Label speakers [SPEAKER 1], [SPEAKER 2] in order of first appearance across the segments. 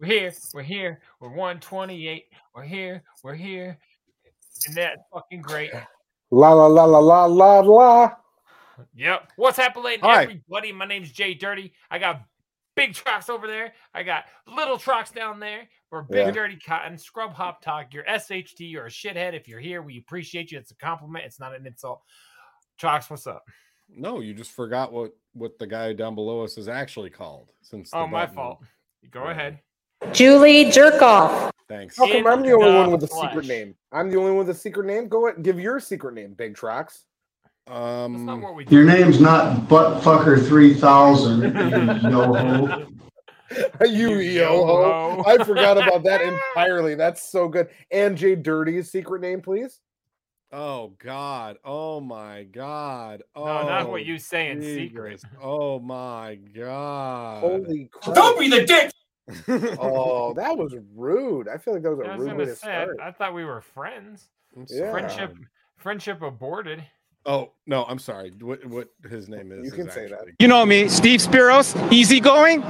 [SPEAKER 1] We're here. We're here. We're 128. We're here. We're here. And that's fucking great.
[SPEAKER 2] La la la la la la la.
[SPEAKER 1] Yep. What's happening,
[SPEAKER 2] Hi.
[SPEAKER 1] everybody? My name's Jay Dirty. I got big trucks over there. I got little trucks down there. We're big
[SPEAKER 2] Yeah.
[SPEAKER 1] dirty cotton, scrub hop talk. You're SHT. You're a shithead. If you're here, we appreciate you. It's a compliment. It's not an insult. Trucks, what's up?
[SPEAKER 2] No, you just forgot what what the guy down below us is actually called. Since the
[SPEAKER 1] oh, my
[SPEAKER 2] button-
[SPEAKER 1] fault. Go
[SPEAKER 2] Yeah.
[SPEAKER 1] ahead.
[SPEAKER 3] Julie Jerkoff.
[SPEAKER 2] Thanks. Oh,
[SPEAKER 1] Okay.
[SPEAKER 2] yeah,
[SPEAKER 1] It
[SPEAKER 2] It,
[SPEAKER 1] come I'm the only one does with a secret flush. name.
[SPEAKER 4] I'm the only one with a secret name. Go ahead, give your secret name, Big Trox.
[SPEAKER 1] That's not what
[SPEAKER 2] um,
[SPEAKER 1] we do.
[SPEAKER 5] Your name's not buttfucker three thousand. no hope.
[SPEAKER 4] you yo ho!
[SPEAKER 1] yo-ho.
[SPEAKER 4] I forgot about that entirely. That's so good. And Jay Dirty's secret name, please.
[SPEAKER 2] oh God. Oh my God. Oh,
[SPEAKER 1] No, not what you say in
[SPEAKER 2] Jesus.
[SPEAKER 1] secret.
[SPEAKER 2] Oh my
[SPEAKER 1] Uh,
[SPEAKER 2] God.
[SPEAKER 4] Holy crap!
[SPEAKER 6] the dick.
[SPEAKER 4] Oh, that was rude. I feel like that was
[SPEAKER 1] I
[SPEAKER 4] a
[SPEAKER 1] was
[SPEAKER 4] rude
[SPEAKER 1] gonna
[SPEAKER 4] way to
[SPEAKER 1] say, I-
[SPEAKER 4] start.
[SPEAKER 1] I thought we were friends.
[SPEAKER 2] I'm
[SPEAKER 4] Yeah.
[SPEAKER 1] Friendship,
[SPEAKER 2] sorry.
[SPEAKER 1] friendship aborted.
[SPEAKER 2] Oh no, I'm sorry. What what his name is?
[SPEAKER 4] You
[SPEAKER 2] is
[SPEAKER 4] can say that.
[SPEAKER 2] actually-
[SPEAKER 7] You know me, Steve Spiros, easygoing.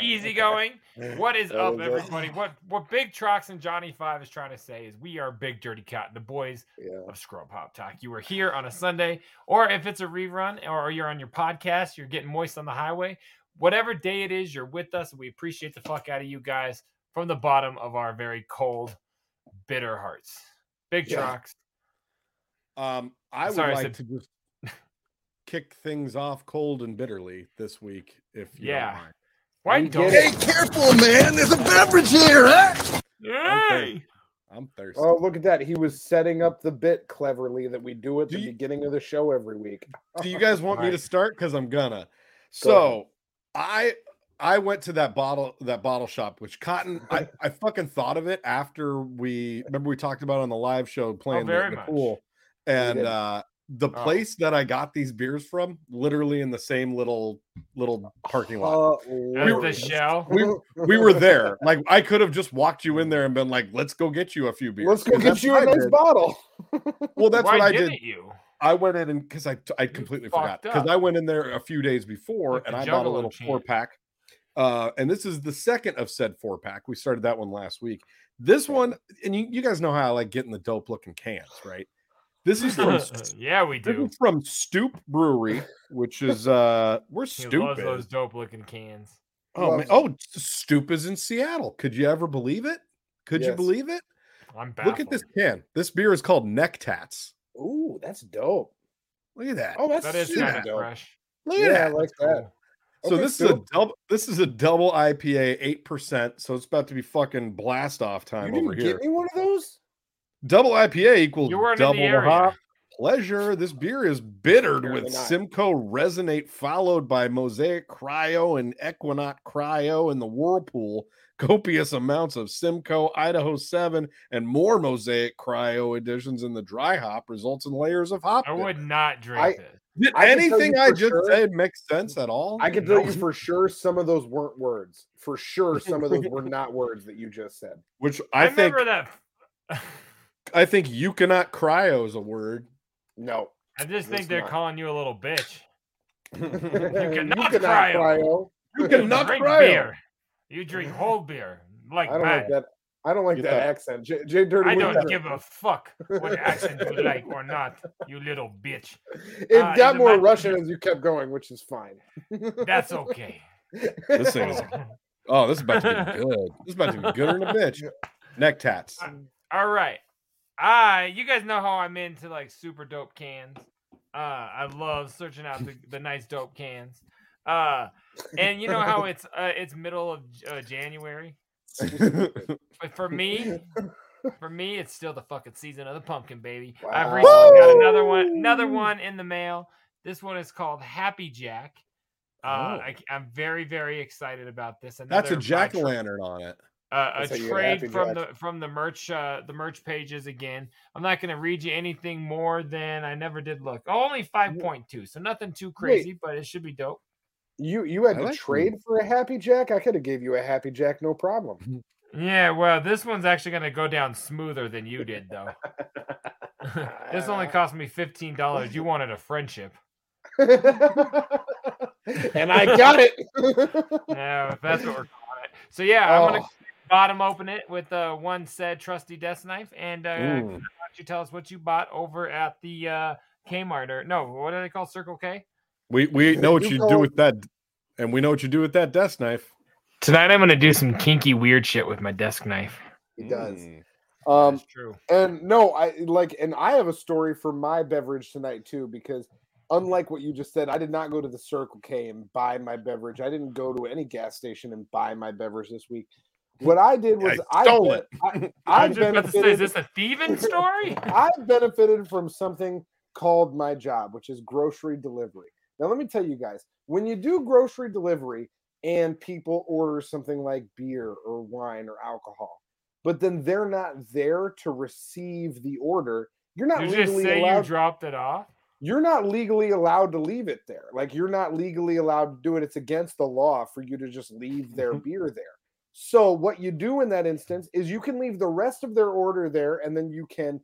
[SPEAKER 1] Easy going. What is
[SPEAKER 4] That
[SPEAKER 1] up,
[SPEAKER 4] was it.
[SPEAKER 1] everybody? What what Big Trox and Johnny Five is trying to say is we are Big Dirty Cotton, the boys
[SPEAKER 4] Yeah.
[SPEAKER 1] of Scrub Hop Talk. You are here on a Sunday, or if it's a rerun, or you're on your podcast, you're getting moist on the highway. Whatever day it is, you're with us. We appreciate the fuck out of you guys from the bottom of our very cold, bitter hearts. Big
[SPEAKER 4] Yeah.
[SPEAKER 1] Trox.
[SPEAKER 2] Um, I would
[SPEAKER 1] Sorry, I
[SPEAKER 2] like
[SPEAKER 1] said-
[SPEAKER 2] to just kick things off cold and bitterly this week, if you don't
[SPEAKER 1] Yeah.
[SPEAKER 2] mind.
[SPEAKER 1] Why
[SPEAKER 4] We
[SPEAKER 1] don't?
[SPEAKER 4] get it.
[SPEAKER 6] careful, man. There's a beverage here, eh? huh?
[SPEAKER 1] Hey!
[SPEAKER 2] I'm thirsty.
[SPEAKER 4] Oh, look at that. He was setting up the bit cleverly that we do at
[SPEAKER 2] Do
[SPEAKER 4] the
[SPEAKER 2] you-
[SPEAKER 4] beginning of the show every week.
[SPEAKER 2] do you guys want me to
[SPEAKER 1] Right.
[SPEAKER 2] start because i'm gonna
[SPEAKER 4] Go
[SPEAKER 2] so i i went to that bottle that bottle shop which cotton i i fucking thought of it after we remember we talked about it on the live
[SPEAKER 4] Oh,
[SPEAKER 2] show playing the-
[SPEAKER 1] very
[SPEAKER 2] the,
[SPEAKER 1] much.
[SPEAKER 2] pool and
[SPEAKER 4] did.
[SPEAKER 2] uh the
[SPEAKER 1] Oh.
[SPEAKER 2] place that i got these beers from literally in the same little little parking lot
[SPEAKER 4] Uh,
[SPEAKER 1] Out of
[SPEAKER 2] were-
[SPEAKER 1] the shell.
[SPEAKER 2] we,
[SPEAKER 4] Oh.
[SPEAKER 2] we were there like i could have just walked you in there and been like let's go get you a few beers
[SPEAKER 4] Let's go
[SPEAKER 2] 'cause
[SPEAKER 4] get
[SPEAKER 2] that's
[SPEAKER 4] you
[SPEAKER 2] what
[SPEAKER 4] a
[SPEAKER 2] I
[SPEAKER 4] nice
[SPEAKER 2] did.
[SPEAKER 4] bottle.
[SPEAKER 2] well that's
[SPEAKER 1] Why
[SPEAKER 2] what i did
[SPEAKER 1] didn't you?
[SPEAKER 2] I went in and because I I completely forgot
[SPEAKER 1] fucked
[SPEAKER 2] because
[SPEAKER 1] up.
[SPEAKER 2] I went in there a few days before
[SPEAKER 1] Like the
[SPEAKER 2] and I bought a
[SPEAKER 1] Juggalo
[SPEAKER 2] little
[SPEAKER 1] chant.
[SPEAKER 2] four pack. Uh, and this is the second of said four pack. We started that one last week. This one, and you, you guys know how I like getting the dope looking cans, right? This is from S-
[SPEAKER 1] yeah, we
[SPEAKER 2] this
[SPEAKER 1] do.
[SPEAKER 2] is from Stoop Brewery, which is uh we're
[SPEAKER 1] He loves
[SPEAKER 2] stupid.
[SPEAKER 1] those dope looking cans.
[SPEAKER 2] Oh man,
[SPEAKER 4] loves
[SPEAKER 2] oh Stoop is in Seattle. Could you ever believe it? Could you
[SPEAKER 4] Yes.
[SPEAKER 2] believe it?
[SPEAKER 1] I'm baffled.
[SPEAKER 2] Look at this can. This beer is called Neck Tats.
[SPEAKER 4] Ooh, that's dope.
[SPEAKER 2] Look at that.
[SPEAKER 4] Oh, that's
[SPEAKER 1] That is
[SPEAKER 2] Yeah.
[SPEAKER 1] kind
[SPEAKER 4] super
[SPEAKER 1] of
[SPEAKER 4] dope.
[SPEAKER 1] fresh.
[SPEAKER 2] Look at
[SPEAKER 4] Yeah, I
[SPEAKER 2] that.
[SPEAKER 4] like
[SPEAKER 1] Cool.
[SPEAKER 4] that.
[SPEAKER 2] So
[SPEAKER 4] Okay,
[SPEAKER 2] this is a
[SPEAKER 4] cool.
[SPEAKER 2] double. This is a double IPA, eight percent. So it's about to be fucking blast off
[SPEAKER 4] You
[SPEAKER 2] time
[SPEAKER 4] didn't
[SPEAKER 2] over here.
[SPEAKER 4] get me one of those?
[SPEAKER 2] Double IPA equals
[SPEAKER 1] You weren't in the
[SPEAKER 2] double
[SPEAKER 1] area.
[SPEAKER 2] hop pleasure. This beer is bittered
[SPEAKER 4] Apparently
[SPEAKER 2] with
[SPEAKER 4] not.
[SPEAKER 2] Simcoe Resonate, followed by Mosaic Cryo and Equinox Cryo in the Whirlpool. Copious amounts of Simcoe, Idaho 7, and more Mosaic Cryo additions in the dry hop results in layers of hop.
[SPEAKER 1] I
[SPEAKER 2] bitter.
[SPEAKER 1] would not drink
[SPEAKER 4] I-
[SPEAKER 1] this.
[SPEAKER 2] Did
[SPEAKER 4] I can tell
[SPEAKER 2] anything
[SPEAKER 4] you
[SPEAKER 2] I
[SPEAKER 4] for
[SPEAKER 2] just
[SPEAKER 4] sure-
[SPEAKER 2] said make sense at all?
[SPEAKER 4] I can tell you for sure some of those weren't words. For sure, some of those were not words that you just said.
[SPEAKER 2] Which
[SPEAKER 1] I,
[SPEAKER 2] I, think
[SPEAKER 1] remember that.
[SPEAKER 2] I think you cannot cryo is a word.
[SPEAKER 4] No.
[SPEAKER 1] I just think
[SPEAKER 4] It's
[SPEAKER 1] they're
[SPEAKER 4] not.
[SPEAKER 1] calling you a little bitch.
[SPEAKER 4] you
[SPEAKER 1] cannot
[SPEAKER 4] cannot oh. cryo.
[SPEAKER 2] You cannot
[SPEAKER 1] drink
[SPEAKER 2] cryo.
[SPEAKER 1] beer. You drink whole beer like
[SPEAKER 4] I don't
[SPEAKER 1] mine.
[SPEAKER 4] like that. I don't like
[SPEAKER 2] You
[SPEAKER 4] that
[SPEAKER 2] thought-
[SPEAKER 4] accent. J, J Dirty.
[SPEAKER 1] I
[SPEAKER 4] what do you
[SPEAKER 1] don't
[SPEAKER 4] think?
[SPEAKER 1] give a fuck what accent you like or not, you little bitch.
[SPEAKER 4] It
[SPEAKER 1] uh,
[SPEAKER 4] got
[SPEAKER 1] and
[SPEAKER 4] more
[SPEAKER 1] imagine-
[SPEAKER 4] Russian as you kept going, which is fine.
[SPEAKER 1] That's okay.
[SPEAKER 2] This thing is oh, this is about to be good. This is about to be gooder than a bitch. Neck tats.
[SPEAKER 1] All right. I you guys know how I'm into like super dope cans. Uh I love searching out the, the nice dope cans. Uh and you know how it's uh, it's middle of J- uh, January. But for me, for me, it's still the fucking season of the pumpkin, baby. I've
[SPEAKER 4] Wow.
[SPEAKER 1] recently got another one, another one in the mail. This one is called Happy Jack. Uh,
[SPEAKER 2] Oh.
[SPEAKER 1] I, am very, very excited about this.
[SPEAKER 2] That's a
[SPEAKER 1] Another by
[SPEAKER 2] jack o'
[SPEAKER 1] Tr-
[SPEAKER 2] lantern on it.
[SPEAKER 1] uh,
[SPEAKER 4] That's how
[SPEAKER 1] a
[SPEAKER 4] you get
[SPEAKER 1] trade
[SPEAKER 4] happy
[SPEAKER 1] from
[SPEAKER 4] jack.
[SPEAKER 1] the from the merch uh, the merch pages again. I'm not going to read you anything more than I never did look. Oh, only five point two, so nothing too crazy, but it should be dope.
[SPEAKER 4] You you had
[SPEAKER 2] I
[SPEAKER 4] to
[SPEAKER 2] like
[SPEAKER 4] trade for a happy jack. I could have gave you a happy jack, no problem.
[SPEAKER 1] Yeah, well, this one's actually going to go down smoother than you did, though. this only cost me fifteen dollars. You wanted a friendship.
[SPEAKER 4] and I got it.
[SPEAKER 1] Yeah, if that's what we're calling it. So yeah, I'm gonna
[SPEAKER 4] Oh.
[SPEAKER 1] bottom open it with uh, one said trusty desk knife, and uh, why
[SPEAKER 2] Mm.
[SPEAKER 1] don't you tell us what you bought over at the uh, Kmart or no, what do they call Circle K?
[SPEAKER 2] We we know what
[SPEAKER 4] You
[SPEAKER 2] you
[SPEAKER 4] go-
[SPEAKER 2] do with that, and we know what you do with that desk knife.
[SPEAKER 1] Tonight I'm gonna do some kinky weird shit with my desk knife.
[SPEAKER 4] he does.
[SPEAKER 2] Mm.
[SPEAKER 4] Um,
[SPEAKER 1] that's true.
[SPEAKER 4] and no, I like, and I have a story for my beverage tonight too, because unlike what you just said, I did not go to the Circle K and buy my beverage. I didn't go to any gas station and buy my beverage this week. What I did was I,
[SPEAKER 2] stole
[SPEAKER 4] ben- I, I
[SPEAKER 1] I'm just about to say,
[SPEAKER 4] benefited
[SPEAKER 1] is this a thieving story?
[SPEAKER 4] I benefited from something called my job, which is grocery delivery. Now, let me tell you guys when you do grocery delivery and people order something like beer or wine or alcohol, but then they're not there to receive the order, you're not
[SPEAKER 1] you just
[SPEAKER 4] legally
[SPEAKER 1] say
[SPEAKER 4] allowed.
[SPEAKER 1] you dropped it off.
[SPEAKER 4] you're not legally allowed to leave it there. Like you're not legally allowed to do it. It's against the law for you to just leave their
[SPEAKER 1] Mm-hmm.
[SPEAKER 4] beer there. So what you do in that instance is you can leave the rest of their order there and then you can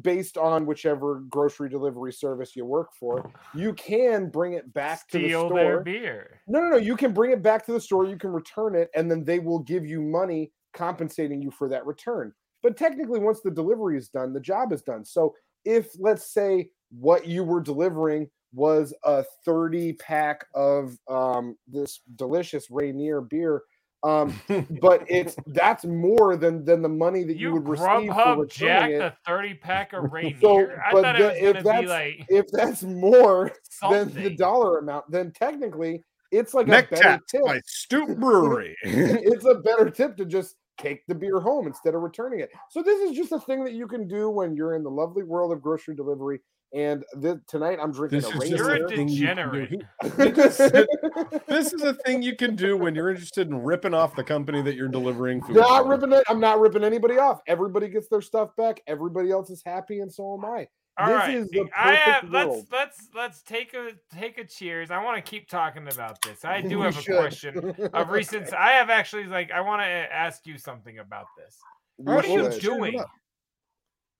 [SPEAKER 4] based on whichever grocery delivery service you work for, you can bring it back to the
[SPEAKER 1] Oh, Steal
[SPEAKER 4] store.
[SPEAKER 1] their beer.
[SPEAKER 4] No, no, no. You can bring it back to the store. You can return it, and then they will give you money compensating you for that return. But technically, once the delivery is done, the job is done. So if, let's say, what you were delivering was a 30 pack of um, this delicious Rainier beer, um, but it's that's more than than the money that you,
[SPEAKER 1] You
[SPEAKER 4] would receive for
[SPEAKER 1] Grubhub Jack
[SPEAKER 4] returning it.
[SPEAKER 1] the 30 pack of Rainier. I
[SPEAKER 4] but
[SPEAKER 1] thought
[SPEAKER 4] the-
[SPEAKER 1] it
[SPEAKER 4] if
[SPEAKER 1] was gonna be
[SPEAKER 4] that's-
[SPEAKER 1] like
[SPEAKER 4] If that's more
[SPEAKER 1] something.
[SPEAKER 4] than the dollar amount, then technically it's like
[SPEAKER 2] Neck
[SPEAKER 4] a better
[SPEAKER 2] taps
[SPEAKER 4] tip.
[SPEAKER 2] by Stoop Brewery.
[SPEAKER 4] it's a better tip to just take the beer home instead of returning it. So this is just a thing that you can do when you're in the lovely world of grocery delivery. And th- tonight I'm drinking
[SPEAKER 2] This
[SPEAKER 4] a
[SPEAKER 2] is just
[SPEAKER 1] You're
[SPEAKER 4] Rainier.
[SPEAKER 1] a
[SPEAKER 2] a thing you can
[SPEAKER 1] degenerate.
[SPEAKER 2] do. this is a thing you can do when you're interested in ripping off the company that you're delivering food.
[SPEAKER 4] not
[SPEAKER 2] from.
[SPEAKER 4] ripping it. I'm not ripping anybody off. Everybody gets their stuff back. Everybody else is happy, and so am I.
[SPEAKER 1] All
[SPEAKER 4] this
[SPEAKER 1] right,
[SPEAKER 4] is the
[SPEAKER 1] I have.
[SPEAKER 4] perfect
[SPEAKER 1] Let's
[SPEAKER 4] world.
[SPEAKER 1] let's let's take a take a cheers. I want to keep talking about this. I do
[SPEAKER 4] We
[SPEAKER 1] have a
[SPEAKER 4] should.
[SPEAKER 1] question of recent. I have actually like I want to ask you something about this.
[SPEAKER 4] We
[SPEAKER 1] What are you
[SPEAKER 4] should.
[SPEAKER 2] Cheers it
[SPEAKER 1] doing?
[SPEAKER 2] up.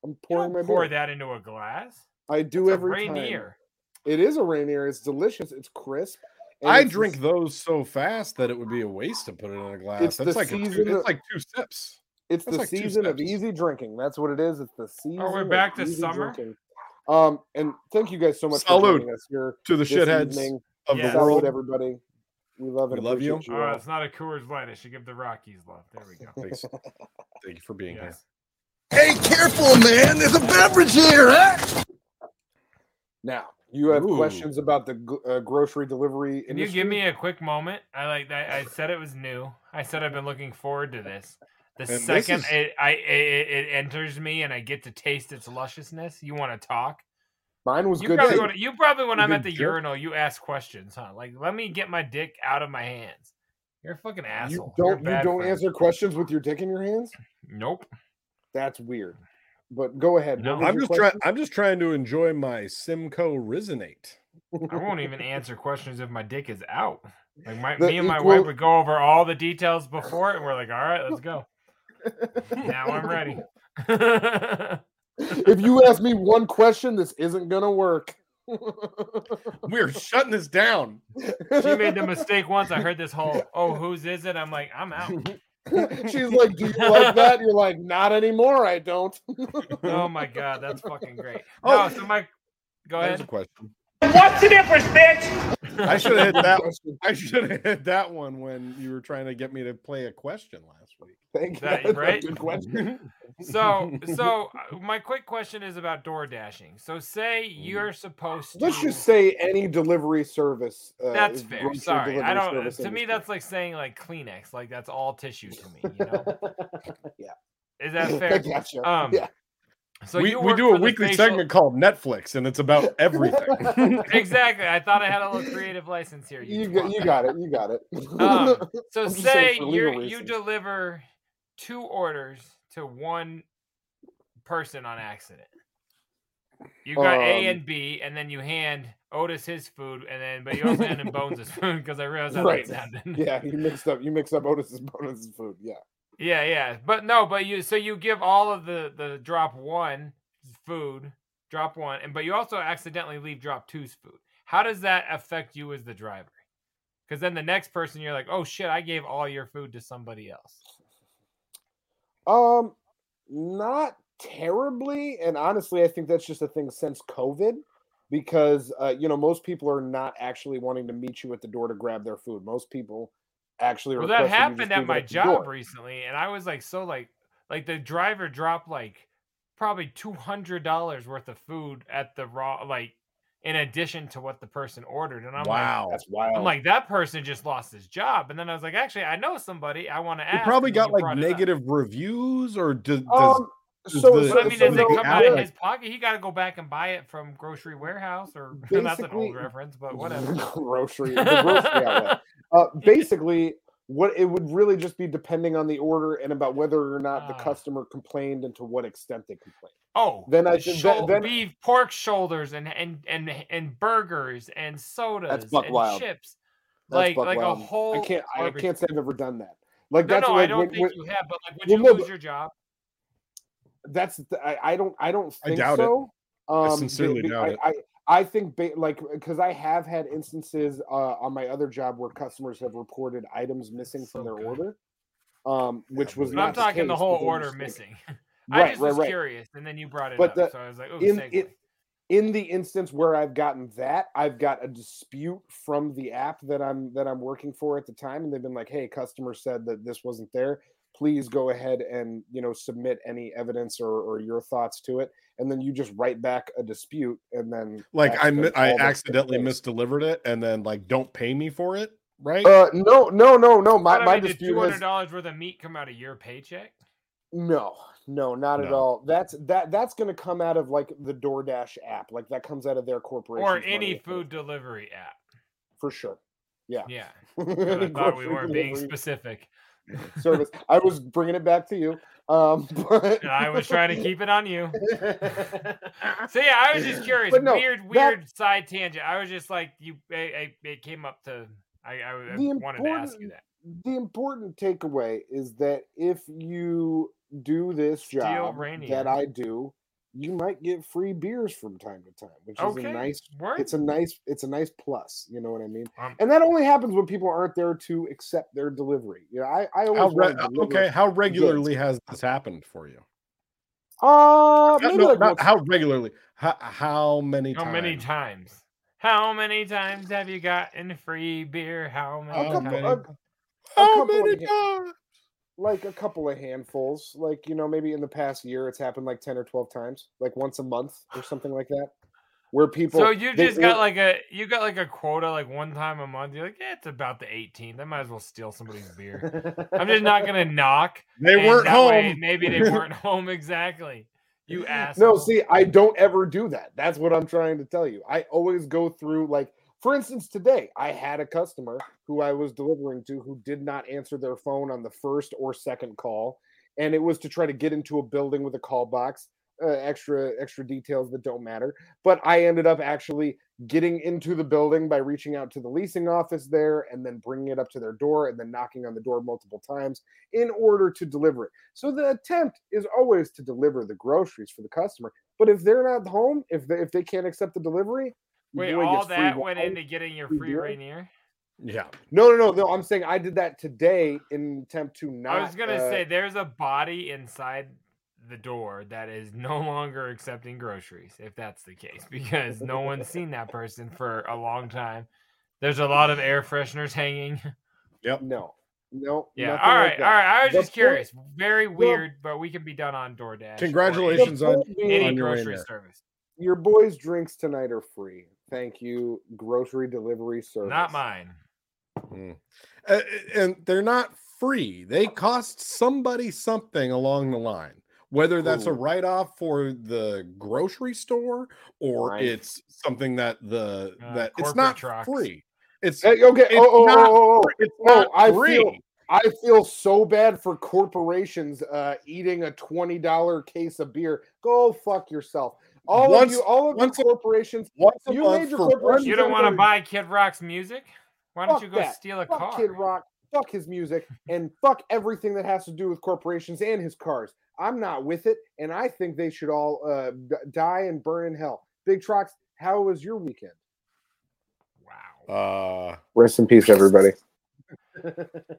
[SPEAKER 4] I'm
[SPEAKER 1] You
[SPEAKER 4] pouring my
[SPEAKER 1] don't pour
[SPEAKER 4] beer.
[SPEAKER 1] that into a glass.
[SPEAKER 4] I do
[SPEAKER 1] It's a
[SPEAKER 4] every time.
[SPEAKER 1] Rainier.
[SPEAKER 4] It is a Rainier. It's delicious. It's crisp. and
[SPEAKER 2] I
[SPEAKER 4] it's the
[SPEAKER 2] drink those so fast that it would be a waste to put it in a glass.
[SPEAKER 4] It's the
[SPEAKER 2] that's like a two,
[SPEAKER 4] season of-
[SPEAKER 2] it's like two sips.
[SPEAKER 4] It's
[SPEAKER 2] That's
[SPEAKER 4] the
[SPEAKER 2] like two
[SPEAKER 4] season of
[SPEAKER 2] steps.
[SPEAKER 4] easy drinking. That's what it is. It's the season. of
[SPEAKER 1] back to
[SPEAKER 4] easy
[SPEAKER 1] summer?
[SPEAKER 4] drinking. Um, and thank you guys so much for
[SPEAKER 2] Salud
[SPEAKER 4] joining us here
[SPEAKER 2] to the
[SPEAKER 4] this
[SPEAKER 2] shitheads
[SPEAKER 4] evening.
[SPEAKER 2] of
[SPEAKER 1] Yes.
[SPEAKER 2] the
[SPEAKER 4] Salud,
[SPEAKER 2] world.
[SPEAKER 4] everybody. We love and
[SPEAKER 2] We love you.
[SPEAKER 4] appreciate you.
[SPEAKER 1] Oh,
[SPEAKER 4] all.
[SPEAKER 1] it's not a Coors Light. I should give the Rockies love. There we go.
[SPEAKER 2] Thanks. Thank you for being here.
[SPEAKER 1] Yes.
[SPEAKER 6] Hey, careful, man. There's a beverage here, huh?
[SPEAKER 4] Now you have
[SPEAKER 2] Ooh.
[SPEAKER 4] questions about the gl- uh, grocery delivery.
[SPEAKER 1] Can you give
[SPEAKER 4] industry?
[SPEAKER 1] me a quick moment? I like that. I said it was new. I said I've been looking forward to this. The
[SPEAKER 2] this
[SPEAKER 1] second
[SPEAKER 2] is-
[SPEAKER 1] it, I it, it enters me and I get to taste its lusciousness, you want to talk.
[SPEAKER 4] Mine was
[SPEAKER 1] You
[SPEAKER 4] good.
[SPEAKER 1] probably,
[SPEAKER 4] too.
[SPEAKER 1] wanna, you probably when
[SPEAKER 2] You
[SPEAKER 1] I'm at
[SPEAKER 2] good
[SPEAKER 1] the
[SPEAKER 2] jerk.
[SPEAKER 1] urinal, you ask questions, huh? Like, let me get my dick out of my hands. You're a fucking
[SPEAKER 4] You
[SPEAKER 1] asshole. You're a
[SPEAKER 4] don't. You
[SPEAKER 1] bad
[SPEAKER 4] don't
[SPEAKER 1] friend.
[SPEAKER 4] answer questions with your dick in your hands.
[SPEAKER 1] Nope.
[SPEAKER 4] That's weird. But go ahead. what
[SPEAKER 1] No.
[SPEAKER 4] was
[SPEAKER 2] I'm
[SPEAKER 4] your
[SPEAKER 2] just trying.
[SPEAKER 4] question?
[SPEAKER 2] I'm just trying to enjoy my Simcoe Resonate.
[SPEAKER 1] I won't even answer questions if my dick is out. Like my,
[SPEAKER 4] The
[SPEAKER 1] me and my
[SPEAKER 4] equal-
[SPEAKER 1] wife would go over all the details before it, and we're like, all right, let's go. now I'm ready.
[SPEAKER 4] if you ask me one question, this isn't gonna work.
[SPEAKER 2] We're shutting this down.
[SPEAKER 1] she made the mistake once. I heard this whole, oh, whose is it? I'm like, I'm out.
[SPEAKER 4] She's like, "Do you like that?" You're like, "Not anymore. I don't."
[SPEAKER 1] Oh my god, that's fucking great.
[SPEAKER 2] Oh.
[SPEAKER 1] No, so my go
[SPEAKER 2] That was a
[SPEAKER 1] ahead.
[SPEAKER 2] question.
[SPEAKER 1] What's the difference, bitch?
[SPEAKER 2] I should have hit that. I should have hit that one when you were trying to get me to play a question last week.
[SPEAKER 4] Thank
[SPEAKER 1] That-
[SPEAKER 4] God.
[SPEAKER 1] right?
[SPEAKER 4] Good question.
[SPEAKER 1] So, so uh, my quick question is about door dashing. So, say you're supposed to.
[SPEAKER 4] Let's just say any delivery service. Uh,
[SPEAKER 1] that's
[SPEAKER 4] is
[SPEAKER 1] fair.
[SPEAKER 4] grocery
[SPEAKER 1] Sorry, I
[SPEAKER 4] delivery
[SPEAKER 1] don't.
[SPEAKER 4] service
[SPEAKER 1] To me,
[SPEAKER 4] industry.
[SPEAKER 1] that's like saying like Kleenex. Like that's all tissue to me. You know?
[SPEAKER 4] Yeah.
[SPEAKER 1] Is that
[SPEAKER 4] I
[SPEAKER 1] fair?
[SPEAKER 4] gotcha.
[SPEAKER 1] Um,
[SPEAKER 4] yeah.
[SPEAKER 1] So
[SPEAKER 2] we,
[SPEAKER 1] you
[SPEAKER 2] we
[SPEAKER 1] work
[SPEAKER 2] do
[SPEAKER 1] for
[SPEAKER 2] a
[SPEAKER 1] the
[SPEAKER 2] weekly
[SPEAKER 1] facial-
[SPEAKER 2] segment called Netflix, and it's about everything.
[SPEAKER 1] Exactly. I thought I had a little creative license here.
[SPEAKER 4] You
[SPEAKER 1] twat.
[SPEAKER 4] got, you got it. You got it.
[SPEAKER 1] Um, so
[SPEAKER 4] I'm just
[SPEAKER 1] say
[SPEAKER 4] saying for
[SPEAKER 1] you
[SPEAKER 4] legal
[SPEAKER 1] you
[SPEAKER 4] reasons.
[SPEAKER 1] deliver two orders to one person on accident. You got A
[SPEAKER 4] Um,
[SPEAKER 1] and B, and then you hand Otis his food, and then but you also hand him Bones his food because I realized how
[SPEAKER 4] Right.
[SPEAKER 1] that sounded.
[SPEAKER 4] yeah, you mixed up. You mixed up Otis's bonus food. Yeah.
[SPEAKER 1] yeah, yeah. But no, but you so you give all of the the drop one food, drop one, and but you also accidentally leave drop two's food. How does that affect you as the driver? Because then the next person, you're like, oh shit, I gave all your food to somebody else.
[SPEAKER 4] Um, not terribly, and honestly, I think that's just a thing since COVID, because uh, you know most people are not actually wanting to meet you at the door to grab their food. Most people actually.
[SPEAKER 1] Well, that
[SPEAKER 4] request you just
[SPEAKER 1] happened at
[SPEAKER 4] leave it
[SPEAKER 1] my
[SPEAKER 4] the
[SPEAKER 1] job
[SPEAKER 4] door.
[SPEAKER 1] recently, and I was like, so like, like the driver dropped like probably two hundred dollars worth of food at the raw, like in addition to what the person ordered, and I'm
[SPEAKER 2] wow.
[SPEAKER 4] That's wild.
[SPEAKER 1] like, I'm like that person just lost his job, and then I was like, actually, I know somebody. I want to
[SPEAKER 2] You
[SPEAKER 1] ask.
[SPEAKER 2] probably
[SPEAKER 1] and then
[SPEAKER 2] got
[SPEAKER 1] you
[SPEAKER 2] like
[SPEAKER 1] brought it up.
[SPEAKER 2] negative reviews, or do, does
[SPEAKER 4] um,
[SPEAKER 2] does
[SPEAKER 4] so,
[SPEAKER 2] the-
[SPEAKER 4] so-
[SPEAKER 1] But I mean,
[SPEAKER 4] so
[SPEAKER 1] does it
[SPEAKER 4] no,
[SPEAKER 1] come out of
[SPEAKER 4] yeah.
[SPEAKER 1] his pocket? He got to go back and buy it from grocery warehouse, or that's an
[SPEAKER 4] Basically-
[SPEAKER 1] old reference, but uh, whatever.
[SPEAKER 4] grocery, the grocery outlet. Uh, basically, what it would really just be depending on the order and about whether or not the
[SPEAKER 1] Ah.
[SPEAKER 4] customer complained and to what extent they complained.
[SPEAKER 1] Oh,
[SPEAKER 4] Then I
[SPEAKER 1] the
[SPEAKER 4] should-
[SPEAKER 1] shou-
[SPEAKER 4] then-
[SPEAKER 1] beef pork shoulders and and and and burgers and sodas
[SPEAKER 4] buck
[SPEAKER 1] and
[SPEAKER 4] wild.
[SPEAKER 1] chips,
[SPEAKER 4] That's
[SPEAKER 1] like
[SPEAKER 4] buck
[SPEAKER 1] like
[SPEAKER 4] wild.
[SPEAKER 1] a whole.
[SPEAKER 4] I can't. I
[SPEAKER 1] garbage-
[SPEAKER 4] can't say I've ever done that. Like
[SPEAKER 1] No,
[SPEAKER 4] that's
[SPEAKER 1] no,
[SPEAKER 4] like
[SPEAKER 1] I don't
[SPEAKER 4] when-
[SPEAKER 1] think
[SPEAKER 4] when-
[SPEAKER 1] you have. But like, would
[SPEAKER 4] Well,
[SPEAKER 1] you
[SPEAKER 4] no,
[SPEAKER 1] lose
[SPEAKER 4] but-
[SPEAKER 1] your job?
[SPEAKER 4] that's the, I, I don't I don't
[SPEAKER 2] I
[SPEAKER 4] think
[SPEAKER 2] doubt it.
[SPEAKER 4] so. Um, be-
[SPEAKER 2] sincerely
[SPEAKER 4] be-
[SPEAKER 2] doubt it.
[SPEAKER 4] I, I, I think ba- like because I have had instances uh, on my other job where customers have reported items missing
[SPEAKER 1] So
[SPEAKER 4] from their
[SPEAKER 1] good.
[SPEAKER 4] order, um, which was
[SPEAKER 1] But
[SPEAKER 4] not.
[SPEAKER 1] I'm talking the
[SPEAKER 4] case
[SPEAKER 1] whole
[SPEAKER 4] because they were
[SPEAKER 1] order
[SPEAKER 4] mistaken.
[SPEAKER 1] missing. I
[SPEAKER 4] Right,
[SPEAKER 1] just
[SPEAKER 4] right,
[SPEAKER 1] was
[SPEAKER 4] right.
[SPEAKER 1] curious, and then you brought it
[SPEAKER 4] But
[SPEAKER 1] up,
[SPEAKER 4] the-
[SPEAKER 1] so I was like, "Ooh,
[SPEAKER 4] in-
[SPEAKER 1] segue."
[SPEAKER 4] it- In the instance where I've gotten that, I've got a dispute from the app that I'm that I'm working for at the time, and they've been like, "Hey, customer said that this wasn't there. Please go ahead and you know submit any evidence or, or your thoughts to it." And then you just write back a dispute, and then
[SPEAKER 2] like I
[SPEAKER 4] that's
[SPEAKER 2] mi-
[SPEAKER 4] been
[SPEAKER 2] I
[SPEAKER 4] all that's
[SPEAKER 2] accidentally
[SPEAKER 4] been faced.
[SPEAKER 2] misdelivered it, and then like don't pay me for it, right?
[SPEAKER 4] Uh, no, no, no, no.
[SPEAKER 1] But
[SPEAKER 4] My
[SPEAKER 1] I
[SPEAKER 4] my
[SPEAKER 1] mean, did
[SPEAKER 4] dispute
[SPEAKER 1] two hundred
[SPEAKER 4] is
[SPEAKER 1] dollars worth of meat come out of your paycheck?
[SPEAKER 4] No, no, not at
[SPEAKER 2] No.
[SPEAKER 4] all. That's that that's gonna come out of like the DoorDash app. Like that comes out of their corporation
[SPEAKER 1] or any food delivery app.
[SPEAKER 4] for sure.
[SPEAKER 1] Yeah,
[SPEAKER 4] Any
[SPEAKER 1] I thought we
[SPEAKER 4] grocery
[SPEAKER 1] weren't being
[SPEAKER 4] delivery
[SPEAKER 1] specific.
[SPEAKER 4] service. I was bringing it back to you. Um, but
[SPEAKER 1] And I was trying to keep it on you. so yeah, I was just curious.
[SPEAKER 4] But no,
[SPEAKER 1] weird,
[SPEAKER 4] that-
[SPEAKER 1] weird side tangent. I was just like, you. I, I, it came up to. I, I, I
[SPEAKER 4] The
[SPEAKER 1] wanted to ask you that.
[SPEAKER 4] the important takeaway is that if you do this
[SPEAKER 1] Steel
[SPEAKER 4] job
[SPEAKER 1] Rainier.
[SPEAKER 4] that I do, you might get free beers from time to time, which is
[SPEAKER 1] Okay,
[SPEAKER 4] a nice
[SPEAKER 1] word.
[SPEAKER 4] it's a nice it's a nice plus you know what i mean
[SPEAKER 1] Um,
[SPEAKER 4] and that only happens when people aren't there to accept their delivery you know i i
[SPEAKER 2] How
[SPEAKER 4] always
[SPEAKER 2] re-
[SPEAKER 1] uh,
[SPEAKER 2] uh,
[SPEAKER 4] wanted to
[SPEAKER 2] okay,
[SPEAKER 4] deliver-
[SPEAKER 2] how regularly has this happened for you?
[SPEAKER 4] uh
[SPEAKER 2] Not-
[SPEAKER 4] maybe
[SPEAKER 2] no,
[SPEAKER 4] like
[SPEAKER 2] not
[SPEAKER 4] once-
[SPEAKER 2] how regularly? How, how many
[SPEAKER 1] how
[SPEAKER 2] times?
[SPEAKER 1] many times? How many times have you gotten free beer? How many?
[SPEAKER 4] a
[SPEAKER 2] how
[SPEAKER 4] couple,
[SPEAKER 1] times?
[SPEAKER 2] many-
[SPEAKER 4] a, a
[SPEAKER 2] How
[SPEAKER 4] couple of
[SPEAKER 2] many
[SPEAKER 4] hand-
[SPEAKER 2] times?
[SPEAKER 4] like a couple of handfuls like you know maybe in the past year it's happened like 10 or 12 times like once a month or something like that where people
[SPEAKER 1] So you
[SPEAKER 4] they
[SPEAKER 1] just got
[SPEAKER 4] or-
[SPEAKER 1] like a you got like a quota like one time a month. You're like, yeah, it's about the 18th. I might as well steal somebody's beer. I'm just not gonna knock.
[SPEAKER 2] They
[SPEAKER 1] and
[SPEAKER 2] weren't
[SPEAKER 1] that way
[SPEAKER 2] home.
[SPEAKER 1] maybe they weren't home exactly. You asked.
[SPEAKER 4] No, see, I don't ever do that. That's what I'm trying to tell you. I always go through like for instance today, I had a customer who I was delivering to who did not answer their phone on the first or second call and it was to try to get into a building with a call box, uh, extra extra details that don't matter, but I ended up actually getting into the building by reaching out to the leasing office there and then bringing it up to their door and then knocking on the door multiple times in order to deliver it. So the attempt is always to deliver the groceries for the customer. But if they're not home, if they, if they can't accept the delivery, your
[SPEAKER 1] Wait,
[SPEAKER 4] boy
[SPEAKER 1] all
[SPEAKER 4] gets free
[SPEAKER 1] that went
[SPEAKER 4] wine.
[SPEAKER 1] into getting your
[SPEAKER 4] free
[SPEAKER 1] free
[SPEAKER 4] beer.
[SPEAKER 1] Rainier?
[SPEAKER 2] Yeah,
[SPEAKER 4] No, no, no, no. I'm saying I did that today in attempt to not.
[SPEAKER 1] I was gonna
[SPEAKER 4] uh,
[SPEAKER 1] say there's a body inside the door that is no longer accepting groceries, if that's the case, because no one's seen that person for a long time. There's a lot of air fresheners hanging.
[SPEAKER 4] no, no.
[SPEAKER 1] Yeah.
[SPEAKER 4] nothing
[SPEAKER 1] All
[SPEAKER 4] like
[SPEAKER 1] right.
[SPEAKER 4] that.
[SPEAKER 1] all right. I was
[SPEAKER 4] The
[SPEAKER 1] just
[SPEAKER 4] point-
[SPEAKER 1] curious. Very
[SPEAKER 4] the-
[SPEAKER 1] weird, but we can be done on DoorDash. or
[SPEAKER 4] The
[SPEAKER 2] Congratulations on
[SPEAKER 4] point being,
[SPEAKER 1] Any,
[SPEAKER 2] on
[SPEAKER 1] any
[SPEAKER 2] your
[SPEAKER 1] grocery
[SPEAKER 2] Rainier.
[SPEAKER 1] service.
[SPEAKER 4] your boys' drinks tonight are free. Thank you, grocery delivery service.
[SPEAKER 1] Not mine.
[SPEAKER 2] Mm. Uh, and they're not free. They cost somebody something along the line. whether that's a
[SPEAKER 8] Ooh.
[SPEAKER 2] write off for the grocery store or
[SPEAKER 8] Right.
[SPEAKER 2] it's something that the
[SPEAKER 1] Uh,
[SPEAKER 2] that it's
[SPEAKER 1] corporate
[SPEAKER 2] not
[SPEAKER 1] trucks.
[SPEAKER 2] free. It's
[SPEAKER 4] Hey, okay.
[SPEAKER 2] It's
[SPEAKER 4] Oh, oh,
[SPEAKER 2] not
[SPEAKER 4] oh, oh, oh.
[SPEAKER 2] it's
[SPEAKER 4] Oh,
[SPEAKER 2] not
[SPEAKER 4] I
[SPEAKER 2] free.
[SPEAKER 4] feel- I feel so bad for corporations uh, eating a twenty dollar case of beer. Go fuck yourself. All
[SPEAKER 2] Once-
[SPEAKER 4] of you, all of
[SPEAKER 2] once a-
[SPEAKER 4] you corporations.
[SPEAKER 2] once a
[SPEAKER 4] You
[SPEAKER 2] month
[SPEAKER 4] major
[SPEAKER 2] for one
[SPEAKER 4] corporations
[SPEAKER 1] You don't want to
[SPEAKER 4] Everybody-
[SPEAKER 1] buy Kid Rock's music? Why don't
[SPEAKER 4] Fuck
[SPEAKER 1] you go
[SPEAKER 4] that.
[SPEAKER 1] steal a
[SPEAKER 4] fuck
[SPEAKER 1] car?
[SPEAKER 4] Kid Rock, fuck his music, and fuck everything that has to do with corporations and his cars. I'm not with it, and I think they should all uh, d- die and burn in hell. Big Trox, how was your weekend?
[SPEAKER 1] Wow.
[SPEAKER 2] Uh,
[SPEAKER 4] Rest in peace, everybody.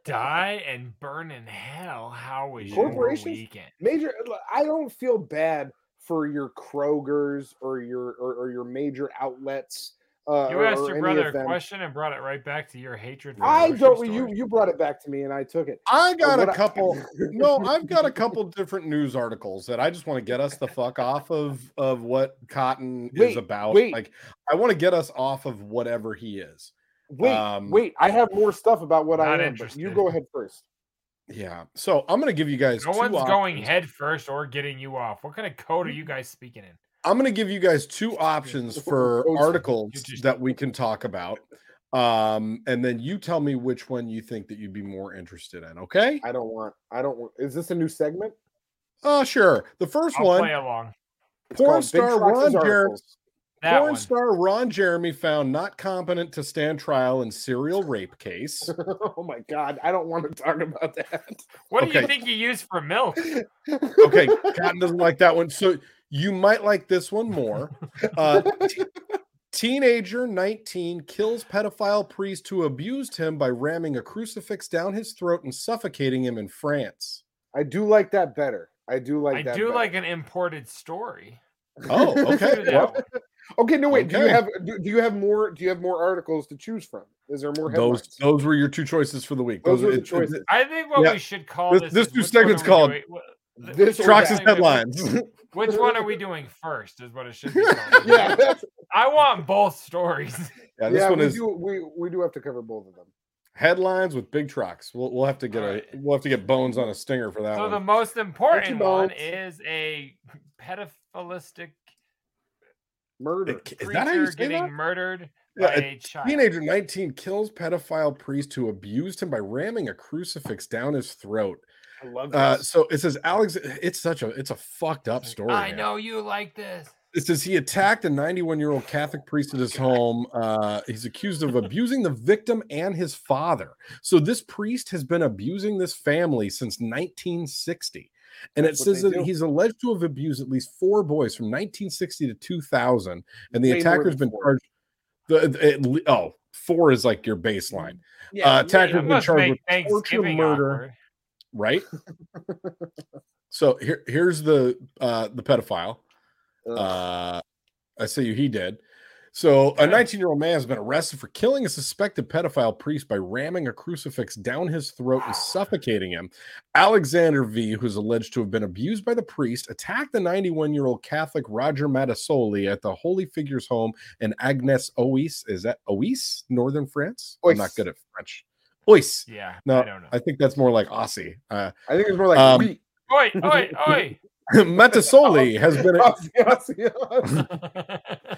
[SPEAKER 1] Die and burn in hell. How was your
[SPEAKER 4] Corporations?
[SPEAKER 1] weekend?
[SPEAKER 4] major l- i don't feel bad for your krogers or your or, or your major outlets uh
[SPEAKER 1] You
[SPEAKER 4] or-
[SPEAKER 1] asked
[SPEAKER 4] or
[SPEAKER 1] your
[SPEAKER 4] any
[SPEAKER 1] brother
[SPEAKER 4] of
[SPEAKER 1] a
[SPEAKER 4] them.
[SPEAKER 1] question and brought it right back to your hatred. For
[SPEAKER 4] i
[SPEAKER 1] grocery
[SPEAKER 4] don't
[SPEAKER 1] stores.
[SPEAKER 4] you you brought it back to me and i took it
[SPEAKER 2] I got
[SPEAKER 4] what
[SPEAKER 2] a
[SPEAKER 4] I-
[SPEAKER 2] couple. no, I've got a couple different news articles that I just want to get us the fuck off of of what Cotton is
[SPEAKER 4] Wait,
[SPEAKER 2] about.
[SPEAKER 4] wait.
[SPEAKER 2] Like, I want to get us off of whatever he is.
[SPEAKER 4] wait
[SPEAKER 2] Um,
[SPEAKER 4] wait i have more stuff about what i
[SPEAKER 1] Not
[SPEAKER 4] am but you
[SPEAKER 1] interested.
[SPEAKER 4] go ahead first
[SPEAKER 2] Yeah. So I'm gonna give you guys.
[SPEAKER 1] No
[SPEAKER 2] two
[SPEAKER 1] one's going
[SPEAKER 2] options.
[SPEAKER 1] head first or getting you off. What kind of code are
[SPEAKER 4] Mm-hmm.
[SPEAKER 1] you guys speaking in?
[SPEAKER 2] I'm going to give you guys two options for
[SPEAKER 4] Those-
[SPEAKER 2] articles
[SPEAKER 1] you just-
[SPEAKER 2] that we can talk about. Um, and then you tell me which one you think that you'd be more interested in. Okay.
[SPEAKER 4] i don't want i don't want is this a new segment
[SPEAKER 2] Oh, sure. The 1st
[SPEAKER 1] I'll
[SPEAKER 2] one
[SPEAKER 1] play along.
[SPEAKER 4] It's
[SPEAKER 2] porn
[SPEAKER 4] called Big
[SPEAKER 2] star Ron
[SPEAKER 4] Trox's
[SPEAKER 2] Jeremy.
[SPEAKER 4] Articles.
[SPEAKER 1] That
[SPEAKER 2] porn
[SPEAKER 1] one.
[SPEAKER 2] star Ron Jeremy found not competent to stand trial in serial rape case.
[SPEAKER 4] oh my god i don't want to talk about that
[SPEAKER 1] What do you
[SPEAKER 2] Okay.
[SPEAKER 1] think you use for milk?
[SPEAKER 2] Okay, Cotton doesn't like that one. So you might like this one more. Uh, te- teenager 19 kills pedophile priest who abused him by ramming a crucifix down his throat and suffocating him in France.
[SPEAKER 4] i do like that better i do like
[SPEAKER 1] I
[SPEAKER 4] that
[SPEAKER 1] do
[SPEAKER 4] better.
[SPEAKER 1] like an imported story.
[SPEAKER 2] Oh, okay.
[SPEAKER 1] Do that
[SPEAKER 2] well,
[SPEAKER 1] one.
[SPEAKER 4] okay no wait do you
[SPEAKER 2] Okay.
[SPEAKER 4] have do, do you have more do you have more articles to choose from is there more headlines?
[SPEAKER 2] those those were your two choices for the week.
[SPEAKER 4] Those were the
[SPEAKER 2] it- it-
[SPEAKER 4] choices.
[SPEAKER 1] I think what
[SPEAKER 2] Yeah.
[SPEAKER 1] we should call
[SPEAKER 2] This-
[SPEAKER 1] this.
[SPEAKER 2] this
[SPEAKER 1] is
[SPEAKER 2] new
[SPEAKER 1] which one
[SPEAKER 2] segment's
[SPEAKER 1] are we
[SPEAKER 2] called
[SPEAKER 1] doing- wh- th-
[SPEAKER 4] This
[SPEAKER 1] which
[SPEAKER 4] or
[SPEAKER 1] one
[SPEAKER 4] that.
[SPEAKER 2] Trox's
[SPEAKER 1] are we-
[SPEAKER 2] headlines.
[SPEAKER 1] Which one are we doing first? Is what it should be. Called.
[SPEAKER 4] yeah, that's-
[SPEAKER 1] I want both stories.
[SPEAKER 2] yeah, this
[SPEAKER 4] yeah.
[SPEAKER 2] one
[SPEAKER 4] we
[SPEAKER 2] is
[SPEAKER 4] do we we do have to cover both of them.
[SPEAKER 2] headlines with big trucks. We'll we'll have to get a
[SPEAKER 1] Alright.
[SPEAKER 2] we'll have to get bones on a stinger for that
[SPEAKER 1] so
[SPEAKER 2] one.
[SPEAKER 1] the most important one
[SPEAKER 4] bones.
[SPEAKER 1] is a pedophilistic
[SPEAKER 4] Murder.
[SPEAKER 2] It- is that how you
[SPEAKER 1] creature
[SPEAKER 2] say
[SPEAKER 1] getting
[SPEAKER 2] that?
[SPEAKER 1] murdered
[SPEAKER 2] Yeah,
[SPEAKER 1] by
[SPEAKER 2] a
[SPEAKER 1] a child.
[SPEAKER 2] Teenager 19 kills pedophile priest who abused him by ramming a crucifix down his throat.
[SPEAKER 4] I love
[SPEAKER 2] Uh, so it says Alex. It's such a it's a fucked up story.
[SPEAKER 4] Oh,
[SPEAKER 1] I
[SPEAKER 2] man.
[SPEAKER 1] know you like this.
[SPEAKER 2] It says he attacked a 91 year old Catholic priest at his home. Uh, he's accused of abusing the victim and his father. So this priest has been abusing this family since 1960. And
[SPEAKER 4] That's
[SPEAKER 2] it
[SPEAKER 4] what
[SPEAKER 2] says
[SPEAKER 4] they
[SPEAKER 2] that
[SPEAKER 4] do.
[SPEAKER 2] he's alleged to have abused at least four boys from 1960 to 2000. And the
[SPEAKER 4] Way more
[SPEAKER 2] attacker's
[SPEAKER 4] than
[SPEAKER 2] been
[SPEAKER 4] four.
[SPEAKER 2] charged. The, the- at le- oh, four is like your baseline,
[SPEAKER 4] yeah,
[SPEAKER 2] uh, attacker-
[SPEAKER 1] That
[SPEAKER 2] been
[SPEAKER 1] must
[SPEAKER 2] charged
[SPEAKER 1] make
[SPEAKER 2] with torture,
[SPEAKER 1] Thanksgiving
[SPEAKER 2] murder.
[SPEAKER 1] awkward.
[SPEAKER 2] right? so here, here's the uh, the pedophile.
[SPEAKER 4] yeah.
[SPEAKER 2] Uh, I see you. He did. So a
[SPEAKER 1] Yeah.
[SPEAKER 2] 19 year old man has been arrested for killing a suspected pedophile priest by ramming a crucifix down his throat and suffocating him. Alexander V, who's alleged to have been abused by the priest, attacked the 91 year old Catholic Roger Matasoli at the Holy Figures home in Agnes Oise. Is that Oise, northern France? I'm not
[SPEAKER 4] Oise.
[SPEAKER 2] good at French. Oise.
[SPEAKER 1] Yeah,
[SPEAKER 2] No,
[SPEAKER 1] I don't know.
[SPEAKER 2] I think that's more like Aussie. Uh,
[SPEAKER 4] I think it's more like
[SPEAKER 2] um,
[SPEAKER 4] we-
[SPEAKER 1] Oi, oi, oi.
[SPEAKER 2] Matasoli has been.
[SPEAKER 1] Oh,
[SPEAKER 4] us, us, us.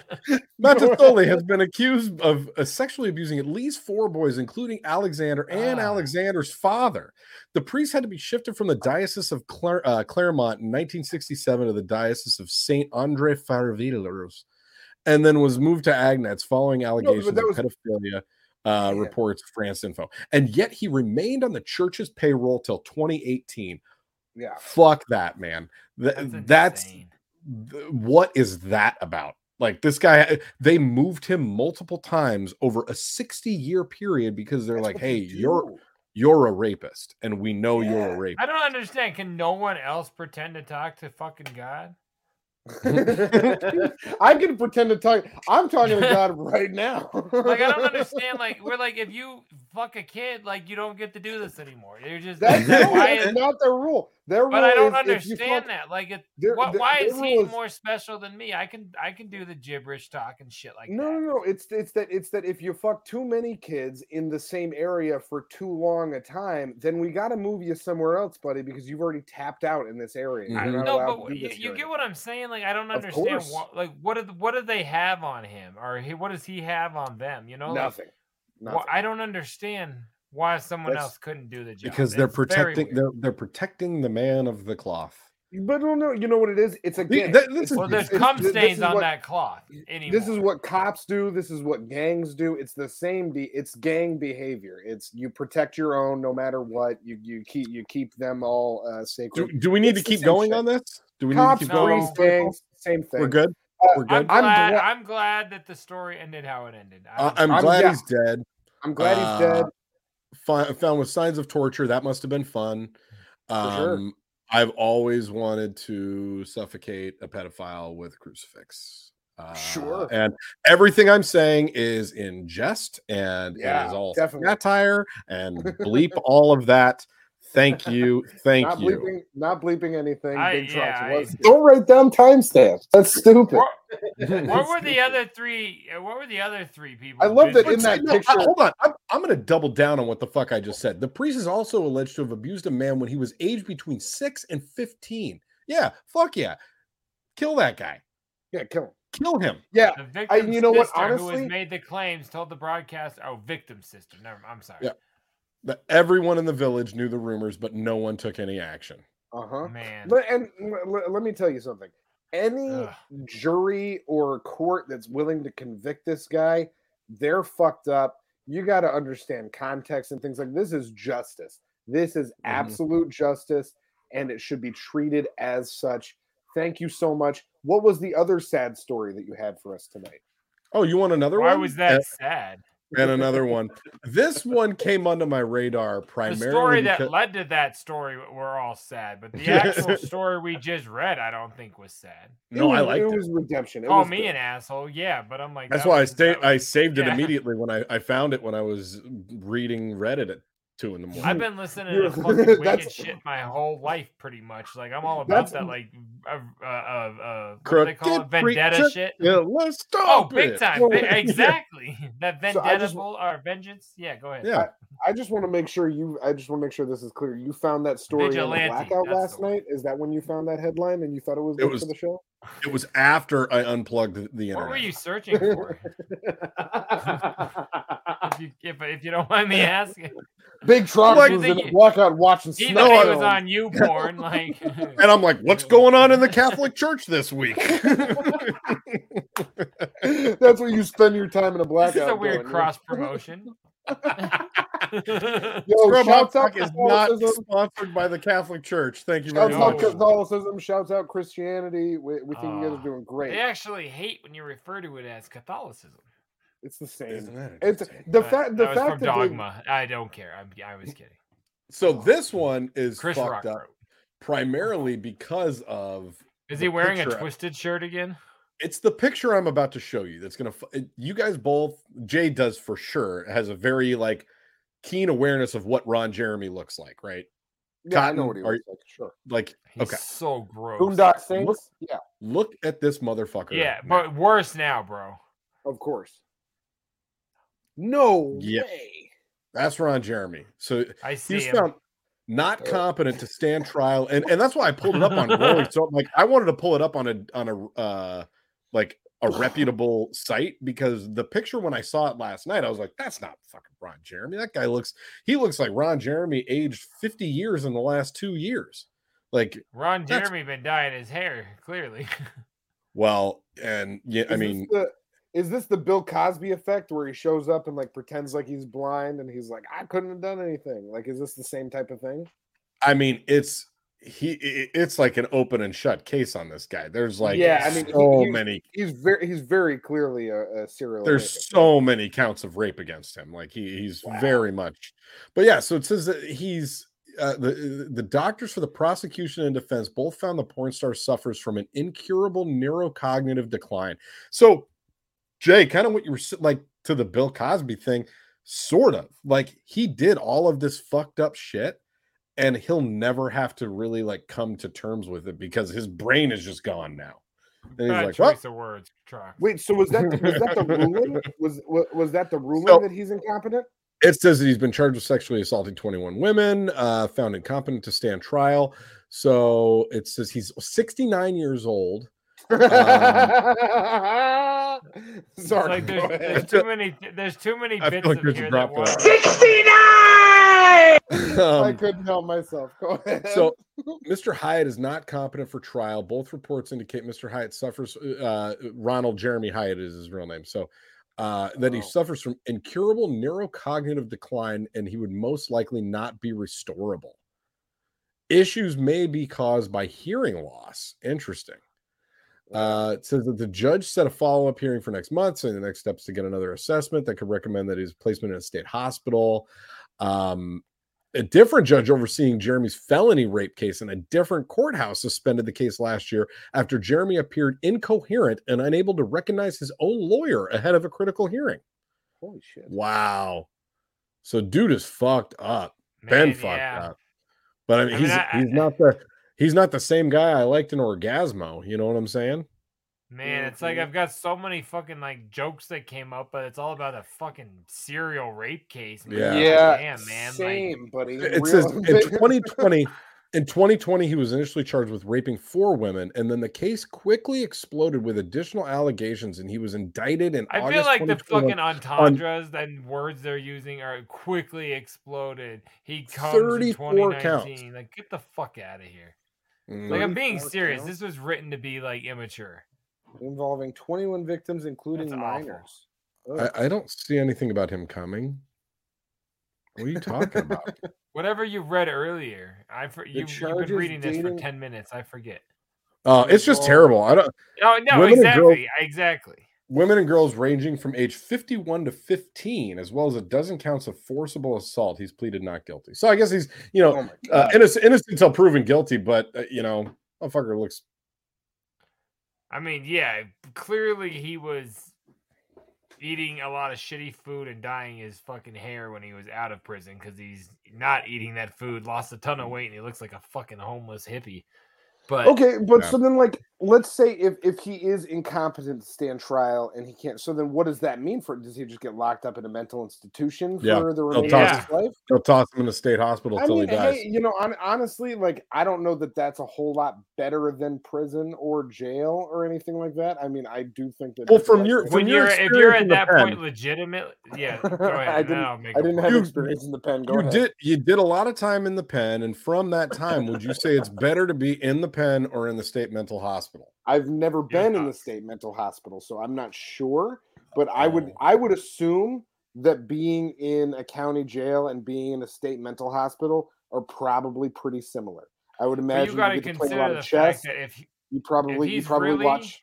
[SPEAKER 2] Matatoli has been accused of uh, sexually abusing at least four boys, including Alexander and
[SPEAKER 1] Ah.
[SPEAKER 2] Alexander's father. The priest had to be shifted from the Diocese of Clar- uh, Claremont in 1967 to the Diocese of Saint Andre Farvillers, and then was moved to Agnetz following allegations
[SPEAKER 4] that was-
[SPEAKER 2] of pedophilia. Uh,
[SPEAKER 4] Yeah.
[SPEAKER 2] Reports France Info, and yet he remained on the church's payroll till 2018.
[SPEAKER 4] yeah.
[SPEAKER 2] Fuck that man. Th- that's
[SPEAKER 1] insane.
[SPEAKER 2] th- what is that about? Like this guy, eh, they moved him multiple times over a 60 year period because they're
[SPEAKER 4] That's
[SPEAKER 2] like,
[SPEAKER 4] what they
[SPEAKER 2] hey, you're
[SPEAKER 4] do.
[SPEAKER 2] you're a rapist, and we know you're a
[SPEAKER 4] Yeah.
[SPEAKER 2] rapist.
[SPEAKER 1] I don't understand. Can no one else pretend to talk to fucking God?
[SPEAKER 4] I can pretend to talk. I'm talking to God right now.
[SPEAKER 1] Like I don't understand. Like we're like if you fuck a kid, like you don't get to do this anymore. You're just
[SPEAKER 4] That's, no,
[SPEAKER 1] why
[SPEAKER 4] that's
[SPEAKER 1] is-
[SPEAKER 4] not their rule. Their rule
[SPEAKER 1] but I don't
[SPEAKER 4] is if you fuck-
[SPEAKER 1] understand that. Like, it,
[SPEAKER 4] Their-
[SPEAKER 1] why,
[SPEAKER 4] their-
[SPEAKER 1] why
[SPEAKER 4] their
[SPEAKER 1] is he
[SPEAKER 4] rule is-
[SPEAKER 1] more special than me? I can I can do the gibberish talk and shit like
[SPEAKER 4] no,
[SPEAKER 1] that.
[SPEAKER 4] no, no. It's it's that it's that if you fuck too many kids in the same area for too long a time, then we got to move you somewhere else, buddy, because you've already tapped out in this area. You're
[SPEAKER 2] I-
[SPEAKER 4] not allowed
[SPEAKER 1] No,
[SPEAKER 4] to
[SPEAKER 1] but
[SPEAKER 4] do
[SPEAKER 1] you,
[SPEAKER 4] this
[SPEAKER 1] you
[SPEAKER 4] here.
[SPEAKER 1] get what I'm saying. Like, I don't
[SPEAKER 4] Of
[SPEAKER 1] understand.
[SPEAKER 4] course.
[SPEAKER 1] What, like, what do what do they have on him, or he, what does he have on them? You know, Like,
[SPEAKER 4] nothing.
[SPEAKER 1] wh-
[SPEAKER 4] Nothing.
[SPEAKER 1] I don't understand why someone
[SPEAKER 4] That's-
[SPEAKER 1] else couldn't do the job
[SPEAKER 2] because they're
[SPEAKER 1] It's very
[SPEAKER 2] protecting
[SPEAKER 1] weird.
[SPEAKER 2] they're they're protecting the man of the cloth.
[SPEAKER 4] But no, no. You know what it is? It's again.
[SPEAKER 2] that- this
[SPEAKER 4] it's-
[SPEAKER 2] is-
[SPEAKER 1] Well, there's
[SPEAKER 4] it's-
[SPEAKER 1] cum
[SPEAKER 4] this is
[SPEAKER 1] stains on
[SPEAKER 4] what-
[SPEAKER 1] that cloth. Anymore.
[SPEAKER 4] This is what cops do. This is what gangs do. It's the same. Be- it's gang behavior. It's you protect your own no matter what. You you keep you keep them all uh,
[SPEAKER 2] Do,
[SPEAKER 4] sacred.
[SPEAKER 2] do we need
[SPEAKER 4] It's
[SPEAKER 2] to
[SPEAKER 4] the
[SPEAKER 2] keep
[SPEAKER 4] same
[SPEAKER 2] going
[SPEAKER 4] shit.
[SPEAKER 2] on this? Do we
[SPEAKER 4] cops,
[SPEAKER 2] need to keep
[SPEAKER 1] No.
[SPEAKER 2] going?
[SPEAKER 4] priests,
[SPEAKER 2] on this?
[SPEAKER 4] gangs, same thing.
[SPEAKER 2] We're good.
[SPEAKER 4] Uh,
[SPEAKER 2] We're
[SPEAKER 1] I'm
[SPEAKER 2] good.
[SPEAKER 4] I'm
[SPEAKER 1] glad.
[SPEAKER 4] gla-
[SPEAKER 1] I'm glad that the story ended how it ended.
[SPEAKER 2] I-
[SPEAKER 1] I'm-
[SPEAKER 2] Uh, I'm,
[SPEAKER 4] I'm-
[SPEAKER 2] glad
[SPEAKER 4] yeah.
[SPEAKER 2] he's dead.
[SPEAKER 4] I'm glad
[SPEAKER 2] Uh,
[SPEAKER 4] he's dead.
[SPEAKER 2] Fi- found with signs of torture. That must have been fun. Um,
[SPEAKER 4] sure.
[SPEAKER 2] I've always wanted to suffocate a pedophile with a crucifix. Uh,
[SPEAKER 4] Sure.
[SPEAKER 2] And everything I'm saying is in jest and it
[SPEAKER 4] Yeah,
[SPEAKER 2] is all
[SPEAKER 4] definitely.
[SPEAKER 2] satire and bleep all of that. Thank you. Thank
[SPEAKER 4] Not
[SPEAKER 2] you.
[SPEAKER 4] bleeping, not bleeping anything.
[SPEAKER 1] I-
[SPEAKER 4] Big Trucks
[SPEAKER 1] yeah, I-
[SPEAKER 4] was. Don't write down timestamps. That's stupid.
[SPEAKER 1] What- what were the other three? uh, What were the other three people?
[SPEAKER 4] I love
[SPEAKER 1] who
[SPEAKER 4] that
[SPEAKER 1] did
[SPEAKER 4] in that
[SPEAKER 2] No, I-
[SPEAKER 4] picture.
[SPEAKER 2] hold on. I'm, I'm going to double down on what the fuck I just said. The priest is also alleged to have abused a man when he was aged between six and 15. Yeah. Fuck yeah. Kill that guy.
[SPEAKER 4] Yeah, kill him.
[SPEAKER 2] Kill him.
[SPEAKER 4] Yeah,
[SPEAKER 1] The victim's
[SPEAKER 4] you know what,
[SPEAKER 1] sister who
[SPEAKER 4] honestly-
[SPEAKER 1] has made the claims told the broadcast, "Oh, victim sister." Never, I'm sorry.
[SPEAKER 2] Yeah. But everyone in the village knew the rumors, but no one took any action.
[SPEAKER 4] uh huh.
[SPEAKER 1] Man,
[SPEAKER 4] Le- and l- l- let me tell you something. Any
[SPEAKER 1] Ugh.
[SPEAKER 4] jury or court that's willing to convict this guy, they're fucked up. You got to understand context and things like this is justice. This is
[SPEAKER 1] Mm-hmm.
[SPEAKER 4] absolute justice, and it should be treated as such. Thank you so much. What was the other sad story that you had for us tonight?
[SPEAKER 2] Oh, you want another
[SPEAKER 1] why
[SPEAKER 2] one?
[SPEAKER 1] was that
[SPEAKER 2] And,
[SPEAKER 1] sad?
[SPEAKER 2] and another one. This one came onto my radar primarily.
[SPEAKER 1] the story that
[SPEAKER 2] because-
[SPEAKER 1] led to that story, we're all sad. But the actual story we just read, I don't think was sad.
[SPEAKER 4] It
[SPEAKER 2] no, I
[SPEAKER 4] was-
[SPEAKER 2] liked
[SPEAKER 4] it.
[SPEAKER 2] it.
[SPEAKER 4] was redemption. It
[SPEAKER 1] Call
[SPEAKER 4] was
[SPEAKER 1] me
[SPEAKER 4] good.
[SPEAKER 1] an asshole, yeah. But I'm like,
[SPEAKER 2] That's
[SPEAKER 1] that
[SPEAKER 2] why I
[SPEAKER 1] was-
[SPEAKER 2] stayed.
[SPEAKER 1] that
[SPEAKER 2] I
[SPEAKER 1] was-
[SPEAKER 2] saved it
[SPEAKER 1] yeah.
[SPEAKER 2] immediately when I, I found it when I was reading Reddit at two in the morning.
[SPEAKER 1] I've been listening
[SPEAKER 4] You're-
[SPEAKER 1] to fucking wicked
[SPEAKER 4] that's-
[SPEAKER 1] shit my whole life, pretty much. Like I'm all about
[SPEAKER 4] That's-
[SPEAKER 1] that, like uh, uh, uh, what do they call it?
[SPEAKER 2] Crooked
[SPEAKER 1] vendetta
[SPEAKER 2] preacher.
[SPEAKER 1] shit.
[SPEAKER 2] Yeah, let's
[SPEAKER 1] Oh,
[SPEAKER 2] stop
[SPEAKER 1] big
[SPEAKER 2] it.
[SPEAKER 1] time!
[SPEAKER 4] Well,
[SPEAKER 1] Bi-
[SPEAKER 4] yeah.
[SPEAKER 1] exactly. That
[SPEAKER 4] So I
[SPEAKER 1] vendetta
[SPEAKER 4] just-
[SPEAKER 1] or vengeance. Yeah, go ahead.
[SPEAKER 2] Yeah,
[SPEAKER 4] I just want to make sure you. I just want to make sure this is clear. You found that story in
[SPEAKER 1] Vigilante,
[SPEAKER 4] the blackout
[SPEAKER 1] that's
[SPEAKER 4] last
[SPEAKER 1] the one.
[SPEAKER 4] night. Is that when you found that headline and you thought it was
[SPEAKER 2] It
[SPEAKER 4] good
[SPEAKER 2] was-
[SPEAKER 4] for the show?
[SPEAKER 2] it was after I unplugged the- the internet.
[SPEAKER 1] What were you searching for? if, you, if, if you don't mind me asking,
[SPEAKER 4] Big Trucks
[SPEAKER 1] Like
[SPEAKER 4] was
[SPEAKER 1] the-
[SPEAKER 4] in the blackout watching
[SPEAKER 1] either
[SPEAKER 4] snow.
[SPEAKER 1] it was on you porn, like
[SPEAKER 2] And I'm like, what's going on in the Catholic Church this week?
[SPEAKER 4] That's what you spend your time in a blackout.
[SPEAKER 1] this is a weird
[SPEAKER 4] doing,
[SPEAKER 1] cross promotion.
[SPEAKER 4] Yo, yo
[SPEAKER 2] Scrub Hot
[SPEAKER 4] shouts out
[SPEAKER 2] Talk is not
[SPEAKER 4] Catholicism.
[SPEAKER 2] sponsored by the Catholic Church. Thank you very
[SPEAKER 4] Shouts out
[SPEAKER 2] much.
[SPEAKER 1] No.
[SPEAKER 4] Catholicism. Shouts out Christianity. We, we think you guys
[SPEAKER 1] Ah.
[SPEAKER 4] are doing
[SPEAKER 1] they
[SPEAKER 4] great.
[SPEAKER 1] actually hate when you refer to it as Catholicism.
[SPEAKER 4] It's the
[SPEAKER 2] Isn't
[SPEAKER 4] same.
[SPEAKER 2] that
[SPEAKER 4] It's
[SPEAKER 2] interesting?
[SPEAKER 4] the
[SPEAKER 1] That-
[SPEAKER 4] fact. The
[SPEAKER 1] that was
[SPEAKER 4] fact
[SPEAKER 1] from
[SPEAKER 4] that they-
[SPEAKER 1] Dogma. I don't care. I'm, I was kidding.
[SPEAKER 2] So this one is
[SPEAKER 1] Chris Rock
[SPEAKER 2] fucked up
[SPEAKER 1] wrote.
[SPEAKER 2] primarily because of
[SPEAKER 1] Is
[SPEAKER 2] the
[SPEAKER 1] he wearing a
[SPEAKER 2] picture-
[SPEAKER 1] twisted shirt again?
[SPEAKER 2] it's the picture I'm about to show you that's gonna fu- it- you guys both Jay does for sure has a very like keen awareness of what Ron Jeremy looks like, right?
[SPEAKER 4] yeah, I know
[SPEAKER 2] Cotton,
[SPEAKER 4] what he
[SPEAKER 2] are-
[SPEAKER 4] was like. Sure.
[SPEAKER 2] Like
[SPEAKER 1] He's
[SPEAKER 2] Okay.
[SPEAKER 1] so gross.
[SPEAKER 4] Boondock Saints. Yeah,
[SPEAKER 2] look at this motherfucker.
[SPEAKER 1] Yeah,
[SPEAKER 2] now.
[SPEAKER 1] but worse now, bro.
[SPEAKER 4] of course. No
[SPEAKER 2] Yeah.
[SPEAKER 4] way.
[SPEAKER 2] that's Ron Jeremy. So
[SPEAKER 1] I see
[SPEAKER 2] he's
[SPEAKER 1] him.
[SPEAKER 2] found not
[SPEAKER 4] Uh.
[SPEAKER 2] competent to stand trial, and and that's why I pulled it up on Rolling Stone. Like I wanted to pull it up on a on a uh like a reputable site because the picture when I saw it last night, I was like, that's not fucking Ron Jeremy. That guy looks he looks like Ron Jeremy aged 50 years in the last two years. Like,
[SPEAKER 1] Ron
[SPEAKER 2] That's-
[SPEAKER 1] Jeremy been dyeing his hair, clearly.
[SPEAKER 2] well, and yeah, I
[SPEAKER 4] Is this
[SPEAKER 2] mean,
[SPEAKER 4] the- is this the Bill Cosby effect where he shows up and like pretends like he's blind and he's like, I couldn't have done anything? Like, is this the same type of thing?
[SPEAKER 2] I mean, it's he i- it's like an open and shut case on this guy. There's like
[SPEAKER 4] Yeah, I mean, he-
[SPEAKER 2] so
[SPEAKER 4] he-
[SPEAKER 2] many
[SPEAKER 4] He's very, he's very clearly a, a serial.
[SPEAKER 2] there's
[SPEAKER 4] rapist.
[SPEAKER 2] so many counts of rape against him like he, he's very much but yeah so it says that he's uh, the the doctors for the prosecution and defense both found the porn star suffers from an incurable neurocognitive decline so jay kind of what you were s- like to the bill cosby thing sort of like he did all of this fucked up shit and he'll never have to really like come to terms with it because his brain is just gone now and
[SPEAKER 1] Bad
[SPEAKER 2] he's like
[SPEAKER 1] choice
[SPEAKER 2] what
[SPEAKER 1] of words, Truck.
[SPEAKER 4] Wait, so was that the, was that the ruling? Was wa- was that the ruling
[SPEAKER 2] So-
[SPEAKER 4] that he's incompetent?
[SPEAKER 2] it says that he's been charged with sexually assaulting 21 women uh found incompetent to stand trial so it says he's 69 years old
[SPEAKER 4] Sorry,
[SPEAKER 1] Like
[SPEAKER 4] go
[SPEAKER 1] there's,
[SPEAKER 4] ahead.
[SPEAKER 1] there's too many there's too many
[SPEAKER 2] I feel
[SPEAKER 1] bits
[SPEAKER 2] like
[SPEAKER 1] of
[SPEAKER 2] there's a
[SPEAKER 1] here
[SPEAKER 2] drop
[SPEAKER 1] that
[SPEAKER 2] for
[SPEAKER 1] was
[SPEAKER 2] that.
[SPEAKER 4] I
[SPEAKER 2] Um,
[SPEAKER 4] couldn't help myself. Go ahead.
[SPEAKER 2] so Mr. Hyatt is not competent for trial. Both reports indicate Mr. Hyatt suffers. Uh, Ronald Jeremy Hyatt is his real name. So uh, that he
[SPEAKER 4] Oh.
[SPEAKER 2] suffers from incurable neurocognitive decline, and he would most likely not be restorable. Issues may be caused by hearing loss. Interesting. Uh, it says that the judge set a follow up hearing for next month, saying the next steps to get another assessment that could recommend that his placement in a state hospital. Um, a different judge overseeing Jeremy's felony rape case in a different courthouse suspended the case last year after Jeremy appeared incoherent and unable to recognize his own lawyer ahead of a critical hearing.
[SPEAKER 4] holy shit.
[SPEAKER 2] Wow. So dude is fucked up.
[SPEAKER 1] man,
[SPEAKER 2] ben fucked
[SPEAKER 1] yeah.
[SPEAKER 2] up. But I mean,
[SPEAKER 1] I mean,
[SPEAKER 2] he's
[SPEAKER 1] I-
[SPEAKER 2] he's not the he's not the same guy I liked in Orgasmo. You know what I'm saying?
[SPEAKER 1] Man, it's like
[SPEAKER 4] Mhm.
[SPEAKER 1] I've got so many fucking like jokes that came up, but it's all about a fucking serial rape case. and it's
[SPEAKER 2] Yeah.
[SPEAKER 1] like,
[SPEAKER 4] Yeah,
[SPEAKER 1] damn, man. Like,
[SPEAKER 4] Same, buddy.
[SPEAKER 2] It
[SPEAKER 4] Real-
[SPEAKER 2] says in 2020, in 2020, he was initially charged with raping four women, and then the case quickly exploded with additional allegations, and he was indicted in
[SPEAKER 1] I
[SPEAKER 2] August
[SPEAKER 1] feel like the
[SPEAKER 2] 2021
[SPEAKER 1] fucking entendres and words they're using are quickly exploded. He comes
[SPEAKER 2] 34
[SPEAKER 1] in
[SPEAKER 2] counts.
[SPEAKER 1] 2019. Like, get the fuck out of here.
[SPEAKER 2] Mm.
[SPEAKER 1] Like, I'm being
[SPEAKER 4] 34
[SPEAKER 1] serious.
[SPEAKER 4] counts?
[SPEAKER 1] This was written to be like immature.
[SPEAKER 4] involving 21 victims, including
[SPEAKER 1] That's awful.
[SPEAKER 4] minors. Ugh.
[SPEAKER 2] I, I don't see anything about him coming. What are you talking about?
[SPEAKER 1] Whatever you read earlier, I for, you, you've
[SPEAKER 4] charges
[SPEAKER 1] been reading this for
[SPEAKER 4] dating-
[SPEAKER 1] ten minutes. I forget.
[SPEAKER 2] Uh, it's just
[SPEAKER 4] Well-
[SPEAKER 2] terrible. I don't.
[SPEAKER 1] Oh no,
[SPEAKER 2] Women and girls-
[SPEAKER 1] exactly, exactly.
[SPEAKER 2] Women and girls ranging from age 51 to 15, as well as a dozen counts of forcible assault. He's pleaded not guilty. So I guess he's, you know,
[SPEAKER 4] oh my
[SPEAKER 2] uh, innocent, innocent until proven guilty. But uh, you know, motherfucker looks.
[SPEAKER 1] I mean, yeah, clearly he was eating a lot of shitty food and dyeing his fucking hair when he was out of prison because he's not eating that food, lost a ton of weight, and he looks like a fucking homeless hippie. But
[SPEAKER 4] okay but
[SPEAKER 2] Yeah.
[SPEAKER 4] so then like let's say if if he is incompetent to stand trial and he can't so then what does that mean for does he just get locked up in a mental institution for
[SPEAKER 2] Yeah,
[SPEAKER 4] the remainder
[SPEAKER 1] toss-
[SPEAKER 4] of his life
[SPEAKER 2] They'll toss him in the state hospital
[SPEAKER 4] i
[SPEAKER 2] till
[SPEAKER 4] mean
[SPEAKER 2] he dies.
[SPEAKER 4] hey you know hon- honestly like i don't know that that's a whole lot better than prison or jail or anything like that i mean i do think that
[SPEAKER 2] well,
[SPEAKER 4] it's
[SPEAKER 2] from
[SPEAKER 4] less-
[SPEAKER 2] your
[SPEAKER 1] when
[SPEAKER 2] from your
[SPEAKER 1] you're if you're
[SPEAKER 2] experience
[SPEAKER 1] at
[SPEAKER 2] in the
[SPEAKER 1] that
[SPEAKER 2] pen,
[SPEAKER 1] point, legitimate, yeah. Go ahead.
[SPEAKER 4] I
[SPEAKER 1] and then
[SPEAKER 4] didn't-
[SPEAKER 1] I'll make
[SPEAKER 4] i
[SPEAKER 1] a
[SPEAKER 4] didn't
[SPEAKER 1] point.
[SPEAKER 4] have
[SPEAKER 2] You-
[SPEAKER 4] experience in the pen go
[SPEAKER 2] you
[SPEAKER 4] ahead.
[SPEAKER 2] did you did a lot of time in the pen, and from that time, would you say it's better to be in the pen or in the state mental hospital?
[SPEAKER 4] I've never
[SPEAKER 1] Your
[SPEAKER 4] been in the
[SPEAKER 1] thoughts.
[SPEAKER 4] state mental hospital, so I'm not sure. But I would
[SPEAKER 1] Oh.
[SPEAKER 4] I would assume that being in a county jail and being in a state mental hospital are probably pretty similar. I would
[SPEAKER 1] But
[SPEAKER 4] imagine
[SPEAKER 1] you got to
[SPEAKER 4] get to play a
[SPEAKER 1] consider
[SPEAKER 4] lot
[SPEAKER 1] the
[SPEAKER 4] of chess.
[SPEAKER 1] fact that if
[SPEAKER 4] you probably you
[SPEAKER 1] he's
[SPEAKER 4] probably
[SPEAKER 1] really-
[SPEAKER 4] watch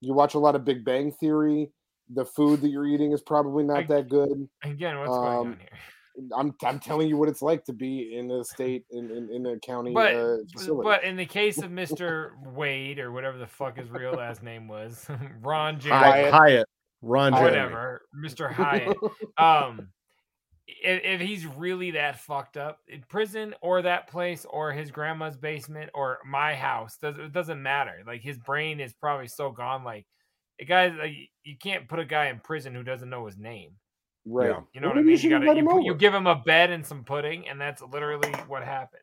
[SPEAKER 4] you watch a lot of Big Bang Theory. The food that you're eating is probably not
[SPEAKER 1] I-
[SPEAKER 4] that good.
[SPEAKER 1] again, what's going on
[SPEAKER 4] Um,
[SPEAKER 1] here?
[SPEAKER 4] I'm I'm telling you what it's like to be in a state in in, in a county
[SPEAKER 1] But-
[SPEAKER 4] uh,
[SPEAKER 1] B-
[SPEAKER 4] facility.
[SPEAKER 1] But in the case of Mr. Wade or whatever the fuck his real last name was, Ron James,
[SPEAKER 4] Hyatt.
[SPEAKER 2] Hyatt, Ron,
[SPEAKER 4] Hyatt.
[SPEAKER 2] Jeremy.
[SPEAKER 1] whatever, Mr. Hyatt. Um, if, if he's really that fucked up in prison or that place or his grandma's basement or my house, does it doesn't matter. Like his brain is probably so gone. Like a guy, like you can't put a guy in prison who doesn't know his name.
[SPEAKER 4] right.
[SPEAKER 2] Yeah.
[SPEAKER 1] You know
[SPEAKER 4] Well,
[SPEAKER 1] what I
[SPEAKER 4] maybe you
[SPEAKER 1] mean? You,
[SPEAKER 4] should
[SPEAKER 1] gotta,
[SPEAKER 4] let
[SPEAKER 1] you,
[SPEAKER 4] him
[SPEAKER 1] put- you
[SPEAKER 4] over.
[SPEAKER 1] give him a bed and some pudding, and that's literally what happens.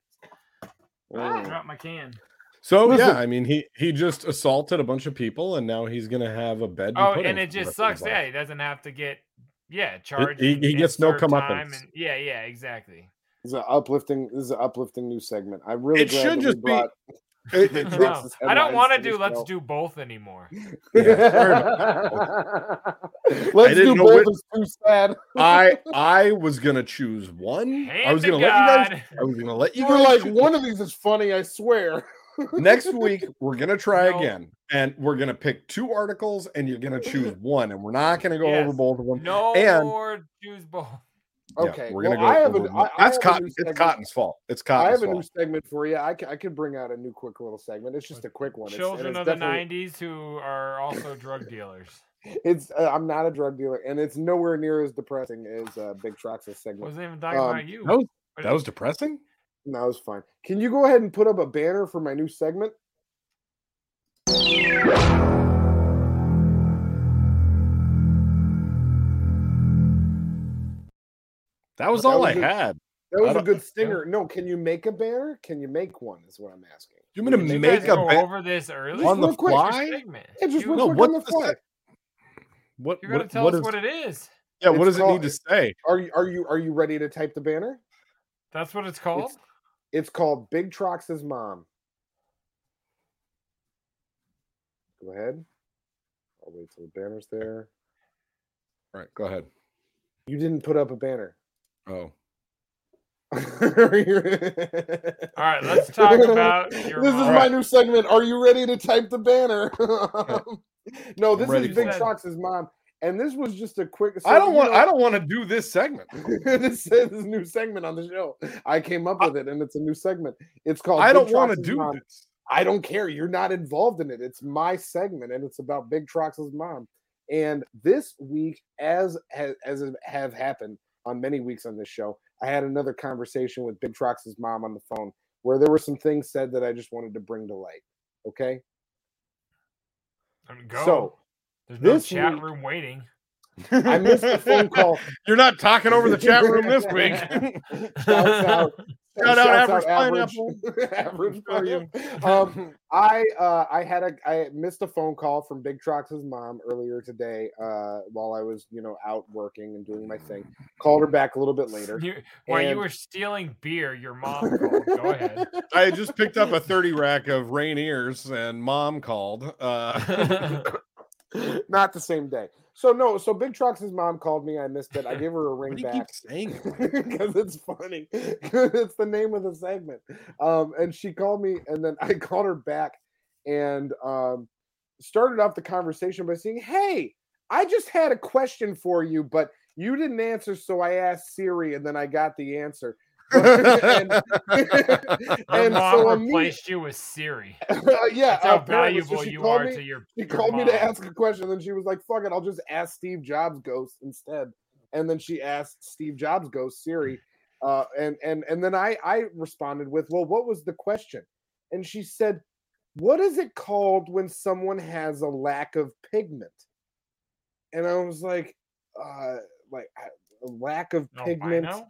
[SPEAKER 1] Ah,
[SPEAKER 2] Oh.
[SPEAKER 4] Mm.
[SPEAKER 1] drop my can.
[SPEAKER 2] So
[SPEAKER 4] Listen-
[SPEAKER 2] yeah, I mean, he he just assaulted a bunch of people, and now he's gonna have a bed.
[SPEAKER 1] Oh,
[SPEAKER 2] pudding
[SPEAKER 1] and it
[SPEAKER 2] for the
[SPEAKER 1] just
[SPEAKER 2] rest of his
[SPEAKER 1] sucks.
[SPEAKER 2] life.
[SPEAKER 1] Yeah, he doesn't have to get yeah charged.
[SPEAKER 2] he-
[SPEAKER 1] and-
[SPEAKER 2] he
[SPEAKER 1] and
[SPEAKER 2] gets no
[SPEAKER 1] serve time
[SPEAKER 2] comeuppance.
[SPEAKER 1] and- Yeah, yeah, exactly.
[SPEAKER 4] This is an upliifting. This is an uplifting news segment. I'm really
[SPEAKER 2] It
[SPEAKER 4] glad
[SPEAKER 2] should
[SPEAKER 4] that we
[SPEAKER 2] just be-
[SPEAKER 4] brought-
[SPEAKER 2] It-
[SPEAKER 4] They
[SPEAKER 2] it-
[SPEAKER 4] dropped
[SPEAKER 1] No,
[SPEAKER 4] his
[SPEAKER 1] I don't
[SPEAKER 4] headlines
[SPEAKER 1] want to
[SPEAKER 4] for
[SPEAKER 1] do
[SPEAKER 4] this
[SPEAKER 1] let's
[SPEAKER 4] show.
[SPEAKER 1] do both anymore.
[SPEAKER 2] Yeah, sorry about I
[SPEAKER 4] Let's
[SPEAKER 2] didn't
[SPEAKER 4] do
[SPEAKER 2] know
[SPEAKER 4] both.
[SPEAKER 2] what-
[SPEAKER 4] It's too sad.
[SPEAKER 2] I I was gonna choose one.
[SPEAKER 1] Hand
[SPEAKER 2] I was
[SPEAKER 1] to
[SPEAKER 2] gonna let you guys.
[SPEAKER 1] God.
[SPEAKER 2] I was gonna let you
[SPEAKER 4] You were
[SPEAKER 2] guys
[SPEAKER 4] like,
[SPEAKER 2] choose-
[SPEAKER 4] one of these is funny. I swear.
[SPEAKER 2] Next week we're gonna try
[SPEAKER 1] No.
[SPEAKER 2] again, and we're gonna pick two articles, and you're gonna choose one, and we're not gonna go
[SPEAKER 1] Yes.
[SPEAKER 2] over both of them.
[SPEAKER 1] No
[SPEAKER 2] And-
[SPEAKER 1] more choose both.
[SPEAKER 2] Yeah,
[SPEAKER 4] Okay,
[SPEAKER 2] we're gonna
[SPEAKER 4] well,
[SPEAKER 2] go.
[SPEAKER 4] I have a-
[SPEAKER 2] over
[SPEAKER 4] I-
[SPEAKER 2] one.
[SPEAKER 4] I
[SPEAKER 2] That's
[SPEAKER 4] have a
[SPEAKER 2] cotton.
[SPEAKER 4] new
[SPEAKER 2] It's
[SPEAKER 4] segment.
[SPEAKER 2] Cotton's fault. It's
[SPEAKER 4] I
[SPEAKER 2] Cotton's
[SPEAKER 4] have a new
[SPEAKER 2] fault.
[SPEAKER 4] segment for you. I can, I could bring out a new quick little segment. It's just a quick one. It's- and
[SPEAKER 1] Children
[SPEAKER 4] it's
[SPEAKER 1] of the
[SPEAKER 4] definitely-
[SPEAKER 1] '90s who are also drug dealers.
[SPEAKER 4] it's uh, I'm not a drug dealer, and it's nowhere near as depressing as uh, Big Trox's segment.
[SPEAKER 1] Wasn't even talking
[SPEAKER 4] Um,
[SPEAKER 1] about you.
[SPEAKER 2] that was- That was depressing.
[SPEAKER 4] No, it's fine. Can you go ahead and put up a banner for my new segment?
[SPEAKER 2] That was
[SPEAKER 4] That
[SPEAKER 2] all
[SPEAKER 4] was
[SPEAKER 2] I
[SPEAKER 4] good.
[SPEAKER 2] had.
[SPEAKER 4] That
[SPEAKER 2] I
[SPEAKER 4] was a
[SPEAKER 2] don't-
[SPEAKER 4] good stinger. No, can you make a banner? Can you make one? Is what I'm asking.
[SPEAKER 2] You mean to
[SPEAKER 1] Did you
[SPEAKER 2] make
[SPEAKER 1] guys
[SPEAKER 2] a
[SPEAKER 1] go
[SPEAKER 2] ba-
[SPEAKER 1] over this early
[SPEAKER 2] on the
[SPEAKER 4] real quick,
[SPEAKER 1] Your
[SPEAKER 2] fly?
[SPEAKER 1] segment.
[SPEAKER 4] Yeah, just
[SPEAKER 1] you,
[SPEAKER 4] real
[SPEAKER 2] No,
[SPEAKER 4] quick on
[SPEAKER 2] what's
[SPEAKER 4] the
[SPEAKER 2] the
[SPEAKER 4] fly.
[SPEAKER 2] sec- What?
[SPEAKER 1] are gonna
[SPEAKER 2] what-
[SPEAKER 1] tell
[SPEAKER 2] what
[SPEAKER 1] us
[SPEAKER 2] is-
[SPEAKER 1] what it is.
[SPEAKER 2] Yeah. What
[SPEAKER 4] It's
[SPEAKER 2] does it need
[SPEAKER 4] called-
[SPEAKER 2] to say?
[SPEAKER 4] Are you are you are you ready to type the banner?
[SPEAKER 1] That's what it's called.
[SPEAKER 4] It's called Big Trox's mom. Go ahead. I'll wait till the banner's there.
[SPEAKER 2] Right. Go ahead.
[SPEAKER 4] You didn't put up a banner.
[SPEAKER 2] Oh.
[SPEAKER 1] All right, let's talk about your
[SPEAKER 4] this is
[SPEAKER 1] mom.
[SPEAKER 4] my new segment. Are you ready to type the banner? no,
[SPEAKER 2] I'm
[SPEAKER 4] this
[SPEAKER 2] ready
[SPEAKER 4] is
[SPEAKER 1] for
[SPEAKER 4] Big
[SPEAKER 1] it.
[SPEAKER 4] Trox's mom, and this was just a quick. so,
[SPEAKER 2] I don't
[SPEAKER 4] you
[SPEAKER 2] want.
[SPEAKER 4] know-
[SPEAKER 2] I don't want to do this segment.
[SPEAKER 4] this is a new segment on the show. I came up with it, and it's a new segment. It's called.
[SPEAKER 2] I
[SPEAKER 4] Big
[SPEAKER 2] don't want to
[SPEAKER 4] Trox's
[SPEAKER 2] do
[SPEAKER 4] Mom.
[SPEAKER 2] this.
[SPEAKER 4] I don't care. You're not involved in it. It's my segment, and it's about Big Trox's mom. And this week, as as, as it have happened on many weeks on this show, I had another conversation with Big Trox's mom on the phone, where there were some things said that I just wanted to bring to light. Okay,
[SPEAKER 1] I mean, go.
[SPEAKER 4] so
[SPEAKER 1] There's no
[SPEAKER 4] this
[SPEAKER 1] chat
[SPEAKER 4] week-
[SPEAKER 1] room waiting.
[SPEAKER 4] I missed the phone call.
[SPEAKER 2] You're not talking over the chat room this week.
[SPEAKER 4] Shouts out.
[SPEAKER 2] Shout out Average
[SPEAKER 4] average for you. Um, I uh, I had a I missed a phone call from Big Trox's mom earlier today uh, while I was you know out working and doing my thing. Called her back a little bit later.
[SPEAKER 1] You, while you
[SPEAKER 4] And-
[SPEAKER 1] were stealing beer, your mom called. Go ahead.
[SPEAKER 2] I just picked up a 30 rack of Rainiers and mom called. Uh,
[SPEAKER 4] Not the same day. So no. So Big Trox's mom called me. I missed it. I gave her a
[SPEAKER 2] Why
[SPEAKER 4] ring
[SPEAKER 2] do you
[SPEAKER 4] back.
[SPEAKER 2] keep saying it?
[SPEAKER 4] because it's funny. 'Cause it's the name of the segment. Um, and she called me, and then I called her back and um, started off the conversation by saying, "Hey, I just had a question for you, but you didn't answer, so I asked Siri, and then I got the answer." and
[SPEAKER 1] Your
[SPEAKER 4] and
[SPEAKER 1] mom
[SPEAKER 4] so immediately,
[SPEAKER 1] replaced you with Siri.
[SPEAKER 4] yeah,
[SPEAKER 1] That's how
[SPEAKER 4] apparently, so
[SPEAKER 1] valuable
[SPEAKER 4] she
[SPEAKER 1] you
[SPEAKER 4] called
[SPEAKER 1] are
[SPEAKER 4] me-
[SPEAKER 1] to your.
[SPEAKER 4] she
[SPEAKER 1] your
[SPEAKER 4] called me
[SPEAKER 1] mom.
[SPEAKER 4] to ask a question, and then she was like, "Fuck it, I'll just ask Steve Jobs Ghost instead." And then she asked Steve Jobs Ghost Siri, uh, and and and then I I responded with, "Well, what was the question?" And she said, "What is it called when someone has a lack of pigment?" And I was like, uh, "Like I- a lack
[SPEAKER 1] Oh,
[SPEAKER 4] of pigment."
[SPEAKER 1] Albino?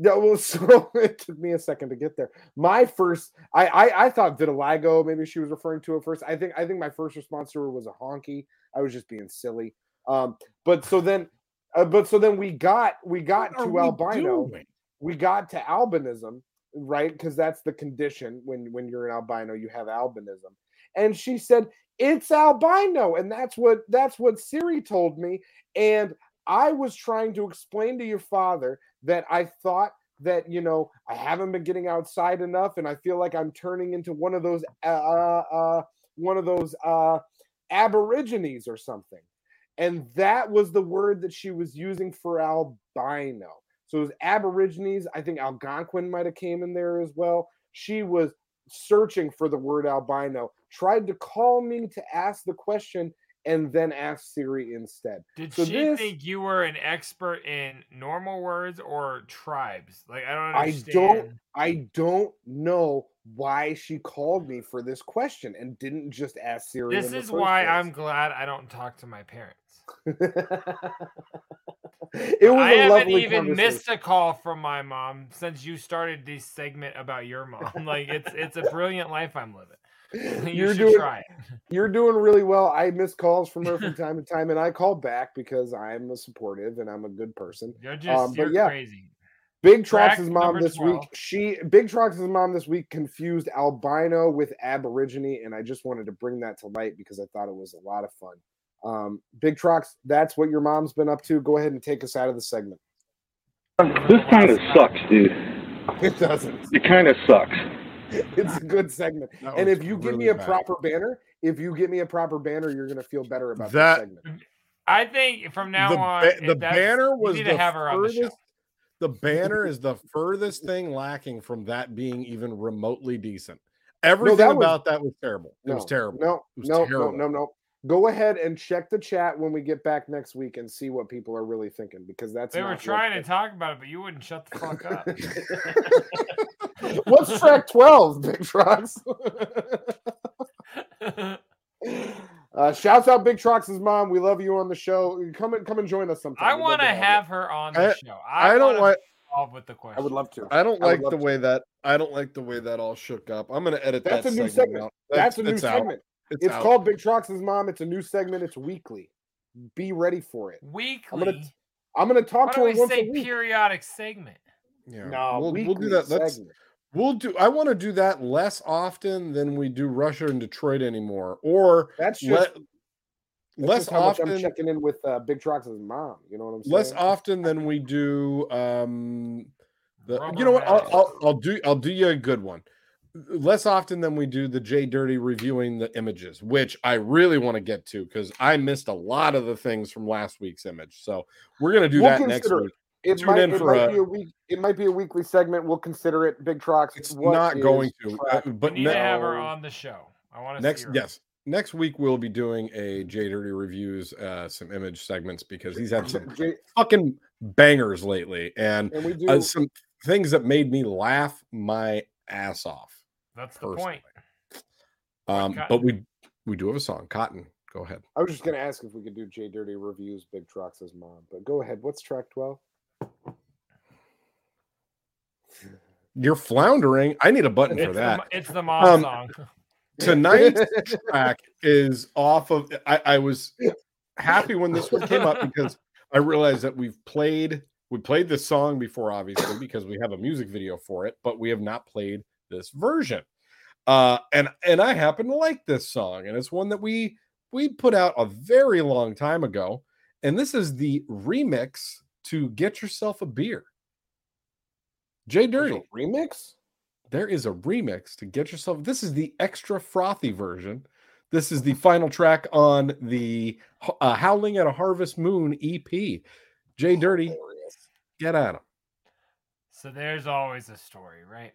[SPEAKER 4] No, well, so it took me a second to get there. My first, I, I, I thought vitiligo. Maybe she was referring to it first. I think, I think my first response to her was a honky. I was just being silly. Um, but so then, uh, but so then we got, we got
[SPEAKER 2] What are
[SPEAKER 4] to
[SPEAKER 2] we
[SPEAKER 4] albino.
[SPEAKER 2] doing?
[SPEAKER 4] We got to albinism, right? Because that's the condition when when you're an albino, you have albinism. And she said it's albino, and that's what that's what Siri told me. And I was trying to explain to your father that I thought that you know I haven't been getting outside enough, and I feel like I'm turning into one of those uh, uh, uh, one of those uh, aborigines or something. And that was the word that she was using for albino. So it was aborigines. I think Algonquin might have came in there as well. She was searching for the word albino. Tried to call me to ask the question, and then asked Siri instead.
[SPEAKER 1] Did
[SPEAKER 4] So
[SPEAKER 1] she
[SPEAKER 4] this-
[SPEAKER 1] think you were an expert in normal words or tribes? Like I don't
[SPEAKER 4] I
[SPEAKER 1] understand.
[SPEAKER 4] don't- I don't know why she called me for this question and didn't just ask Siri.
[SPEAKER 1] This
[SPEAKER 4] in the
[SPEAKER 1] is
[SPEAKER 4] first
[SPEAKER 1] why
[SPEAKER 4] place.
[SPEAKER 1] I'm glad I don't talk to my parents.
[SPEAKER 4] it was
[SPEAKER 1] I
[SPEAKER 4] a
[SPEAKER 1] haven't
[SPEAKER 4] lovely
[SPEAKER 1] even
[SPEAKER 4] conversation.
[SPEAKER 1] missed a call from my mom since you started this segment about your mom. Like it's it's a brilliant life I'm living. You
[SPEAKER 4] You're
[SPEAKER 1] should
[SPEAKER 4] doing
[SPEAKER 1] try it.
[SPEAKER 4] You're doing really well. I miss calls from her from time to time, and I call back because I'm a supportive and I'm a good person.
[SPEAKER 1] You're just
[SPEAKER 4] Um, but
[SPEAKER 1] you're
[SPEAKER 4] yeah.
[SPEAKER 1] crazy.
[SPEAKER 4] Big
[SPEAKER 1] Track
[SPEAKER 4] Trox's
[SPEAKER 1] number
[SPEAKER 4] mom this
[SPEAKER 1] 12.
[SPEAKER 4] week. She Big Trox's mom this week confused albino with aborigine, and I just wanted to bring that to light because I thought it was a lot of fun. Um, Big Trox, that's what your mom's been up to. Go ahead and take us out of the segment.
[SPEAKER 9] This kind of sucks, dude.
[SPEAKER 4] It doesn't.
[SPEAKER 9] It kind of sucks.
[SPEAKER 4] It's a good segment.
[SPEAKER 2] That
[SPEAKER 4] And
[SPEAKER 2] was
[SPEAKER 4] if you give
[SPEAKER 2] really
[SPEAKER 4] me a
[SPEAKER 2] bad.
[SPEAKER 4] proper banner, if you give me a proper banner, you're gonna feel better about
[SPEAKER 2] That-
[SPEAKER 4] this segment.
[SPEAKER 1] I think from now
[SPEAKER 2] the,
[SPEAKER 1] on
[SPEAKER 2] ba-
[SPEAKER 1] it-
[SPEAKER 2] the
[SPEAKER 1] that's-
[SPEAKER 2] banner
[SPEAKER 1] you
[SPEAKER 2] was
[SPEAKER 1] need
[SPEAKER 2] the
[SPEAKER 1] to have her on the
[SPEAKER 2] furthest.
[SPEAKER 1] show.
[SPEAKER 2] the banner is the furthest thing lacking from that being even remotely decent. Everything
[SPEAKER 4] that was-
[SPEAKER 2] about that was terrible. It was
[SPEAKER 4] No,
[SPEAKER 2] terrible.
[SPEAKER 4] No,
[SPEAKER 2] It was
[SPEAKER 4] no,
[SPEAKER 2] terrible.
[SPEAKER 4] no, no, no. Go ahead and check the chat when we get back next week and see what people are really thinking because that's
[SPEAKER 1] They were
[SPEAKER 4] not
[SPEAKER 1] trying to talk about it, but you wouldn't shut the fuck up.
[SPEAKER 4] what- What's track twelve, Big Trucks? uh, shouts out Big Trucks' mom. We love you on the show. Come and come and join us sometime.
[SPEAKER 1] I
[SPEAKER 4] We'd love
[SPEAKER 1] want to
[SPEAKER 4] have you.
[SPEAKER 1] have her on the
[SPEAKER 2] I-
[SPEAKER 1] show.
[SPEAKER 2] I, don't like.
[SPEAKER 1] involved with the question.
[SPEAKER 4] I would love to.
[SPEAKER 2] I don't
[SPEAKER 4] I would
[SPEAKER 2] like
[SPEAKER 4] love
[SPEAKER 2] the
[SPEAKER 4] to.
[SPEAKER 2] way that. I don't like the way that all shook up. I'm gonna edit
[SPEAKER 4] That's
[SPEAKER 2] that
[SPEAKER 4] a new segment.
[SPEAKER 2] out.
[SPEAKER 4] That's, a new
[SPEAKER 2] it's out.
[SPEAKER 4] segment.
[SPEAKER 2] It's,
[SPEAKER 4] It's,
[SPEAKER 2] out.
[SPEAKER 4] called Big Trucks' mom. It's a new segment. It's weekly. Be ready for it.
[SPEAKER 1] Weekly.
[SPEAKER 4] I'm gonna I'm gonna
[SPEAKER 1] Why
[SPEAKER 4] talk to
[SPEAKER 1] do
[SPEAKER 4] her
[SPEAKER 1] we
[SPEAKER 4] once
[SPEAKER 1] say
[SPEAKER 4] a week.
[SPEAKER 1] periodic segment?
[SPEAKER 2] Yeah.
[SPEAKER 4] No,
[SPEAKER 2] we'll, we'll do
[SPEAKER 4] weekly
[SPEAKER 2] that. Let's
[SPEAKER 4] segment.
[SPEAKER 2] We'll do. I want to do that less often than we do Russia and Detroit anymore, or
[SPEAKER 4] That's just,
[SPEAKER 2] let,
[SPEAKER 4] that's
[SPEAKER 2] less
[SPEAKER 4] just how much I'm
[SPEAKER 2] often,
[SPEAKER 4] checking in with uh, Big Trucks' mom. You know what I'm saying?
[SPEAKER 2] less often than we do. Um, the,
[SPEAKER 1] Rubber
[SPEAKER 2] you know what? I'll,
[SPEAKER 1] match.
[SPEAKER 2] I'll, I'll do. I'll do you a good one. Less often than we do the J Dirty reviewing the images, which I really want to get to because I missed a lot of the things from last week's image. So we're gonna do
[SPEAKER 4] We'll
[SPEAKER 2] that next
[SPEAKER 4] consider it.
[SPEAKER 2] week.
[SPEAKER 4] It
[SPEAKER 2] Tune
[SPEAKER 4] might,
[SPEAKER 2] in
[SPEAKER 4] it
[SPEAKER 2] for
[SPEAKER 4] might
[SPEAKER 2] a-
[SPEAKER 4] be a week. It might be a weekly segment. We'll consider it. Big Trucks.
[SPEAKER 2] It's
[SPEAKER 4] what
[SPEAKER 2] not
[SPEAKER 4] is
[SPEAKER 2] going to,
[SPEAKER 4] Truck-
[SPEAKER 2] uh,
[SPEAKER 1] We
[SPEAKER 2] but
[SPEAKER 1] need
[SPEAKER 2] ne-
[SPEAKER 1] to have her
[SPEAKER 4] no.
[SPEAKER 1] on the show. I want to
[SPEAKER 2] next
[SPEAKER 1] see her.
[SPEAKER 2] yes next week we'll be doing a j dirty reviews uh some image segments because he's had some
[SPEAKER 4] J-
[SPEAKER 2] fucking bangers lately and
[SPEAKER 4] and we do.
[SPEAKER 2] uh, some things that made me laugh my ass off
[SPEAKER 1] That's the
[SPEAKER 2] personally.
[SPEAKER 1] point.
[SPEAKER 2] um but
[SPEAKER 1] Cotton?
[SPEAKER 2] we we do have a song cotton go ahead
[SPEAKER 4] I was just gonna ask if we could do J Dirty reviews Big Trucks' mom, but go ahead. What's track twelve?
[SPEAKER 2] you're floundering i need a button
[SPEAKER 1] It's
[SPEAKER 2] for
[SPEAKER 1] the,
[SPEAKER 2] that
[SPEAKER 1] mo- it's the mom
[SPEAKER 2] Um,
[SPEAKER 1] song.
[SPEAKER 2] tonight's track is off of I, I was happy when this one came up because I realized that we've played we played this song before, obviously, because we have a music video for it, but we have not played this version. Uh and and I happen to like this song, and it's one that we we put out a very long time ago. And this is the remix to Get Yourself a Beer. Jay
[SPEAKER 4] There's a
[SPEAKER 2] Dirty
[SPEAKER 4] remix.
[SPEAKER 2] there is a remix to get yourself. This is the extra frothy version. This is the final track on the Ho- uh, Howling at a Harvest Moon EP. Jay
[SPEAKER 4] Oh,
[SPEAKER 2] Dirty,
[SPEAKER 4] Hilarious.
[SPEAKER 2] get at him.
[SPEAKER 1] So there's always a story, right?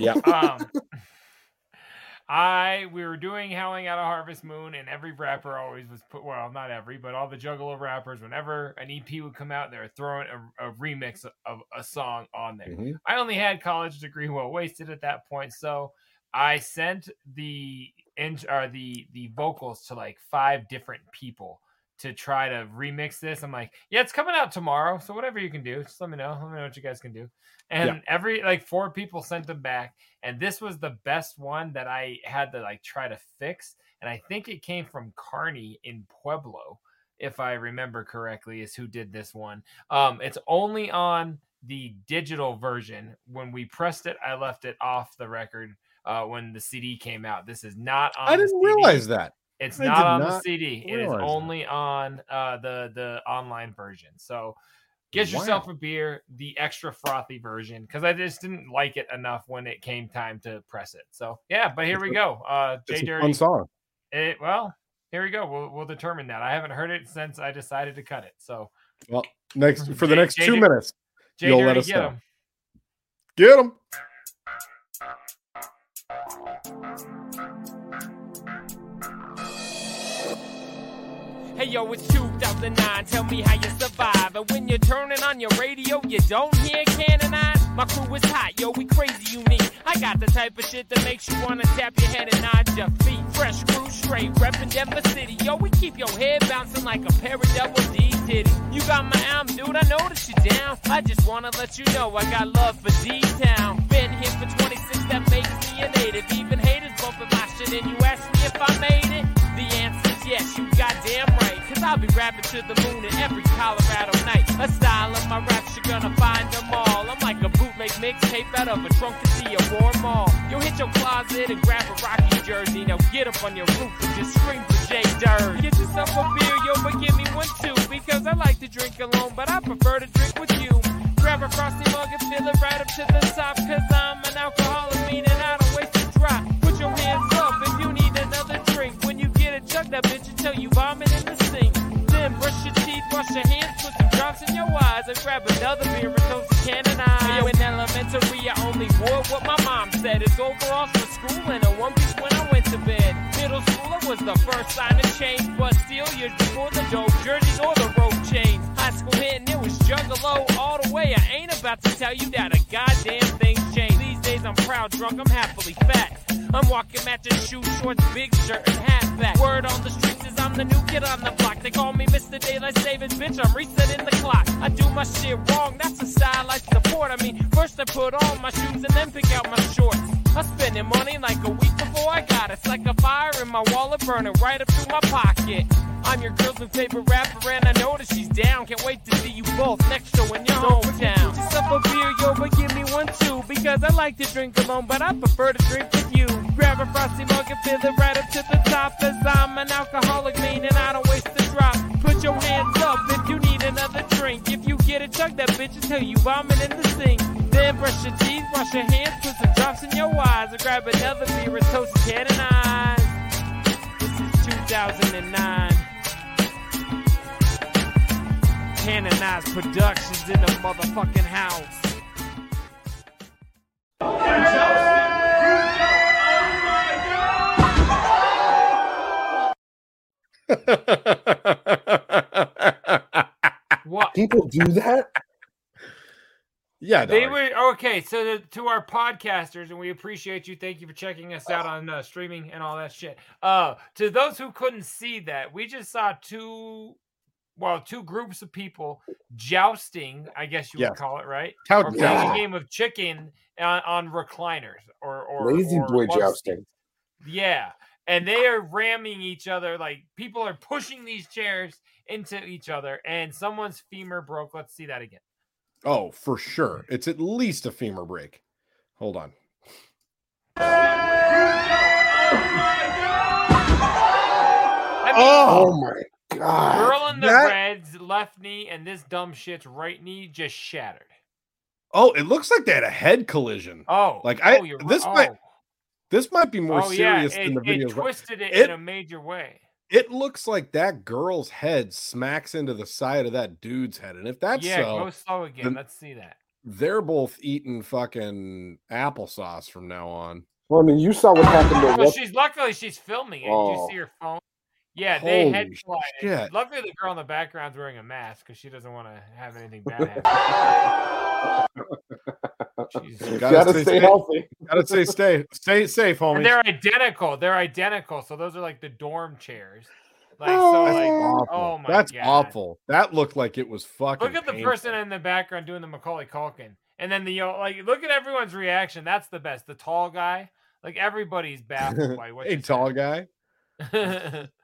[SPEAKER 2] Yeah.
[SPEAKER 1] Um, I we were doing Howling at a Harvest Moon, and every rapper always was put. Well, not every, but all the Juggalo rappers, whenever an EP would come out, they were throwing a, a remix of a song on there.
[SPEAKER 2] Mhm.
[SPEAKER 1] I only had college degree well wasted at that point, so I sent the in, or the the vocals to like five different people to try to remix this. I'm like, yeah, it's coming out tomorrow, so whatever you can do, just let me know. Let me know what you guys can do. And every like four people sent them back, and this was the best one that I had to like try to fix. And I think it came from Carney in Pueblo, if I remember correctly, is who did this one. Um, it's only on the digital version. When we pressed it, I left it off the record uh, when the CD came out. This is not on.
[SPEAKER 2] I
[SPEAKER 1] the
[SPEAKER 2] didn't
[SPEAKER 1] CD.
[SPEAKER 2] realize that.
[SPEAKER 1] It's
[SPEAKER 2] I
[SPEAKER 1] not
[SPEAKER 2] did
[SPEAKER 1] on the
[SPEAKER 2] not
[SPEAKER 1] CD. It is
[SPEAKER 2] realize that.
[SPEAKER 1] only on uh, the the online version. So get yourself
[SPEAKER 2] Wow.
[SPEAKER 1] a beer, the extra frothy version, because I just didn't like it enough when it came time to press it. So yeah, but here
[SPEAKER 2] It's
[SPEAKER 1] we
[SPEAKER 2] a-
[SPEAKER 1] go. Uh, Jay
[SPEAKER 2] It's a
[SPEAKER 1] Dirty.
[SPEAKER 2] fun song.
[SPEAKER 1] It, well, here we go. We'll, we'll determine that. I haven't heard it since I decided to cut it. So
[SPEAKER 2] Next for the
[SPEAKER 1] Jay-
[SPEAKER 2] next
[SPEAKER 1] Jay
[SPEAKER 2] two
[SPEAKER 1] Dirty-
[SPEAKER 2] minutes,
[SPEAKER 1] Jay
[SPEAKER 2] You'll
[SPEAKER 1] Dirty,
[SPEAKER 2] let us
[SPEAKER 1] get
[SPEAKER 2] know.
[SPEAKER 1] 'em.
[SPEAKER 2] get him.
[SPEAKER 10] Hey yo, it's 2009, tell me how you survive. And when you're turning on your radio, you don't hear Cannon I. My crew is hot, yo, we crazy unique. I got the type of shit that makes you wanna tap your head and nod your feet. Fresh crew, straight, reppin' Denver City. Yo, we keep your head bouncing like a pair of double D titty. You got my arm, dude, I know that you down. I just wanna let you know I got love for D-Town. Been here for 26, that makes me a native. Even haters bumping my shit, and you ask me if I made it. The answer's yes, you goddamn right. Cause I'll be rapping to the moon in every Colorado night. A style of my raps, you're gonna find them all. I'm like a bootleg mixtape out of a trunk to see a war mall. Yo, hit your closet and grab a Rocky jersey. Now get up on your roof and just scream for J Dirt. Get yourself a beer, yo, but give me one too. Because I like to drink alone, but I prefer to drink with you. Grab a frosty mug and fill it right up to the top. Cause I'm an alcoholic, meaning I don't waste a drop. Put your hands up if you need another drink. When you get a chug, that bitch until you vomit in the sink. Then brush your teeth, wash your hands, put some drops in your eyes and grab another beer and toast to Cannon Eye. Yo, in elementary, I only wore what my mom said. It's overalls for school and a one piece when I went to bed. Middle school, I was the first sign of change, but still, years before the dope jerseys or the rope chains. High school hitting, it was juggalo all the way. I ain't about to tell you that a goddamn thing's changed. These days, I'm proud drunk, I'm happily fat. I'm walking matching shoes, shorts, big shirt, and hat back. Word on the streets is I'm the new kid on the block. They call me Mr. Daylight Savings, bitch. I'm resetting the clock. I do my shit wrong, that's a style I support. I mean, first I put on my shoes and then pick out my shorts. I'm spending money like a week before I got it. It's like a fire in my wallet burning right up through my pocket. I'm your girl's new favorite rapper, and I notice she's down. Can't wait to see you both next show in your hometown. Just up a beer, yo, but give me one too. Because I like to drink alone, but I prefer to drink with you. Grab a frosty mug and fill it right up to the top. Cause I'm an alcoholic, mean, and I don't waste a drop. Put your hands up if you need another drink. If you get it, chug that bitch until you vomit in the sink. Then brush your teeth, wash your hands, put some drops in your eyes, and grab another beer and toast to Ken and I. This is 2009. Canonized Productions in the motherfucking house.
[SPEAKER 1] What?
[SPEAKER 4] People do that?
[SPEAKER 2] Yeah,
[SPEAKER 1] They
[SPEAKER 2] dog.
[SPEAKER 1] were okay. So the, to our podcasters, and we appreciate you. Thank you for checking us out on uh, streaming and all that shit. Uh, to those who couldn't see that, we just saw two, well, two groups of people jousting. I guess you
[SPEAKER 4] Yes.
[SPEAKER 1] would call it right.
[SPEAKER 4] Cow
[SPEAKER 1] or playing a
[SPEAKER 4] jousting.
[SPEAKER 1] game of chicken on, on recliners or or
[SPEAKER 4] Lazy
[SPEAKER 1] or
[SPEAKER 4] boy
[SPEAKER 1] love
[SPEAKER 4] jousting.
[SPEAKER 1] Yeah. And they are ramming each other, like people are pushing these chairs into each other, and someone's femur broke. Let's see that again.
[SPEAKER 2] Oh, for sure. It's at least a femur break. Hold on.
[SPEAKER 1] I mean,
[SPEAKER 4] Oh my god.
[SPEAKER 1] Girl in the
[SPEAKER 2] that-
[SPEAKER 1] Red's left knee and this dumb shit's right knee just shattered.
[SPEAKER 2] Oh, it looks like they had a head collision.
[SPEAKER 1] Oh,
[SPEAKER 2] Like I
[SPEAKER 1] oh, you're ri-
[SPEAKER 2] this might
[SPEAKER 1] oh.
[SPEAKER 2] this might be more
[SPEAKER 1] oh yeah,
[SPEAKER 2] serious
[SPEAKER 1] it,
[SPEAKER 2] than the
[SPEAKER 1] it
[SPEAKER 2] videos. right-
[SPEAKER 1] twisted it,
[SPEAKER 2] It-
[SPEAKER 1] in a major way.
[SPEAKER 2] It looks like that girl's head smacks into the side of that dude's head. And if that's
[SPEAKER 1] yeah,
[SPEAKER 2] so,
[SPEAKER 1] go slow again.
[SPEAKER 2] then-
[SPEAKER 1] Let's see that.
[SPEAKER 2] they're both eating fucking applesauce from now on.
[SPEAKER 4] Well, I mean, you saw what happened to
[SPEAKER 1] Well,
[SPEAKER 4] Wes-
[SPEAKER 1] Oh, she's luckily she's filming it. Do you
[SPEAKER 4] Oh.
[SPEAKER 1] see her phone? Yeah, they head
[SPEAKER 2] Holy
[SPEAKER 1] collided.
[SPEAKER 2] shit.
[SPEAKER 1] Luckily, the girl in the background's wearing a mask because she doesn't want to have anything bad happen.
[SPEAKER 2] Gotta
[SPEAKER 1] Jesus.
[SPEAKER 4] Gotta
[SPEAKER 2] stay
[SPEAKER 4] stay
[SPEAKER 2] safe.
[SPEAKER 4] healthy.
[SPEAKER 2] Gotta say, stay, stay safe,
[SPEAKER 1] and
[SPEAKER 2] homie.
[SPEAKER 1] they're identical. They're identical. So those are like the dorm chairs. Like so,
[SPEAKER 2] Oh, that's
[SPEAKER 1] like
[SPEAKER 2] awful.
[SPEAKER 1] oh my
[SPEAKER 2] that's
[SPEAKER 1] god,
[SPEAKER 2] awful. That looked like it was fucking.
[SPEAKER 1] Look at the
[SPEAKER 2] painful.
[SPEAKER 1] person in the background doing the Macaulay Culkin, and then the you know, like look at everyone's reaction. That's the best. The tall guy, like everybody's baffled by what.
[SPEAKER 2] Hey,
[SPEAKER 1] just
[SPEAKER 2] tall guy.
[SPEAKER 1] happened.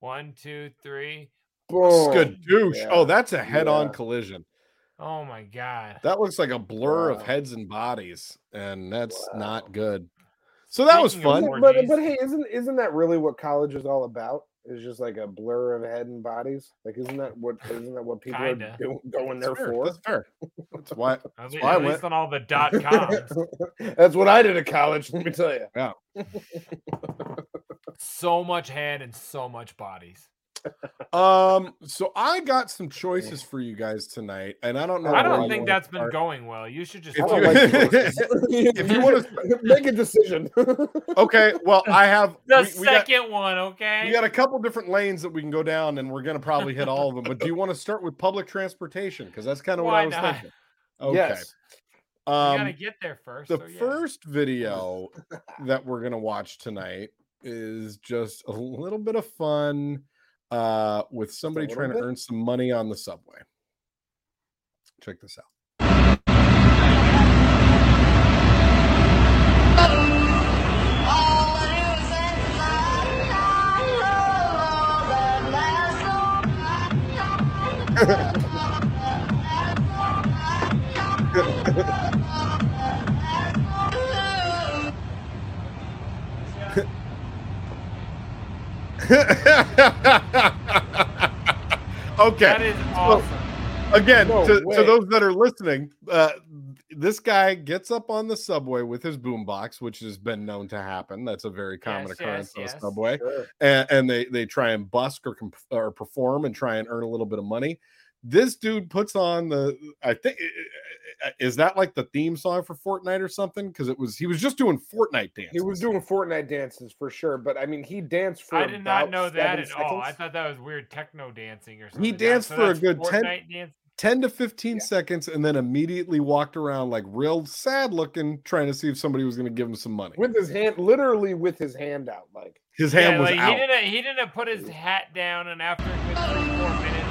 [SPEAKER 1] One, two, three.
[SPEAKER 4] Boom.
[SPEAKER 2] Skadoosh. Oh,
[SPEAKER 4] Yeah.
[SPEAKER 2] that's a head-on
[SPEAKER 4] Yeah.
[SPEAKER 2] collision.
[SPEAKER 1] Oh my god.
[SPEAKER 2] That looks like a blur
[SPEAKER 4] Wow.
[SPEAKER 2] of heads and bodies, and that's not good. So that was
[SPEAKER 1] Speaking of
[SPEAKER 2] fun.
[SPEAKER 1] more-
[SPEAKER 4] But, but,
[SPEAKER 1] orgies.
[SPEAKER 4] but hey, isn't isn't that really what college is all about? It's just like a blur of head and bodies. Like, isn't that what isn't that what people
[SPEAKER 1] Kinda.
[SPEAKER 4] are do, going there
[SPEAKER 2] That's fair.
[SPEAKER 4] for?
[SPEAKER 2] That's fair. That's why.
[SPEAKER 1] At
[SPEAKER 2] That's
[SPEAKER 1] least,
[SPEAKER 2] why I
[SPEAKER 1] at
[SPEAKER 2] went.
[SPEAKER 1] least on all the dot coms.
[SPEAKER 4] That's what I did at college. Let me tell you.
[SPEAKER 1] so much head and so much bodies.
[SPEAKER 2] Um. So I got some choices for you guys tonight, and I don't know. where
[SPEAKER 1] I don't
[SPEAKER 2] you
[SPEAKER 1] think
[SPEAKER 2] wanna
[SPEAKER 1] that's been
[SPEAKER 2] start.
[SPEAKER 1] going well. You should just
[SPEAKER 2] If
[SPEAKER 4] I
[SPEAKER 1] Oh,
[SPEAKER 4] don't
[SPEAKER 2] you-
[SPEAKER 1] like-
[SPEAKER 4] like choices.
[SPEAKER 2] If you wanna sp-
[SPEAKER 4] make a decision,
[SPEAKER 2] Okay. Well, I have
[SPEAKER 1] the
[SPEAKER 2] we- we got-
[SPEAKER 1] second one, okay?
[SPEAKER 2] We got a couple different lanes that we can go down, and we're gonna probably hit all of them. But do you want to start with public transportation? Because that's kind of what
[SPEAKER 1] Why
[SPEAKER 2] I was
[SPEAKER 1] not?
[SPEAKER 2] thinking. Okay.
[SPEAKER 4] yes,
[SPEAKER 1] We gotta
[SPEAKER 2] Um,
[SPEAKER 1] get there first.
[SPEAKER 2] the
[SPEAKER 1] so yeah.
[SPEAKER 2] first video that we're gonna watch tonight is just a little bit of fun uh, with somebody
[SPEAKER 4] little
[SPEAKER 2] trying
[SPEAKER 4] bit?
[SPEAKER 2] to earn some money on the subway. Check this out. okay.
[SPEAKER 1] That is awesome.
[SPEAKER 2] Again,
[SPEAKER 4] No
[SPEAKER 2] to, to
[SPEAKER 4] way.
[SPEAKER 2] those that are listening, uh, this guy gets up on the subway with his boombox, which has been known to happen. That's a very common
[SPEAKER 1] Yes, yes,
[SPEAKER 2] occurrence on
[SPEAKER 1] yes.
[SPEAKER 2] a subway,
[SPEAKER 4] sure.
[SPEAKER 2] and, and they they try and busk or com- or perform and try and earn a little bit of money. This dude puts on the I think is that like the theme song for Fortnite or something? Because it was he was just doing Fortnite dance.
[SPEAKER 4] He was doing Fortnite dances for sure, but I mean, he danced for.
[SPEAKER 1] I did not
[SPEAKER 4] about
[SPEAKER 1] know that
[SPEAKER 4] seven
[SPEAKER 1] at all. I
[SPEAKER 4] seconds.
[SPEAKER 1] thought that was weird techno dancing or something.
[SPEAKER 2] He danced
[SPEAKER 1] So
[SPEAKER 2] for a
[SPEAKER 1] that's
[SPEAKER 2] good 10,
[SPEAKER 1] Fortnite dance?
[SPEAKER 2] 10 to 15 seconds and then immediately walked around like real sad looking, trying to see if somebody was going to give him some money.
[SPEAKER 4] with his hand, literally with his hand out, like
[SPEAKER 2] His hand
[SPEAKER 1] Yeah,
[SPEAKER 2] was
[SPEAKER 1] like,
[SPEAKER 2] out.
[SPEAKER 1] He didn't. He didn't put his hat down, and after a good three, four minutes,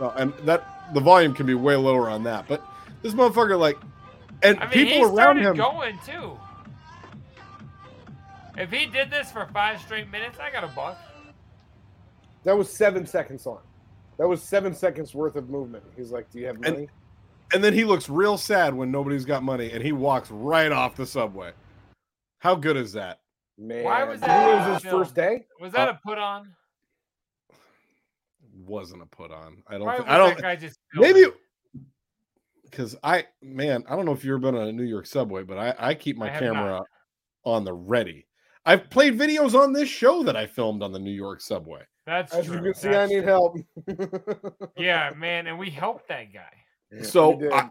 [SPEAKER 2] Well, and that the volume can be way lower on that, but this motherfucker like, and
[SPEAKER 1] I mean, he
[SPEAKER 2] people around
[SPEAKER 1] started
[SPEAKER 2] him.
[SPEAKER 1] going too. If he did this for five straight minutes, I got a buck.
[SPEAKER 4] that was seven seconds long. That was seven seconds worth of movement. He's like, "Do you have money?"
[SPEAKER 2] And then he looks real sad when nobody's got money, and he walks right off the subway. How good is that?
[SPEAKER 4] Man,
[SPEAKER 1] Why was
[SPEAKER 4] you
[SPEAKER 1] that
[SPEAKER 4] think
[SPEAKER 1] on
[SPEAKER 4] It was his
[SPEAKER 1] film?
[SPEAKER 4] first day.
[SPEAKER 1] Was that
[SPEAKER 2] Uh,
[SPEAKER 1] a put on?
[SPEAKER 2] Wasn't a put on. I don't.
[SPEAKER 1] Why
[SPEAKER 2] Think,
[SPEAKER 1] was
[SPEAKER 2] I don't.
[SPEAKER 1] that guy just filmed
[SPEAKER 2] Maybe
[SPEAKER 1] it?
[SPEAKER 2] because I man, I don't know if you've ever been on a New York subway, but I I keep my
[SPEAKER 1] I have
[SPEAKER 2] camera on the ready. I've played videos on this show that I filmed on the New York subway.
[SPEAKER 1] That's
[SPEAKER 4] As
[SPEAKER 1] true.
[SPEAKER 4] you can see, I
[SPEAKER 1] That's
[SPEAKER 4] need
[SPEAKER 1] true.
[SPEAKER 4] help.
[SPEAKER 1] Yeah, man, and we helped that guy.
[SPEAKER 2] So
[SPEAKER 4] did.
[SPEAKER 2] I,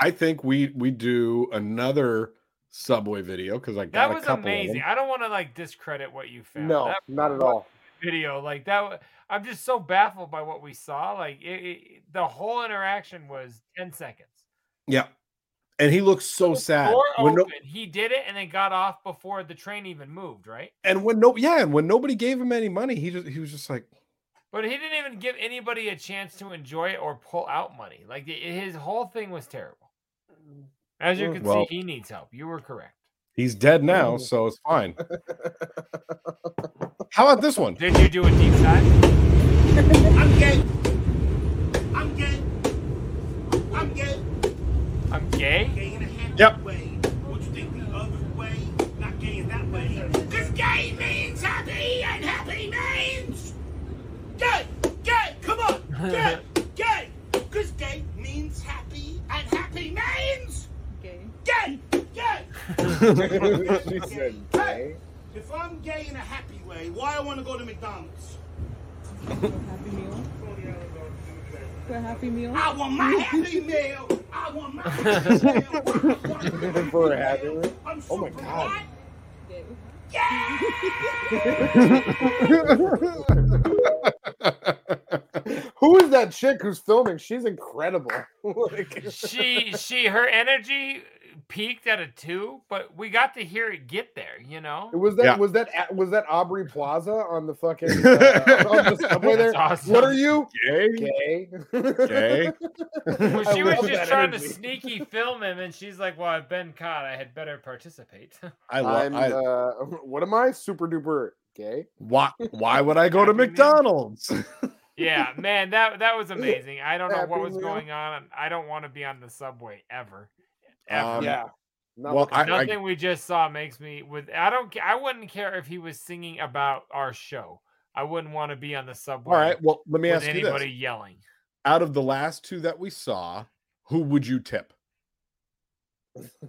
[SPEAKER 2] I think we we do another subway video because I got
[SPEAKER 1] That
[SPEAKER 2] a
[SPEAKER 1] was
[SPEAKER 2] couple. of
[SPEAKER 1] amazing.
[SPEAKER 2] them.
[SPEAKER 1] I don't want to like discredit what you found.
[SPEAKER 4] no,
[SPEAKER 1] That
[SPEAKER 4] not at all.
[SPEAKER 1] video like that. wa- I'm just so baffled by what we saw. Like it, it, the whole interaction was ten seconds.
[SPEAKER 2] Yeah, and he looks so sad.
[SPEAKER 1] Door
[SPEAKER 2] When
[SPEAKER 1] open.
[SPEAKER 2] no-
[SPEAKER 1] he did it and then got off before the train even moved. Right.
[SPEAKER 2] and when no, yeah, and when nobody gave him any money, he just he was just like,
[SPEAKER 1] But he didn't even give anybody a chance to enjoy it or pull out money. Like i- his whole thing was terrible. As you
[SPEAKER 2] Mm,
[SPEAKER 1] can
[SPEAKER 2] well-
[SPEAKER 1] see, he needs help. You were correct.
[SPEAKER 2] he's dead now, so it's fine. How about this one?
[SPEAKER 1] Did you do a deep dive?
[SPEAKER 10] I'm gay. I'm gay. I'm gay.
[SPEAKER 1] I'm gay.
[SPEAKER 10] Gay in a hand
[SPEAKER 2] Yep.
[SPEAKER 10] way. What you think the other way? Not gay in that way. Cause gay means happy and happy means gay. Gay. Come on. Gay. gay. Cause gay means happy and happy means gay. Gay. Gay.
[SPEAKER 4] she said, "Okay."
[SPEAKER 10] If I'm gay in a happy way, why I want to go to McDonald's? happy meal. I want my happy meal. I want my happy meal.
[SPEAKER 4] For a happy meal?
[SPEAKER 10] I'm
[SPEAKER 4] Oh my
[SPEAKER 10] super
[SPEAKER 4] God.
[SPEAKER 10] hot. Yeah.
[SPEAKER 4] Who is that chick who's filming? She's incredible. like,
[SPEAKER 1] she she her energy peaked at a two, but we got to hear it get there. You know.
[SPEAKER 4] was that
[SPEAKER 2] Yeah.
[SPEAKER 4] was that a- was that Aubrey Plaza on the fucking uh, on the subway there?
[SPEAKER 1] That's awesome.
[SPEAKER 4] What are you?
[SPEAKER 2] Gay,
[SPEAKER 4] Gay.
[SPEAKER 2] gay.
[SPEAKER 1] Well,
[SPEAKER 4] I
[SPEAKER 1] she was
[SPEAKER 4] love
[SPEAKER 1] just
[SPEAKER 4] that
[SPEAKER 1] trying
[SPEAKER 4] energy.
[SPEAKER 1] to sneaky film him, and she's like, "Well, I've been caught. I had better participate."
[SPEAKER 2] I love.
[SPEAKER 4] I'm,
[SPEAKER 2] I,
[SPEAKER 4] uh, what am I? Super duper gay.
[SPEAKER 2] why why would I go to
[SPEAKER 1] Happy Meal.
[SPEAKER 2] McDonald's?
[SPEAKER 1] yeah, man, that that was amazing. I don't know what
[SPEAKER 4] Happy
[SPEAKER 1] was
[SPEAKER 4] meal.
[SPEAKER 1] going on. I don't want to be on the subway ever. Ever.
[SPEAKER 2] Um,
[SPEAKER 4] yeah. Not
[SPEAKER 2] well,
[SPEAKER 4] looking-
[SPEAKER 2] I, I
[SPEAKER 1] Nothing we just saw makes me with. I don't. ca- I wouldn't care if he was singing about our show. I wouldn't want to be on the subway.
[SPEAKER 2] all right. Well, let me
[SPEAKER 1] with
[SPEAKER 2] ask you
[SPEAKER 1] anybody
[SPEAKER 2] this:
[SPEAKER 1] yelling.
[SPEAKER 2] out of the last two that we saw, who would you tip?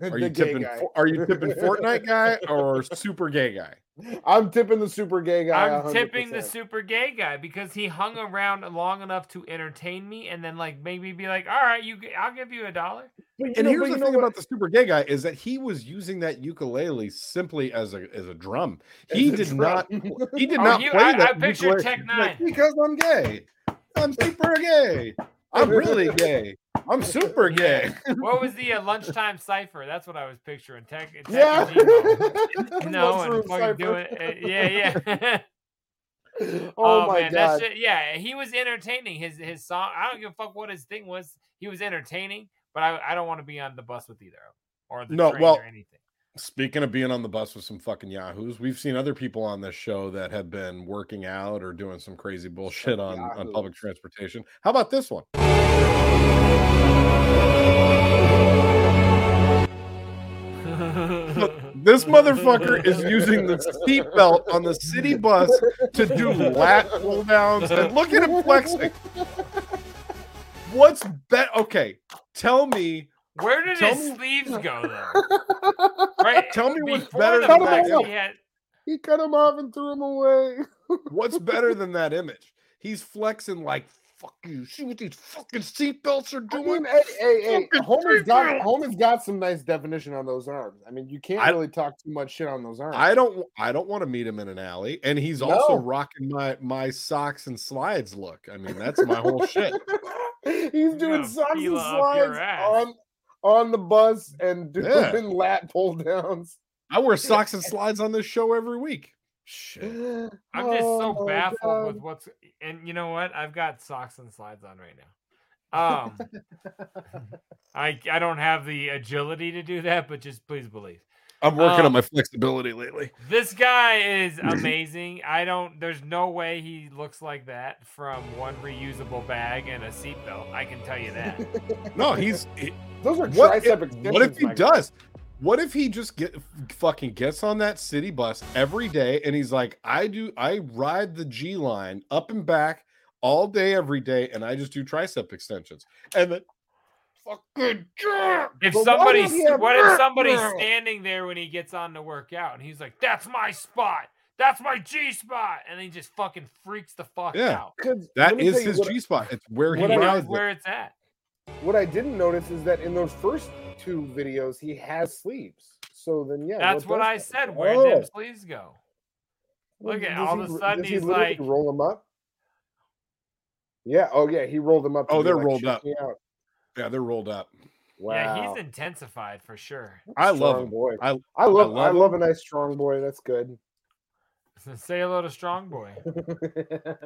[SPEAKER 2] Are
[SPEAKER 4] the
[SPEAKER 2] you
[SPEAKER 4] gay
[SPEAKER 2] tipping?
[SPEAKER 4] guy.
[SPEAKER 2] Fo- Are you tipping Fortnite guy or super gay guy?
[SPEAKER 4] I'm tipping the super gay guy.
[SPEAKER 1] I'm tipping the
[SPEAKER 4] 100%.
[SPEAKER 1] super gay guy because he hung around long enough to entertain me and then like make me be like, "All right, you, g- I'll give you a dollar."
[SPEAKER 4] But you
[SPEAKER 2] And
[SPEAKER 4] know- but
[SPEAKER 2] here's
[SPEAKER 4] you
[SPEAKER 2] the
[SPEAKER 4] know
[SPEAKER 2] thing
[SPEAKER 4] what?
[SPEAKER 2] about the super gay guy is that he was using that ukulele simply as a as a drum. He
[SPEAKER 4] As a
[SPEAKER 2] did
[SPEAKER 4] drum.
[SPEAKER 2] not. He did
[SPEAKER 1] Oh,
[SPEAKER 2] not
[SPEAKER 1] you-
[SPEAKER 2] play
[SPEAKER 1] I- I
[SPEAKER 2] that.
[SPEAKER 1] pictured
[SPEAKER 2] ukulele.
[SPEAKER 1] Tech
[SPEAKER 2] He's
[SPEAKER 1] Nine.
[SPEAKER 2] like, because I'm gay. I'm super gay. I'm really gay. I'm super gay.
[SPEAKER 1] What was the uh, lunchtime cipher? That's what I was picturing. Tech, tech
[SPEAKER 4] Yeah.
[SPEAKER 1] no,
[SPEAKER 4] Lunchroom
[SPEAKER 1] and fucking doing,
[SPEAKER 4] cipher.
[SPEAKER 1] uh, yeah, yeah.
[SPEAKER 4] Oh, my
[SPEAKER 1] man, that
[SPEAKER 4] god.
[SPEAKER 1] shit, yeah. He was entertaining. His his song. I don't give a fuck what his thing was. He was entertaining, but I, I don't want to be on the bus with either of them or the
[SPEAKER 2] No,
[SPEAKER 1] train
[SPEAKER 2] well,
[SPEAKER 1] or anything.
[SPEAKER 2] Speaking of being on the bus with some fucking yahoos, we've seen other people on this show that have been working out or doing some crazy bullshit on, on
[SPEAKER 4] yahoos.
[SPEAKER 2] public transportation. How about this one? This motherfucker is using the seatbelt on the city bus to do lat pull downs and look at him flexing. What's bet? Okay, tell me,
[SPEAKER 1] Where did
[SPEAKER 2] Tell
[SPEAKER 1] his
[SPEAKER 2] me-
[SPEAKER 1] sleeves go though? right.
[SPEAKER 2] tell me what's
[SPEAKER 1] before
[SPEAKER 2] better
[SPEAKER 1] the
[SPEAKER 2] than
[SPEAKER 4] Cut 'em
[SPEAKER 2] that.
[SPEAKER 1] flex,
[SPEAKER 4] all
[SPEAKER 2] image.
[SPEAKER 4] up.
[SPEAKER 1] he had-
[SPEAKER 4] He cut him off and threw him away.
[SPEAKER 2] What's better than that image? He's flexing like fuck you. See what these fucking seatbelts are doing.
[SPEAKER 4] hey, hey, hey, Homer's got Homer's got some nice definition on those arms. I mean, you can't
[SPEAKER 2] I-
[SPEAKER 4] really talk too much shit on those arms.
[SPEAKER 2] I don't I don't want to meet him in an alley. And he's also
[SPEAKER 4] No.
[SPEAKER 2] rocking my my socks and slides look. I mean, that's my whole shit.
[SPEAKER 4] He's doing socks and
[SPEAKER 1] Fila up your
[SPEAKER 4] slides
[SPEAKER 1] ass.
[SPEAKER 4] on on the bus and doing
[SPEAKER 2] Yeah.
[SPEAKER 4] lat pull downs.
[SPEAKER 2] I wear socks and slides on this show every week. Shit.
[SPEAKER 4] I'm
[SPEAKER 1] I'm just so
[SPEAKER 4] Oh
[SPEAKER 2] Oh
[SPEAKER 1] baffled with what's and you know what? I've got socks and slides on right now. Um I I don't have the agility to do that, but just please believe.
[SPEAKER 2] I'm working
[SPEAKER 1] Um,
[SPEAKER 2] on my flexibility lately.
[SPEAKER 1] This guy is amazing. I don't there's no way he looks like that from one reusable bag and a seatbelt. I can tell you that.
[SPEAKER 2] No, he's he-
[SPEAKER 4] Those are
[SPEAKER 2] what
[SPEAKER 4] tricep
[SPEAKER 2] if,
[SPEAKER 4] extensions.
[SPEAKER 2] what if he
[SPEAKER 4] Mike.
[SPEAKER 2] does? What if he just get fucking gets on that city bus every day and he's like, I do I ride the G line up and back all day every day and I just do tricep extensions. And then fucking But
[SPEAKER 1] If
[SPEAKER 2] why
[SPEAKER 1] somebody's
[SPEAKER 2] don't you have
[SPEAKER 1] what if
[SPEAKER 2] that
[SPEAKER 1] somebody's
[SPEAKER 2] now?
[SPEAKER 1] standing there when he gets on to work out and he's like, "That's my spot. That's my G spot," and he just fucking freaks the fuck
[SPEAKER 2] Yeah.
[SPEAKER 1] out.
[SPEAKER 4] 'Cause let
[SPEAKER 2] that
[SPEAKER 4] me
[SPEAKER 2] is
[SPEAKER 4] tell you
[SPEAKER 2] his
[SPEAKER 4] what-
[SPEAKER 2] G spot. It's where he
[SPEAKER 4] what I-
[SPEAKER 1] You know
[SPEAKER 2] rides. it.
[SPEAKER 1] where it's at.
[SPEAKER 4] What I didn't notice is that in those first two videos, he has sleeves. So then, yeah,
[SPEAKER 1] That's what
[SPEAKER 4] does
[SPEAKER 1] I
[SPEAKER 4] that-
[SPEAKER 1] said. Where
[SPEAKER 4] Oh.
[SPEAKER 1] did them sleeves go?
[SPEAKER 4] Well,
[SPEAKER 1] Look at
[SPEAKER 4] does
[SPEAKER 1] all
[SPEAKER 4] he-
[SPEAKER 1] of a sudden
[SPEAKER 4] does he
[SPEAKER 1] he's
[SPEAKER 4] literally
[SPEAKER 1] like,
[SPEAKER 4] roll them up. Yeah. Oh yeah, he rolled them up. to
[SPEAKER 2] Oh,
[SPEAKER 4] be
[SPEAKER 2] they're
[SPEAKER 4] like,
[SPEAKER 2] rolled
[SPEAKER 4] "Check
[SPEAKER 2] up.
[SPEAKER 4] me out."
[SPEAKER 2] Yeah, they're rolled up.
[SPEAKER 4] Wow.
[SPEAKER 1] "Yeah, he's intensified for sure."
[SPEAKER 2] I love
[SPEAKER 4] Strong
[SPEAKER 2] him.
[SPEAKER 4] boy.
[SPEAKER 2] I
[SPEAKER 4] I love. I love,
[SPEAKER 2] love him.
[SPEAKER 4] a nice strong boy. That's good.
[SPEAKER 1] Say hello to Strong Boy.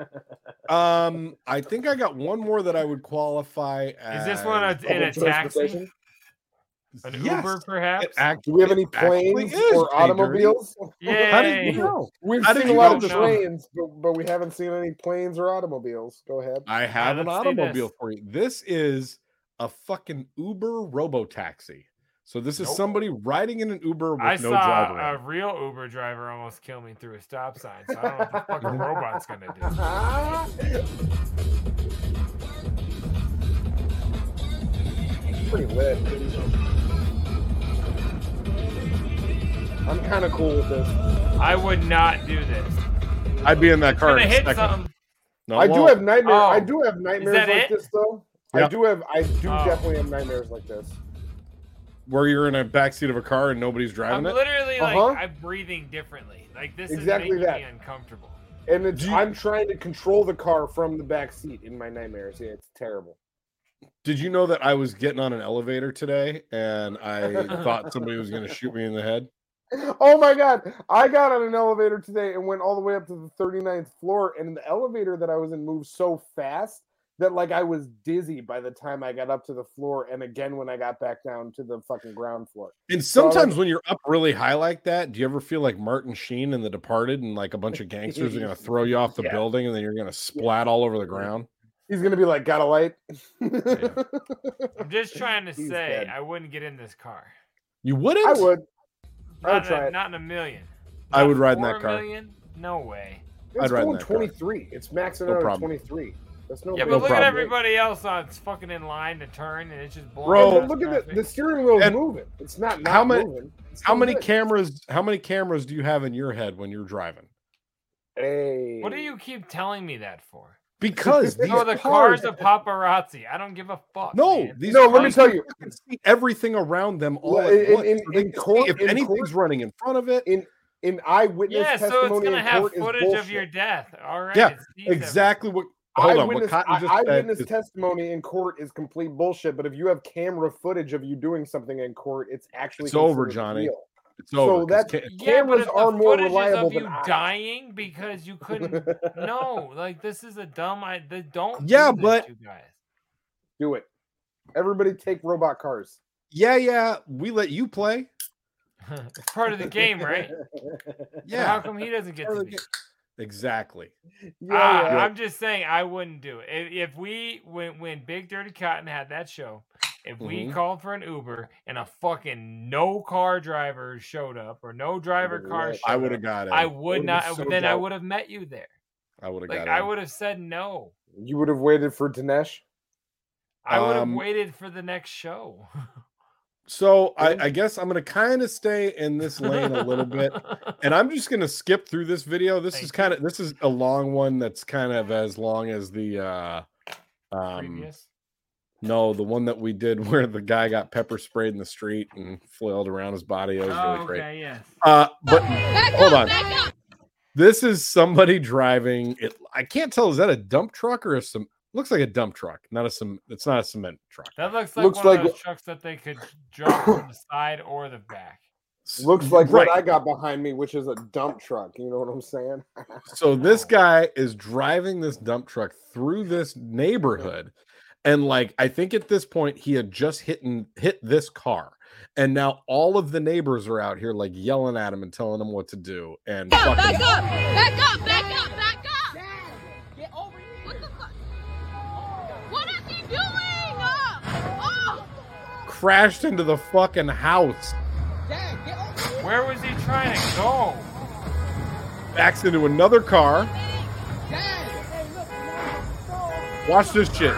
[SPEAKER 2] Um, I think I got one more that I would qualify. As
[SPEAKER 1] Is this one a, in a
[SPEAKER 4] Public transportation?
[SPEAKER 1] taxi, an
[SPEAKER 2] Yes,
[SPEAKER 1] Uber,
[SPEAKER 2] it
[SPEAKER 1] perhaps?
[SPEAKER 2] act-
[SPEAKER 4] Do we have any
[SPEAKER 2] it actually
[SPEAKER 4] planes
[SPEAKER 2] is,
[SPEAKER 4] or
[SPEAKER 2] Jay Dirty.
[SPEAKER 4] automobiles?
[SPEAKER 2] How did
[SPEAKER 1] Yay.
[SPEAKER 2] you know?
[SPEAKER 4] We've
[SPEAKER 2] How did
[SPEAKER 4] seen a
[SPEAKER 2] you
[SPEAKER 4] lot of
[SPEAKER 1] know?
[SPEAKER 4] trains, but, but we haven't seen any planes or automobiles. Go ahead.
[SPEAKER 2] I have an
[SPEAKER 1] let's see this.
[SPEAKER 2] automobile for you. This is a fucking Uber robo taxi. So this is
[SPEAKER 1] Nope.
[SPEAKER 2] somebody riding in an Uber with
[SPEAKER 1] I
[SPEAKER 2] no
[SPEAKER 1] saw
[SPEAKER 2] driver.
[SPEAKER 1] a
[SPEAKER 2] in it.
[SPEAKER 1] real Uber driver almost kill me through a stop sign, so I don't know what the fuck a robot's gonna do.
[SPEAKER 4] Pretty lit. I'm kind of cool with this.
[SPEAKER 1] I would not do this.
[SPEAKER 2] I'd be in that car.
[SPEAKER 1] Gonna
[SPEAKER 2] In a
[SPEAKER 1] hit
[SPEAKER 2] second.
[SPEAKER 1] something.
[SPEAKER 2] No,
[SPEAKER 4] I do
[SPEAKER 2] won't.
[SPEAKER 4] have nightmares. I
[SPEAKER 1] Oh.
[SPEAKER 4] do have nightmares
[SPEAKER 1] that
[SPEAKER 4] like
[SPEAKER 1] it?
[SPEAKER 4] this, though. I
[SPEAKER 2] Yep.
[SPEAKER 4] do have. I do
[SPEAKER 1] Oh.
[SPEAKER 4] definitely have nightmares like this.
[SPEAKER 2] where you're in a backseat of a car and nobody's
[SPEAKER 1] I'm
[SPEAKER 2] driving it.
[SPEAKER 1] literally like
[SPEAKER 4] Uh-huh.
[SPEAKER 1] I'm breathing differently. Like this
[SPEAKER 4] Exactly
[SPEAKER 1] is making
[SPEAKER 4] that.
[SPEAKER 1] me uncomfortable.
[SPEAKER 4] And it's,
[SPEAKER 2] Do you-
[SPEAKER 4] I'm trying to control the car from the back seat in my nightmares. Yeah, it's terrible.
[SPEAKER 2] Did you know that I was getting on an elevator today and I thought somebody was going to shoot me in the head?
[SPEAKER 4] Oh my god! I got on an elevator today and went all the way up to the 39th floor, and the elevator that I was in moved so fast that like I was dizzy by the time I got up to the floor, and again when I got back down to the fucking ground floor.
[SPEAKER 2] And
[SPEAKER 4] So I was-
[SPEAKER 2] sometimes when you're up really high like that, do you ever feel like Martin Sheen in The Departed and like a bunch of gangsters are going to throw you off the
[SPEAKER 4] Yeah.
[SPEAKER 2] building and then you're going to splat all over the ground?
[SPEAKER 4] He's gonna be like, "Got a light?"
[SPEAKER 1] I'm just trying to
[SPEAKER 4] He's
[SPEAKER 1] say
[SPEAKER 4] dead.
[SPEAKER 1] I wouldn't get in this car.
[SPEAKER 2] You wouldn't?
[SPEAKER 4] I would. I would
[SPEAKER 1] Not,
[SPEAKER 4] try
[SPEAKER 1] a,
[SPEAKER 4] it.
[SPEAKER 1] not in a million.
[SPEAKER 2] I
[SPEAKER 1] Not
[SPEAKER 2] would ride in
[SPEAKER 1] for
[SPEAKER 2] that
[SPEAKER 1] a
[SPEAKER 2] car.
[SPEAKER 1] million? No way.
[SPEAKER 4] It's
[SPEAKER 2] I'd ride in
[SPEAKER 4] going
[SPEAKER 2] that car.
[SPEAKER 4] 23. It's maxing
[SPEAKER 2] No
[SPEAKER 4] out at
[SPEAKER 2] problem.
[SPEAKER 4] 23. That's no.
[SPEAKER 1] Yeah,
[SPEAKER 4] big
[SPEAKER 1] but look
[SPEAKER 4] deal.
[SPEAKER 1] at everybody else on it's fucking in line to turn and it's just blowing.
[SPEAKER 2] Bro.
[SPEAKER 1] past
[SPEAKER 4] Look at
[SPEAKER 1] traffic.
[SPEAKER 4] it. The steering wheel is
[SPEAKER 2] And
[SPEAKER 4] moving. It's not. not
[SPEAKER 2] how many-
[SPEAKER 4] Moving. It's
[SPEAKER 2] How
[SPEAKER 4] still
[SPEAKER 2] many
[SPEAKER 4] good.
[SPEAKER 2] cameras? How many cameras do you have in your head when you're driving?
[SPEAKER 4] Hey.
[SPEAKER 1] What do you keep telling me that for?
[SPEAKER 2] Because these
[SPEAKER 1] No, the
[SPEAKER 2] cars,
[SPEAKER 1] car's a paparazzi. I don't give a fuck.
[SPEAKER 2] no,
[SPEAKER 1] man.
[SPEAKER 2] these
[SPEAKER 4] No, let me
[SPEAKER 2] cars
[SPEAKER 4] tell you.
[SPEAKER 2] can see everything around them all
[SPEAKER 4] Well,
[SPEAKER 2] at
[SPEAKER 4] in-
[SPEAKER 2] once.
[SPEAKER 4] in-
[SPEAKER 2] So they
[SPEAKER 4] in
[SPEAKER 2] can see
[SPEAKER 4] court-
[SPEAKER 2] if
[SPEAKER 4] in
[SPEAKER 2] anything's running in front of it,
[SPEAKER 4] In in eyewitness
[SPEAKER 1] Yeah, so
[SPEAKER 4] testimony
[SPEAKER 1] it's gonna
[SPEAKER 4] in
[SPEAKER 1] have
[SPEAKER 4] court is
[SPEAKER 1] footage of your
[SPEAKER 4] bullshit.
[SPEAKER 1] death. All right.
[SPEAKER 2] Yeah,
[SPEAKER 1] it sees
[SPEAKER 2] exactly what. Hold on, what
[SPEAKER 4] eyewitness,
[SPEAKER 2] Cotton just
[SPEAKER 4] eye-
[SPEAKER 2] said
[SPEAKER 4] eyewitness
[SPEAKER 2] is
[SPEAKER 4] testimony in court is complete bullshit. But if you have camera footage of you doing something in court, it's actually
[SPEAKER 2] It's over,
[SPEAKER 4] considered
[SPEAKER 2] Johnny.
[SPEAKER 4] real.
[SPEAKER 2] It's over.
[SPEAKER 4] So
[SPEAKER 2] 'cause
[SPEAKER 4] that-
[SPEAKER 2] ca-
[SPEAKER 1] Yeah, but
[SPEAKER 4] Cameras
[SPEAKER 1] if the
[SPEAKER 4] are more
[SPEAKER 1] footage is
[SPEAKER 4] reliable
[SPEAKER 1] of
[SPEAKER 4] than
[SPEAKER 1] you
[SPEAKER 4] eyes.
[SPEAKER 1] dying because you couldn't. no, like this is a dumb. I the, don't.
[SPEAKER 2] Yeah,
[SPEAKER 1] do this,
[SPEAKER 2] but-
[SPEAKER 1] you guys.
[SPEAKER 4] Do it. Everybody take robot cars.
[SPEAKER 2] yeah, yeah, we let you play.
[SPEAKER 1] it's part of the game, right? So How
[SPEAKER 2] Yeah,
[SPEAKER 1] come he doesn't get
[SPEAKER 2] Part
[SPEAKER 1] to
[SPEAKER 2] of
[SPEAKER 1] be?
[SPEAKER 2] the exactly.
[SPEAKER 4] Yeah,
[SPEAKER 1] Ah,
[SPEAKER 4] yeah.
[SPEAKER 1] I'm just saying I wouldn't do it. If, if we when when Big Dirty Cotton had that show, if we
[SPEAKER 2] Mhm.
[SPEAKER 1] called for an Uber and a fucking no car driver showed up or no driver
[SPEAKER 4] Would've
[SPEAKER 1] car
[SPEAKER 4] let-
[SPEAKER 1] showed
[SPEAKER 2] I would have
[SPEAKER 1] up,
[SPEAKER 2] got it.
[SPEAKER 1] I would
[SPEAKER 4] Would've
[SPEAKER 1] not.
[SPEAKER 4] so
[SPEAKER 1] then I
[SPEAKER 4] dope.
[SPEAKER 1] would have met you there.
[SPEAKER 2] I would have
[SPEAKER 1] Like
[SPEAKER 2] got
[SPEAKER 1] I
[SPEAKER 2] in.
[SPEAKER 1] would have said no.
[SPEAKER 4] You would have waited for Dinesh.
[SPEAKER 1] I would have
[SPEAKER 2] Um,
[SPEAKER 1] waited for the next show.
[SPEAKER 2] So I, I guess I'm gonna kind of stay in this lane a little bit, and I'm just gonna skip through this video. This is kind of this is a long one that's kind of as long as the uh um
[SPEAKER 1] Previous?
[SPEAKER 2] no the one that we did where the guy got pepper sprayed in the street and flailed around his body. That was
[SPEAKER 1] Oh,
[SPEAKER 2] really great.
[SPEAKER 1] okay, yes.
[SPEAKER 2] Uh, but hold on. This is somebody driving it. I can't tell. Is that a dump truck or a some? Looks like a dump truck, not a some. It's not a cement truck.
[SPEAKER 1] That looks like
[SPEAKER 4] Looks
[SPEAKER 1] one
[SPEAKER 4] like-
[SPEAKER 1] of those trucks that they could drop from the side or the back.
[SPEAKER 4] Looks like
[SPEAKER 2] Right.
[SPEAKER 4] what I got behind me, which is a dump truck. You know what I'm saying?
[SPEAKER 2] So this guy is driving this dump truck through this neighborhood, and like I think at this point he had just hit and hit this car, and now all of the neighbors are out here like yelling at him and telling him what to do. And fucking,
[SPEAKER 11] Back up! Back up! Back up! Get over here! What the fuck? What is he doing? Oh!
[SPEAKER 2] crashed into the fucking house,
[SPEAKER 11] Dad, get over here!
[SPEAKER 1] Where was he trying to go?
[SPEAKER 2] backs into another car. Watch this shit.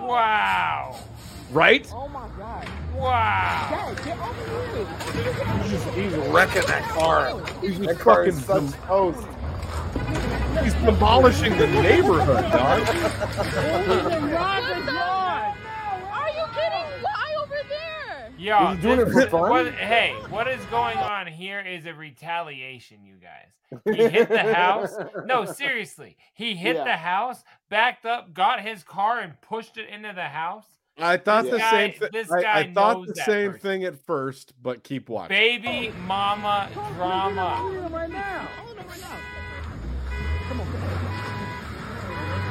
[SPEAKER 1] Wow.
[SPEAKER 2] Right?
[SPEAKER 11] Oh my god.
[SPEAKER 1] Wow.
[SPEAKER 11] Dad, get over here!
[SPEAKER 2] He's wrecking that car. He's just
[SPEAKER 4] That car
[SPEAKER 2] fucking
[SPEAKER 4] is such toast.
[SPEAKER 2] he's demolishing the neighborhood, dog.
[SPEAKER 11] Are you kidding? Why over there?
[SPEAKER 1] Yo,
[SPEAKER 4] Is he doing it for fun?
[SPEAKER 1] what- hey, what is going on here is a retaliation, you guys. He hit the house. No, seriously. He hit
[SPEAKER 4] Yeah.
[SPEAKER 1] the house, backed up, got his car, and pushed it into the house.
[SPEAKER 2] I thought
[SPEAKER 1] This
[SPEAKER 2] the
[SPEAKER 1] guy-
[SPEAKER 2] same thing.
[SPEAKER 1] this
[SPEAKER 2] I, I
[SPEAKER 1] guy
[SPEAKER 2] thought
[SPEAKER 1] knows
[SPEAKER 2] the
[SPEAKER 1] that
[SPEAKER 2] same
[SPEAKER 1] person.
[SPEAKER 2] thing at first, but keep watching.
[SPEAKER 1] Baby mama drama.
[SPEAKER 11] Right now.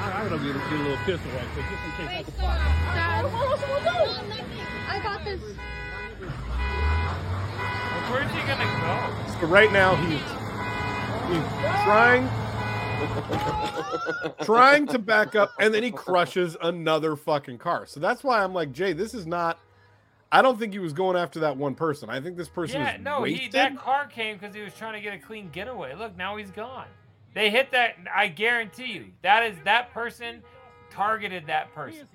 [SPEAKER 12] I'm gonna give you a little pistol right quick, just in case.
[SPEAKER 11] Wait, stop. Stop. I got this.
[SPEAKER 1] Where's he gonna go?
[SPEAKER 2] So right now he's he's trying trying to back up and then he crushes another fucking car. So that's why I'm like, Jay, this is not I don't think he was going after that one person. I think this person
[SPEAKER 1] Yeah,
[SPEAKER 2] is
[SPEAKER 1] no, he,
[SPEAKER 2] wasted.
[SPEAKER 1] that car came because he was trying to get a clean getaway. Look, now he's gone. They hit that. I guarantee you, that is that person targeted that person.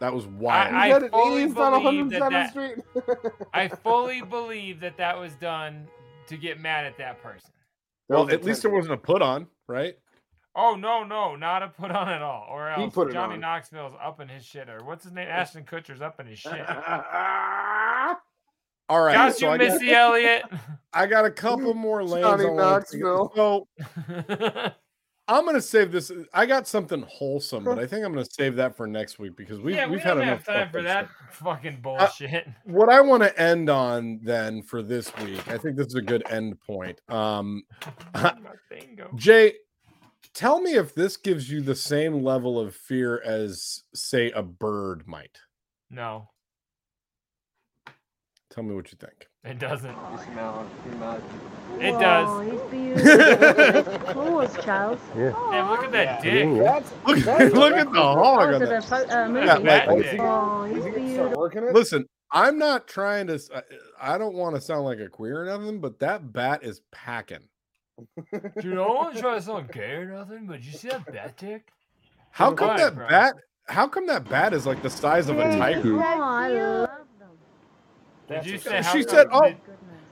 [SPEAKER 2] that was wild.
[SPEAKER 1] I,
[SPEAKER 4] He had
[SPEAKER 1] I
[SPEAKER 4] it-
[SPEAKER 1] fully
[SPEAKER 4] he's on
[SPEAKER 1] believe that,
[SPEAKER 4] 107th
[SPEAKER 1] that
[SPEAKER 4] Street.
[SPEAKER 1] I fully believe that that was done to get mad at that person.
[SPEAKER 2] well, at least it wasn't a put on, right?
[SPEAKER 1] Oh no, no, not a put on at all, or
[SPEAKER 4] He
[SPEAKER 1] else
[SPEAKER 4] put it
[SPEAKER 1] Johnny
[SPEAKER 4] on.
[SPEAKER 1] Knoxville's up in his shit, or what's his name, Ashton Kutcher's up in his shit.
[SPEAKER 2] All right.
[SPEAKER 1] Got
[SPEAKER 2] so
[SPEAKER 1] you,
[SPEAKER 2] I got-
[SPEAKER 1] Missy Elliott.
[SPEAKER 2] I got a couple more lanes.
[SPEAKER 4] Johnny
[SPEAKER 2] I wanna take.
[SPEAKER 4] Knoxville.
[SPEAKER 2] So I'm gonna save this. uh, I got something wholesome, but I think I'm gonna save that for next week because we've
[SPEAKER 1] yeah, we
[SPEAKER 2] we've
[SPEAKER 1] don't
[SPEAKER 2] had enough
[SPEAKER 1] have time for
[SPEAKER 2] fucking
[SPEAKER 1] that
[SPEAKER 2] shit.
[SPEAKER 1] fucking bullshit.
[SPEAKER 2] What I want to end on then for this week, I think this is a good end point. Um,
[SPEAKER 1] My bingo.
[SPEAKER 2] Jay, tell me if this gives you the same level of fear as, say, a bird might.
[SPEAKER 1] No,
[SPEAKER 2] Tell me what you think.
[SPEAKER 1] it doesn't. It
[SPEAKER 13] Whoa,
[SPEAKER 1] does.
[SPEAKER 13] He's beautiful. Claws, Charles.
[SPEAKER 1] Hey, look at that
[SPEAKER 13] Yeah.
[SPEAKER 1] dick.
[SPEAKER 4] That's
[SPEAKER 2] Look,
[SPEAKER 4] that's-
[SPEAKER 2] look at the hog
[SPEAKER 13] Claws
[SPEAKER 2] on
[SPEAKER 13] of the
[SPEAKER 2] that.
[SPEAKER 13] fo- uh, movie.
[SPEAKER 2] Yeah, like-
[SPEAKER 1] That dick.
[SPEAKER 13] Oh,
[SPEAKER 4] Is
[SPEAKER 13] he's
[SPEAKER 4] he gonna start
[SPEAKER 13] beautiful.
[SPEAKER 4] working it?
[SPEAKER 2] Listen, I'm not trying to. s- I- I don't want to sound like a queer or nothing, but that bat is packing.
[SPEAKER 1] Dude, I don't want to try to sound gay or nothing, but you see that bat dick?
[SPEAKER 2] How
[SPEAKER 1] Why,
[SPEAKER 2] come that
[SPEAKER 1] bro?
[SPEAKER 2] bat? How come that bat is like the size of a
[SPEAKER 13] Oh,
[SPEAKER 2] tiger?
[SPEAKER 13] I love
[SPEAKER 1] Did you say
[SPEAKER 2] She
[SPEAKER 1] how
[SPEAKER 2] said,
[SPEAKER 1] come-
[SPEAKER 2] "Oh,
[SPEAKER 1] did-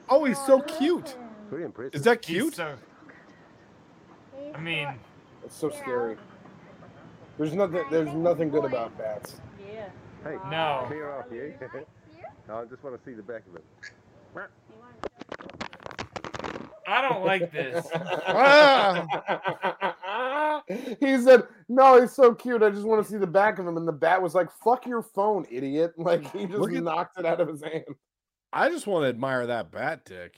[SPEAKER 2] oh, he's so cute."
[SPEAKER 6] Pretty impressive.
[SPEAKER 2] Is that
[SPEAKER 1] he's
[SPEAKER 2] cute?
[SPEAKER 1] so- I mean,
[SPEAKER 4] It's so scary. There's nothing. There's nothing good about bats.
[SPEAKER 13] Yeah.
[SPEAKER 6] Hey,
[SPEAKER 1] No.
[SPEAKER 6] clear off you. I just want to see the back of it.
[SPEAKER 1] I don't like this.
[SPEAKER 4] he said, "No, he's so cute. I just want to see the back of him." And the bat was like, "Fuck your phone, idiot!" Like he just
[SPEAKER 2] Look at-
[SPEAKER 4] knocked it out of his hand.
[SPEAKER 2] I just want to admire that bat dick.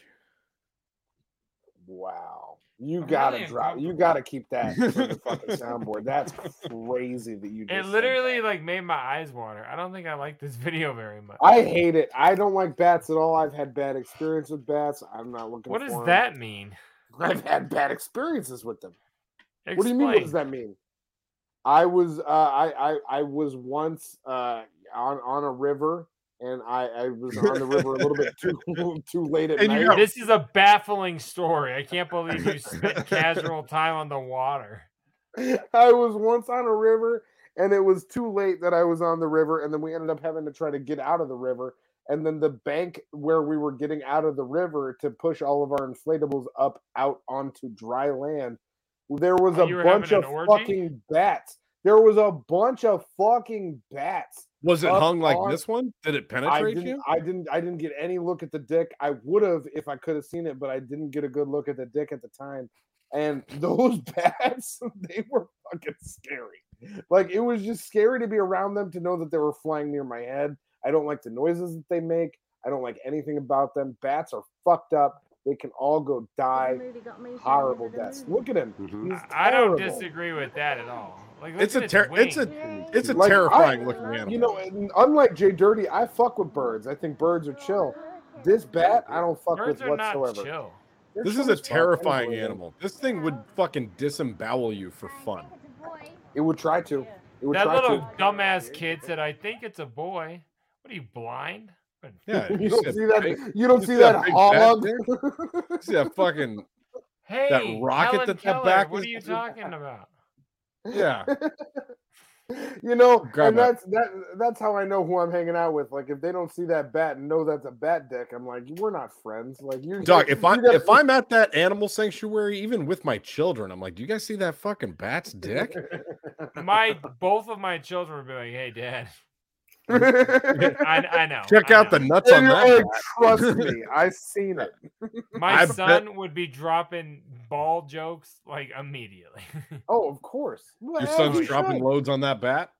[SPEAKER 4] Wow. You
[SPEAKER 1] I'm
[SPEAKER 4] gotta
[SPEAKER 1] really
[SPEAKER 4] drop. You gotta keep that for the fucking soundboard. That's crazy that you. Just
[SPEAKER 1] It
[SPEAKER 4] said
[SPEAKER 1] literally like made my eyes water. I don't think I like this video very much.
[SPEAKER 4] that. I hate it. I don't like bats at all. I've had bad experience with bats. I'm not looking.
[SPEAKER 1] What
[SPEAKER 4] for
[SPEAKER 1] does
[SPEAKER 4] 'em.
[SPEAKER 1] that mean?
[SPEAKER 4] I've had bad experiences with them.
[SPEAKER 1] Explain.
[SPEAKER 4] What do you mean? What does that mean? I was uh, I, I I was once uh, on on a river, and I, I was on the river a little bit too too late at
[SPEAKER 2] And you
[SPEAKER 4] night.
[SPEAKER 2] got
[SPEAKER 1] This is a baffling story. I can't believe you spent casual time on the water.
[SPEAKER 4] I was once on a river and it was too late that I was on the river. And then we ended up having to try to get out of the river. And then the bank where we were getting out of the river to push all of our inflatables up out onto dry land, there was
[SPEAKER 1] Oh,
[SPEAKER 4] a
[SPEAKER 1] you were
[SPEAKER 4] bunch
[SPEAKER 1] having
[SPEAKER 4] of
[SPEAKER 1] an orgy?
[SPEAKER 4] fucking bats. There was a bunch of fucking bats.
[SPEAKER 2] Was it
[SPEAKER 4] up
[SPEAKER 2] hung like
[SPEAKER 4] on-
[SPEAKER 2] this one? Did it
[SPEAKER 4] I
[SPEAKER 2] penetrate
[SPEAKER 4] didn't,
[SPEAKER 2] you?
[SPEAKER 4] I didn't. I didn't get any look at the dick. I would have if I could have seen it, but I didn't get a good look at the dick at the time. And those bats, they were fucking scary. Like it was just scary to be around them to know that they were flying near my head. I don't like the noises that they make. I don't like anything about them. Bats are fucked up. They can all go die. Horrible deaths. Look at him. He's
[SPEAKER 1] I don't
[SPEAKER 4] terrible.
[SPEAKER 1] disagree with that at all. Like, look
[SPEAKER 2] It's
[SPEAKER 1] at
[SPEAKER 2] a
[SPEAKER 1] its
[SPEAKER 2] ter- it's a
[SPEAKER 1] wings.
[SPEAKER 2] it's a
[SPEAKER 4] Like, I-
[SPEAKER 2] terrifying looking animal.
[SPEAKER 4] You know, and unlike Jay Dirty, I fuck with birds. I think birds are chill. This bat, I don't fuck
[SPEAKER 1] Birds
[SPEAKER 4] with
[SPEAKER 1] are not
[SPEAKER 4] whatsoever.
[SPEAKER 1] chill.
[SPEAKER 4] They're
[SPEAKER 2] This
[SPEAKER 4] chill
[SPEAKER 2] is a
[SPEAKER 4] as fuck. I
[SPEAKER 2] terrifying
[SPEAKER 4] enjoy them.
[SPEAKER 2] animal. This thing would fucking disembowel you for fun.
[SPEAKER 4] It would try to. It would
[SPEAKER 1] That
[SPEAKER 4] try
[SPEAKER 1] little
[SPEAKER 4] to.
[SPEAKER 1] dumbass kid said, "I think it's a boy." What are you blind?
[SPEAKER 2] Yeah, see
[SPEAKER 4] You don't
[SPEAKER 2] a
[SPEAKER 4] see that.
[SPEAKER 2] big-
[SPEAKER 4] you don't
[SPEAKER 2] you
[SPEAKER 4] see
[SPEAKER 2] see a
[SPEAKER 4] that
[SPEAKER 2] big bat
[SPEAKER 4] hog.
[SPEAKER 2] there? You see that fucking
[SPEAKER 1] Hey,
[SPEAKER 2] rocket
[SPEAKER 1] Helen
[SPEAKER 2] that the
[SPEAKER 1] Keller,
[SPEAKER 2] back
[SPEAKER 1] What
[SPEAKER 2] is-
[SPEAKER 1] are you talking about?
[SPEAKER 2] yeah.
[SPEAKER 4] you know,
[SPEAKER 2] Grab
[SPEAKER 4] and
[SPEAKER 2] that.
[SPEAKER 4] that's that. That's how I know who I'm hanging out with. Like, if they don't see that bat and know that's a bat dick, I'm like, we're not friends. Like, you
[SPEAKER 2] Dog, if I
[SPEAKER 4] you got-
[SPEAKER 2] if I'm at that animal sanctuary, even with my children, I'm like, do you guys see that fucking bat's dick?
[SPEAKER 1] My both of my children would be like, "Hey, Dad." I,
[SPEAKER 4] I
[SPEAKER 1] I know.
[SPEAKER 2] Check
[SPEAKER 1] I
[SPEAKER 2] out
[SPEAKER 1] know.
[SPEAKER 2] the nuts on
[SPEAKER 4] And you're
[SPEAKER 2] that.
[SPEAKER 4] like,
[SPEAKER 2] bat.
[SPEAKER 4] Trust me, I've seen it.
[SPEAKER 1] My
[SPEAKER 2] I bet-
[SPEAKER 1] son would be dropping ball jokes like immediately.
[SPEAKER 4] Oh, of course. Well,
[SPEAKER 2] Your
[SPEAKER 4] as
[SPEAKER 2] son's
[SPEAKER 4] you
[SPEAKER 2] dropping
[SPEAKER 4] should.
[SPEAKER 2] loads on that bat.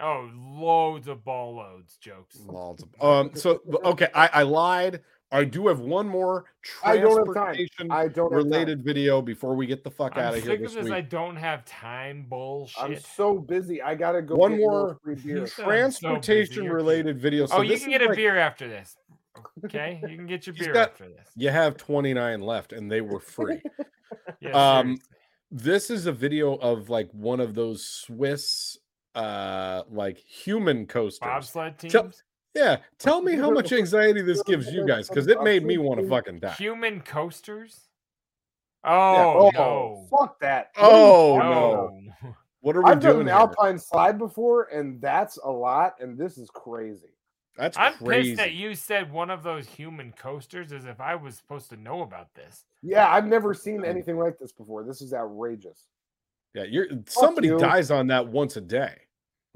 [SPEAKER 1] oh, loads of ball loads jokes.
[SPEAKER 2] Loads of- Um. So okay, I, I lied. I do have one more
[SPEAKER 4] I don't have
[SPEAKER 2] transportation
[SPEAKER 4] time. I don't have time.
[SPEAKER 2] related video before we get the fuck
[SPEAKER 1] I'm
[SPEAKER 2] out of here
[SPEAKER 1] sick
[SPEAKER 2] this
[SPEAKER 1] of this.
[SPEAKER 2] week.
[SPEAKER 1] I don't have time bullshit.
[SPEAKER 4] I'm so busy. I gotta go.
[SPEAKER 2] One
[SPEAKER 4] get
[SPEAKER 2] more
[SPEAKER 4] free beer.
[SPEAKER 1] so busy, you're kidding.
[SPEAKER 2] transportation related video. So
[SPEAKER 1] oh, you
[SPEAKER 2] this
[SPEAKER 1] can
[SPEAKER 2] is
[SPEAKER 1] get a
[SPEAKER 2] like-
[SPEAKER 1] beer after this. Okay, you can get your
[SPEAKER 2] He's
[SPEAKER 1] beer
[SPEAKER 2] got-
[SPEAKER 1] after this.
[SPEAKER 2] You have 29 left, and they were free.
[SPEAKER 1] Yeah,
[SPEAKER 2] um,
[SPEAKER 1] seriously.
[SPEAKER 2] this is a video of like one of those Swiss, uh, like human coasters.
[SPEAKER 1] bobsled teams,
[SPEAKER 2] Tell- yeah, tell me how much anxiety this gives you guys because it made me want to fucking die.
[SPEAKER 1] human coasters. Oh, no!
[SPEAKER 4] fuck that. What are you
[SPEAKER 2] Oh
[SPEAKER 4] talking
[SPEAKER 2] no,
[SPEAKER 4] about?
[SPEAKER 1] No.
[SPEAKER 2] what are we
[SPEAKER 4] I've done
[SPEAKER 2] doing?
[SPEAKER 4] an
[SPEAKER 2] here?
[SPEAKER 4] alpine slide before, and that's a lot. And this is crazy.
[SPEAKER 2] That's
[SPEAKER 1] I'm
[SPEAKER 2] crazy.
[SPEAKER 1] pissed that you said one of those human coasters as if I was supposed to know about this.
[SPEAKER 4] Yeah, I've never seen anything like this before. This is outrageous.
[SPEAKER 2] yeah, you're somebody
[SPEAKER 4] you.
[SPEAKER 2] dies on that once a day,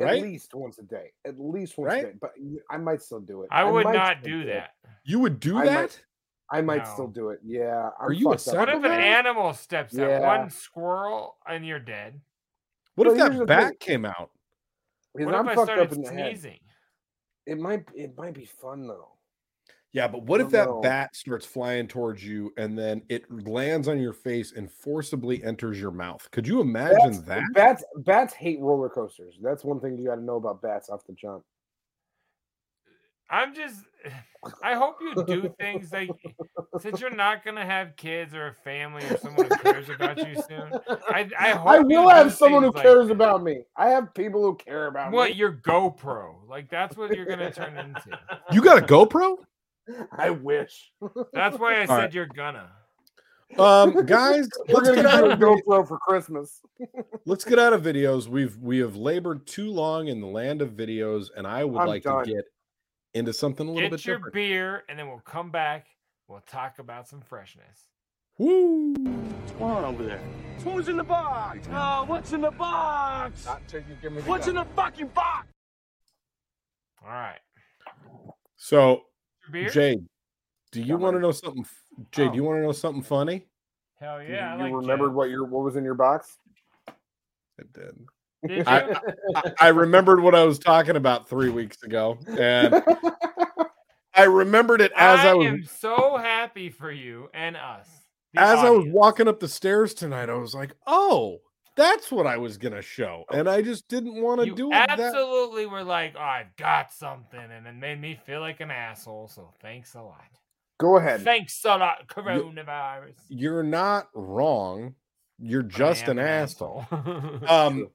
[SPEAKER 4] At
[SPEAKER 2] right?
[SPEAKER 4] least once a day. At least once a
[SPEAKER 2] Right?
[SPEAKER 4] day. But y- I might still do it.
[SPEAKER 1] I would
[SPEAKER 4] might
[SPEAKER 1] not
[SPEAKER 4] still
[SPEAKER 1] do
[SPEAKER 4] it.
[SPEAKER 1] that.
[SPEAKER 2] You would do
[SPEAKER 4] I might-
[SPEAKER 2] that.
[SPEAKER 4] I might still
[SPEAKER 1] No.
[SPEAKER 4] do it. Yeah. I'm
[SPEAKER 2] you a
[SPEAKER 4] fucked up.
[SPEAKER 1] What if an
[SPEAKER 2] Psychopath?
[SPEAKER 1] animal steps up?
[SPEAKER 4] Yeah.
[SPEAKER 1] One squirrel and you're dead.
[SPEAKER 2] What if
[SPEAKER 4] Well,
[SPEAKER 2] that
[SPEAKER 4] here's the
[SPEAKER 2] bat
[SPEAKER 4] thing.
[SPEAKER 2] came out?
[SPEAKER 4] Because
[SPEAKER 1] what
[SPEAKER 4] I'm
[SPEAKER 1] if I
[SPEAKER 4] fucked up
[SPEAKER 1] started
[SPEAKER 4] in the head.
[SPEAKER 1] sneezing?
[SPEAKER 4] It might it might be fun though.
[SPEAKER 2] Yeah, but what
[SPEAKER 4] Oh,
[SPEAKER 2] if that
[SPEAKER 4] no.
[SPEAKER 2] bat starts flying towards you and then it lands on your face and forcibly enters your mouth? Could you
[SPEAKER 4] Bats,
[SPEAKER 2] imagine that?
[SPEAKER 4] bats bats hate roller coasters. That's one thing you gotta know about bats off the jump.
[SPEAKER 1] I'm just. I hope you do things like since you're not gonna have kids or a family or someone who cares about you soon. I I hope
[SPEAKER 4] I
[SPEAKER 1] you
[SPEAKER 4] will
[SPEAKER 1] do
[SPEAKER 4] have someone who
[SPEAKER 1] things like
[SPEAKER 4] cares
[SPEAKER 1] that.
[SPEAKER 4] about me. I have people who care about
[SPEAKER 1] what
[SPEAKER 4] me.
[SPEAKER 1] your GoPro. Like that's what you're gonna turn into.
[SPEAKER 2] You got a GoPro?
[SPEAKER 4] I wish.
[SPEAKER 1] That's why I said
[SPEAKER 2] right.
[SPEAKER 1] you're gonna.
[SPEAKER 2] Um, guys,
[SPEAKER 4] We're
[SPEAKER 2] let's get,
[SPEAKER 4] gonna get
[SPEAKER 2] out
[SPEAKER 4] you a
[SPEAKER 2] of, vid-
[SPEAKER 4] GoPro for Christmas.
[SPEAKER 2] let's get out of videos. We've we have labored too long in the land of videos, and I would
[SPEAKER 4] I'm
[SPEAKER 2] like
[SPEAKER 4] done.
[SPEAKER 2] to get into something a little bit
[SPEAKER 1] Get your
[SPEAKER 2] different.
[SPEAKER 1] beer and then we'll come back. We'll talk about some freshness.
[SPEAKER 2] Woo!
[SPEAKER 10] Who's in the box? Oh, what's in the box? What's in the fucking box?
[SPEAKER 1] All right.
[SPEAKER 2] So,
[SPEAKER 1] Your beer? Oh.
[SPEAKER 2] Jade, do you
[SPEAKER 4] Got
[SPEAKER 2] want to
[SPEAKER 4] mine.
[SPEAKER 2] know something? f- Jade, do you want to know something funny?
[SPEAKER 1] Hell
[SPEAKER 4] You-
[SPEAKER 1] yeah! I
[SPEAKER 4] you
[SPEAKER 1] like
[SPEAKER 4] remembered
[SPEAKER 1] Jack.
[SPEAKER 4] what your what was in your box?
[SPEAKER 2] It did.
[SPEAKER 1] Did you?
[SPEAKER 2] I- I, I remembered what I was talking about three weeks ago, and I remembered it as I,
[SPEAKER 1] I
[SPEAKER 2] was
[SPEAKER 1] am so happy for you and us. the
[SPEAKER 2] as I was
[SPEAKER 1] audience.
[SPEAKER 2] walking up the stairs tonight. I was like, "Oh, that's what I was gonna show," and I just didn't want to
[SPEAKER 1] Oh. you
[SPEAKER 2] do it. That
[SPEAKER 1] absolutely were like, oh, I've got something, and it made me feel like an asshole. So thanks a lot.
[SPEAKER 4] Go ahead.
[SPEAKER 1] Thanks a lot, coronavirus.
[SPEAKER 2] you're not wrong. You're
[SPEAKER 1] I
[SPEAKER 2] just an
[SPEAKER 1] am
[SPEAKER 2] asshole.
[SPEAKER 1] asshole.
[SPEAKER 2] Um,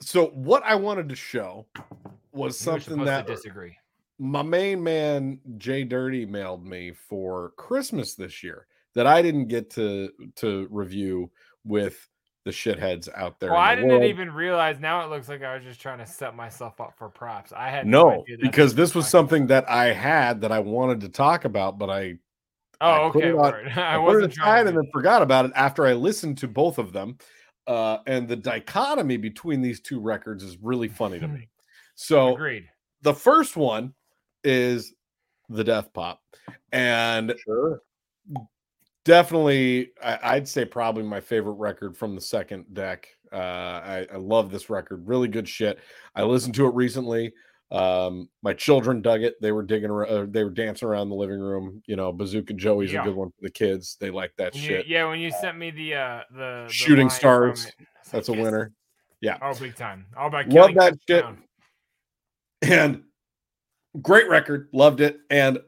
[SPEAKER 2] so what I wanted to show was
[SPEAKER 1] You were
[SPEAKER 2] something
[SPEAKER 1] supposed
[SPEAKER 2] that
[SPEAKER 1] to disagree.
[SPEAKER 2] my main man Jay Dirty mailed me for Christmas this year that I didn't get to to review with the shitheads out there.
[SPEAKER 1] Well, I
[SPEAKER 2] in the
[SPEAKER 1] didn't
[SPEAKER 2] world.
[SPEAKER 1] even realize. Now it looks like I was just trying to set myself up for props. I had
[SPEAKER 2] No,
[SPEAKER 1] idea that's
[SPEAKER 2] because
[SPEAKER 1] what
[SPEAKER 2] this was something that I had that I wanted to talk about, but I
[SPEAKER 1] Oh,
[SPEAKER 2] I put
[SPEAKER 1] okay,
[SPEAKER 2] it
[SPEAKER 1] word. I
[SPEAKER 2] I, put it
[SPEAKER 1] wasn't trying
[SPEAKER 2] aside and then forgot about it after I listened to both of them. Uh, and the dichotomy between these two records is really funny to me. So
[SPEAKER 1] Agreed.
[SPEAKER 2] the first one is the death pop, and definitely I, I'd say probably my favorite record from the second deck. Uh, I, I love this record, really good shit. I listened to it recently. Um, my children dug it. They were digging around, uh, they were dancing around the living room. You know, Bazooka Joey's
[SPEAKER 1] Yeah.
[SPEAKER 2] a good one for the kids. They like that
[SPEAKER 1] You-
[SPEAKER 2] shit.
[SPEAKER 1] yeah, when you sent me the uh the, the
[SPEAKER 2] Shooting
[SPEAKER 1] line from
[SPEAKER 2] stars,
[SPEAKER 1] it,
[SPEAKER 2] that's a winner. Yeah,
[SPEAKER 1] Oh, big time. All about
[SPEAKER 2] love
[SPEAKER 1] killing
[SPEAKER 2] that shit. And great record, loved it. And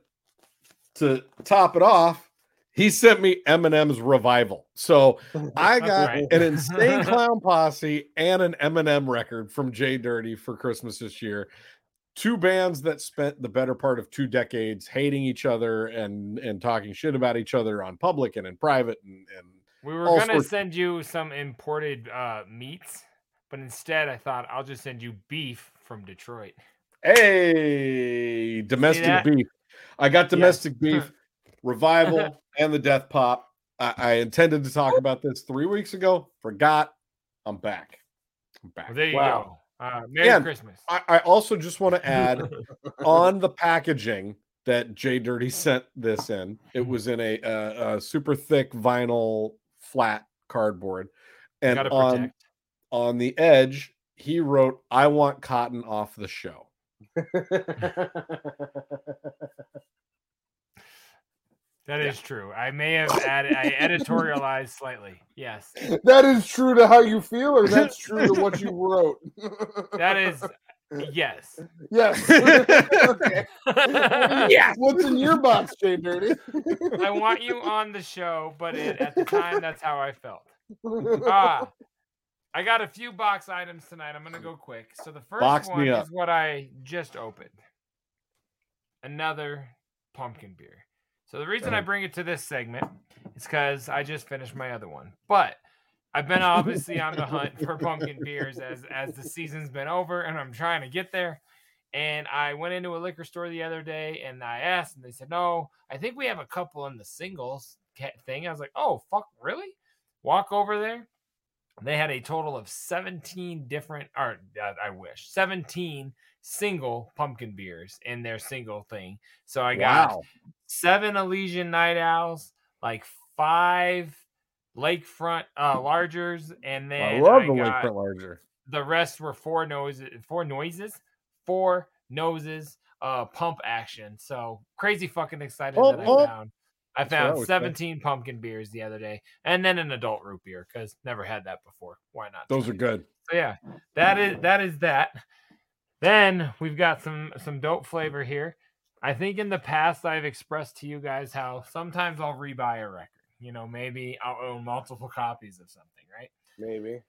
[SPEAKER 2] to top it off, he sent me Eminem's Revival. So I
[SPEAKER 4] That's
[SPEAKER 2] got
[SPEAKER 4] right.
[SPEAKER 2] an insane clown posse and an Eminem record from Jay Dirty for Christmas this year. Two bands that spent the better part of two decades hating each other and and talking shit about each other on public and in private and, and
[SPEAKER 1] We were
[SPEAKER 2] all
[SPEAKER 1] gonna
[SPEAKER 2] sorts-
[SPEAKER 1] send you some imported uh meats, but instead I thought I'll just send you beef from Detroit.
[SPEAKER 2] Hey, domestic
[SPEAKER 1] that?
[SPEAKER 2] beef. I got domestic beef, revival, and the death pop. I, I intended to talk about this three weeks ago, forgot. I'm back. I'm back.
[SPEAKER 1] Well, there you
[SPEAKER 2] Wow.
[SPEAKER 1] go. Uh, Merry
[SPEAKER 2] And
[SPEAKER 1] Christmas.
[SPEAKER 2] I, I also just want to add on the packaging that Jay Dirty sent this in. It was in a, uh a super thick vinyl flat cardboard, and
[SPEAKER 1] Gotta
[SPEAKER 2] on
[SPEAKER 1] protect.
[SPEAKER 2] on the edge he wrote, "I want cotton off the show."
[SPEAKER 1] That is true. I may have added. I editorialized slightly. Yes,
[SPEAKER 4] that is true to how you feel, or that's true to what you wrote.
[SPEAKER 1] that is. Yes.
[SPEAKER 4] Yes.
[SPEAKER 1] Oh
[SPEAKER 4] okay.
[SPEAKER 1] Yes.
[SPEAKER 4] What's in your box, Jay Dirty?
[SPEAKER 1] I want you on the show, but it, at the time, that's how I felt. Ah, I got a few box items tonight. I'm gonna go quick. So the first
[SPEAKER 2] Box me
[SPEAKER 1] one
[SPEAKER 2] up.
[SPEAKER 1] is what I just opened. Another pumpkin beer. So the reason I
[SPEAKER 10] Okay.
[SPEAKER 1] bring it to this segment is because I just finished my other one, but I've been obviously on the hunt for pumpkin beers as as the season's been over, and I'm trying to get there. And I went into a liquor store the other day, and I asked, and they said, "No, I think we have a couple in the singles ca- thing." I was like, "Oh fuck, really?" Walk over there. They had a total of 17 different, or uh, I wish, 17 single pumpkin beers in their single thing. So I got
[SPEAKER 2] Wow.
[SPEAKER 1] seven Elysian Night Owls, like five lakefront uh, largers, and then
[SPEAKER 2] I love the
[SPEAKER 1] got-
[SPEAKER 2] Lakefront Larger.
[SPEAKER 1] the rest were four noises, four noises, four noses, uh, pump action. So crazy fucking excited
[SPEAKER 2] Pump,
[SPEAKER 1] that I
[SPEAKER 2] pump.
[SPEAKER 1] found. I
[SPEAKER 2] That's what I
[SPEAKER 1] found
[SPEAKER 2] would say.
[SPEAKER 1] 17 pumpkin beers the other day, and then an adult root beer because never had that before. Why not?
[SPEAKER 2] Those are good.
[SPEAKER 1] So yeah, that is that is that. Then we've got some some dope flavor here. I think in the past I've expressed to you guys how sometimes I'll rebuy a record. You know, maybe I'll own multiple copies of something, right?
[SPEAKER 4] Maybe.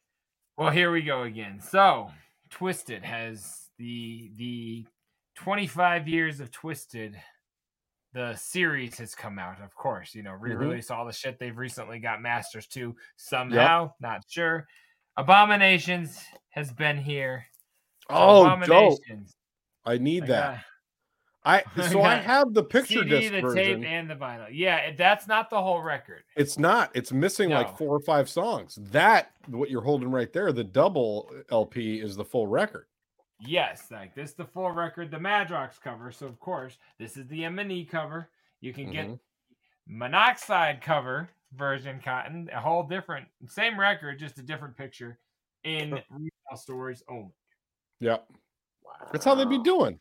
[SPEAKER 1] Well, here we go again. So, Twisted has the the 25 years of Twisted. The series has come out, of course. You know,
[SPEAKER 2] Mm-hmm.
[SPEAKER 1] re-release all the shit they've recently got masters to somehow. Not sure. Abominations has been here. So
[SPEAKER 2] Oh, dope.
[SPEAKER 1] Abominations.
[SPEAKER 2] I need
[SPEAKER 1] I
[SPEAKER 2] that. I so I
[SPEAKER 1] got
[SPEAKER 2] have the picture
[SPEAKER 1] CD,
[SPEAKER 2] disc
[SPEAKER 1] the
[SPEAKER 2] version.
[SPEAKER 1] tape, and the vinyl. Yeah, it- that's not the whole record.
[SPEAKER 2] it's not. It's missing
[SPEAKER 1] No.
[SPEAKER 2] like four or five songs. That what you're holding right there, the double LP is the full record.
[SPEAKER 1] Yes, like this is the full record, the Madrox cover. So of course, this is the M and E cover. You can get
[SPEAKER 2] Mhm.
[SPEAKER 1] monoxide cover version cotton, a whole different same record, just a different picture in retail stores only.
[SPEAKER 2] Yep. That's how they be doing.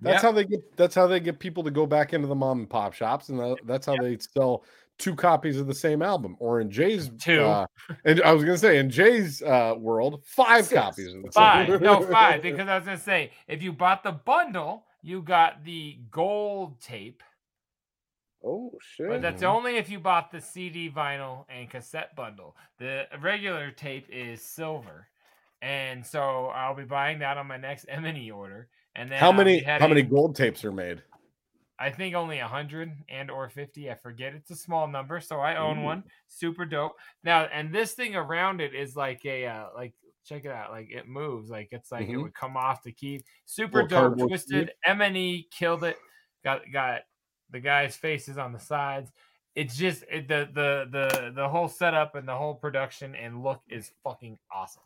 [SPEAKER 2] That's
[SPEAKER 1] Yep.
[SPEAKER 2] how they get that's how they get people to go back into the mom and pop shops and tha- that's how they sell two copies of the same album or in Jay's
[SPEAKER 1] Two.
[SPEAKER 2] uh, and I was going to say in Jay's uh world five copies of the same
[SPEAKER 1] Five, no five, because I was gonna say if you bought the bundle, you got the gold tape.
[SPEAKER 4] Oh shit!
[SPEAKER 1] But that's only if you bought the CD, vinyl, and cassette bundle. The regular tape is silver, and so I'll be buying that on my next M and E order. And then
[SPEAKER 2] How
[SPEAKER 1] I'll be
[SPEAKER 2] many how many
[SPEAKER 1] heading-
[SPEAKER 2] gold tapes are made?
[SPEAKER 1] I think only 100 and or 50. I forget. It's a small number, so I own one. Super dope. Now, and this thing around it is like a uh, like check it out. Like it moves. Like it's like it
[SPEAKER 2] Mhm.
[SPEAKER 1] would come off the key. Super
[SPEAKER 2] Little
[SPEAKER 1] dope.
[SPEAKER 2] cardboard
[SPEAKER 1] Twisted
[SPEAKER 2] key.
[SPEAKER 1] M and E killed it. Got got the guy's faces on the sides. It's just it, the the the the whole setup and the whole production and look is fucking awesome.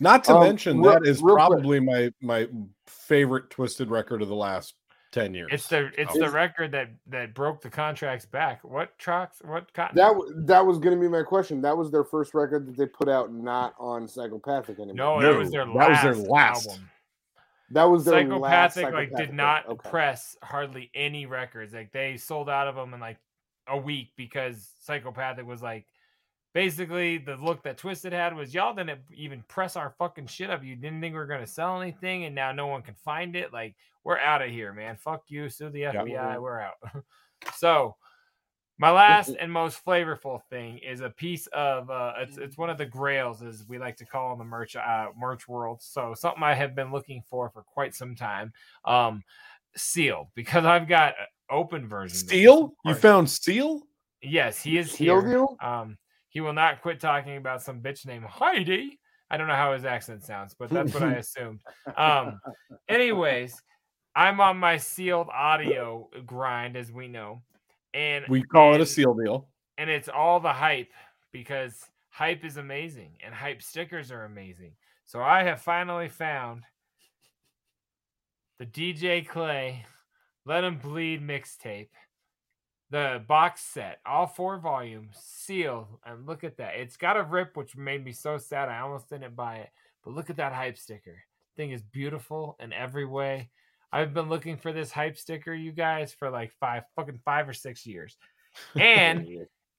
[SPEAKER 2] Not to
[SPEAKER 1] Um,
[SPEAKER 2] mention
[SPEAKER 1] real-
[SPEAKER 2] that is
[SPEAKER 1] real quick.
[SPEAKER 2] probably my my favorite twisted record of the last ten years.
[SPEAKER 1] It's the it's
[SPEAKER 2] Oh.
[SPEAKER 1] the record that that broke the contracts back. What tracks? What cotton?
[SPEAKER 4] That w- that was going to be my question. That was their first record that they put out, not on Psychopathic anymore.
[SPEAKER 1] No, that was their last. album.
[SPEAKER 4] That was their
[SPEAKER 1] psychopathic,
[SPEAKER 4] last
[SPEAKER 1] like
[SPEAKER 4] Psychopathic
[SPEAKER 1] did not
[SPEAKER 4] record. Okay.
[SPEAKER 1] press hardly any records. Like they sold out of them in like a week because psychopathic was like basically the look that Twisted had was y'all didn't even press our fucking shit up. You didn't think we were gonna sell anything, and now no one can find it. Like we're out of here, man. Fuck you, sue the FBI. We're out. so. My last and most flavorful thing is a piece of uh, it's it's one of the grails as we like to call in the merch uh, merch world. So something I have been looking for for quite some time, um, sealed because I've got an open version. of this,
[SPEAKER 2] Steel?
[SPEAKER 1] of
[SPEAKER 2] You
[SPEAKER 1] course.
[SPEAKER 2] found Steel?
[SPEAKER 1] Yes, he is
[SPEAKER 2] Seal
[SPEAKER 1] here. Um, he will not quit talking about some bitch named Heidi. I don't know how his accent sounds, but that's what I assumed. Um, anyways, I'm on my sealed audio grind, as we know, and
[SPEAKER 2] We call it a Seal deal.
[SPEAKER 1] and it's all the hype because hype is amazing and hype stickers are amazing. So I have finally found the DJ Clay Let Him Bleed mixtape, the box set, all four volumes, sealed. And look at that. It's got a rip, which made me so sad. I almost didn't buy it. But look at that hype sticker. Thing is beautiful in every way. I've been looking for this hype sticker, you guys, for like five fucking five or six years. And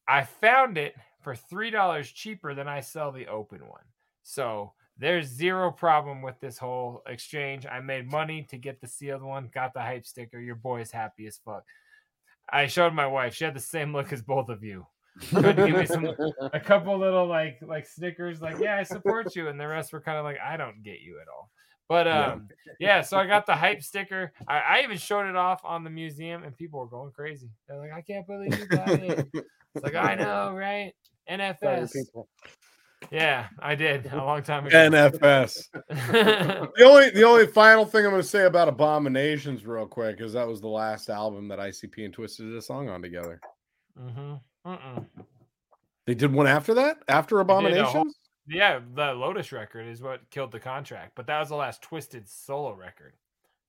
[SPEAKER 1] I found it for three dollars cheaper than I sell the open one. So there's zero problem with this whole exchange. I made money to get the sealed one, got the hype sticker. Your boy is happy as fuck. I showed my wife. She had the same look as both of you. Tried to give me some, a couple little like like snickers, like yeah, I support you, and the rest were kind of like I don't get you at all. But
[SPEAKER 10] Yeah.
[SPEAKER 1] um, yeah, so I got the hype sticker. I, I even showed it off on the museum, and people were going crazy. They're like, I can't believe you got it. It's like I know, right? NFS. Yeah, I did a long time ago.
[SPEAKER 2] NFS. the only the only final thing I'm going to say about Abominations, real quick, is that was the last album that ICP and Twisted did a song on together.
[SPEAKER 1] Mm-hmm. Mm-mm.
[SPEAKER 2] They did one after that, after
[SPEAKER 1] They did a whole-
[SPEAKER 2] Abominations.
[SPEAKER 1] yeah, the Lotus record is what killed the contract, but that was the last Twisted solo record.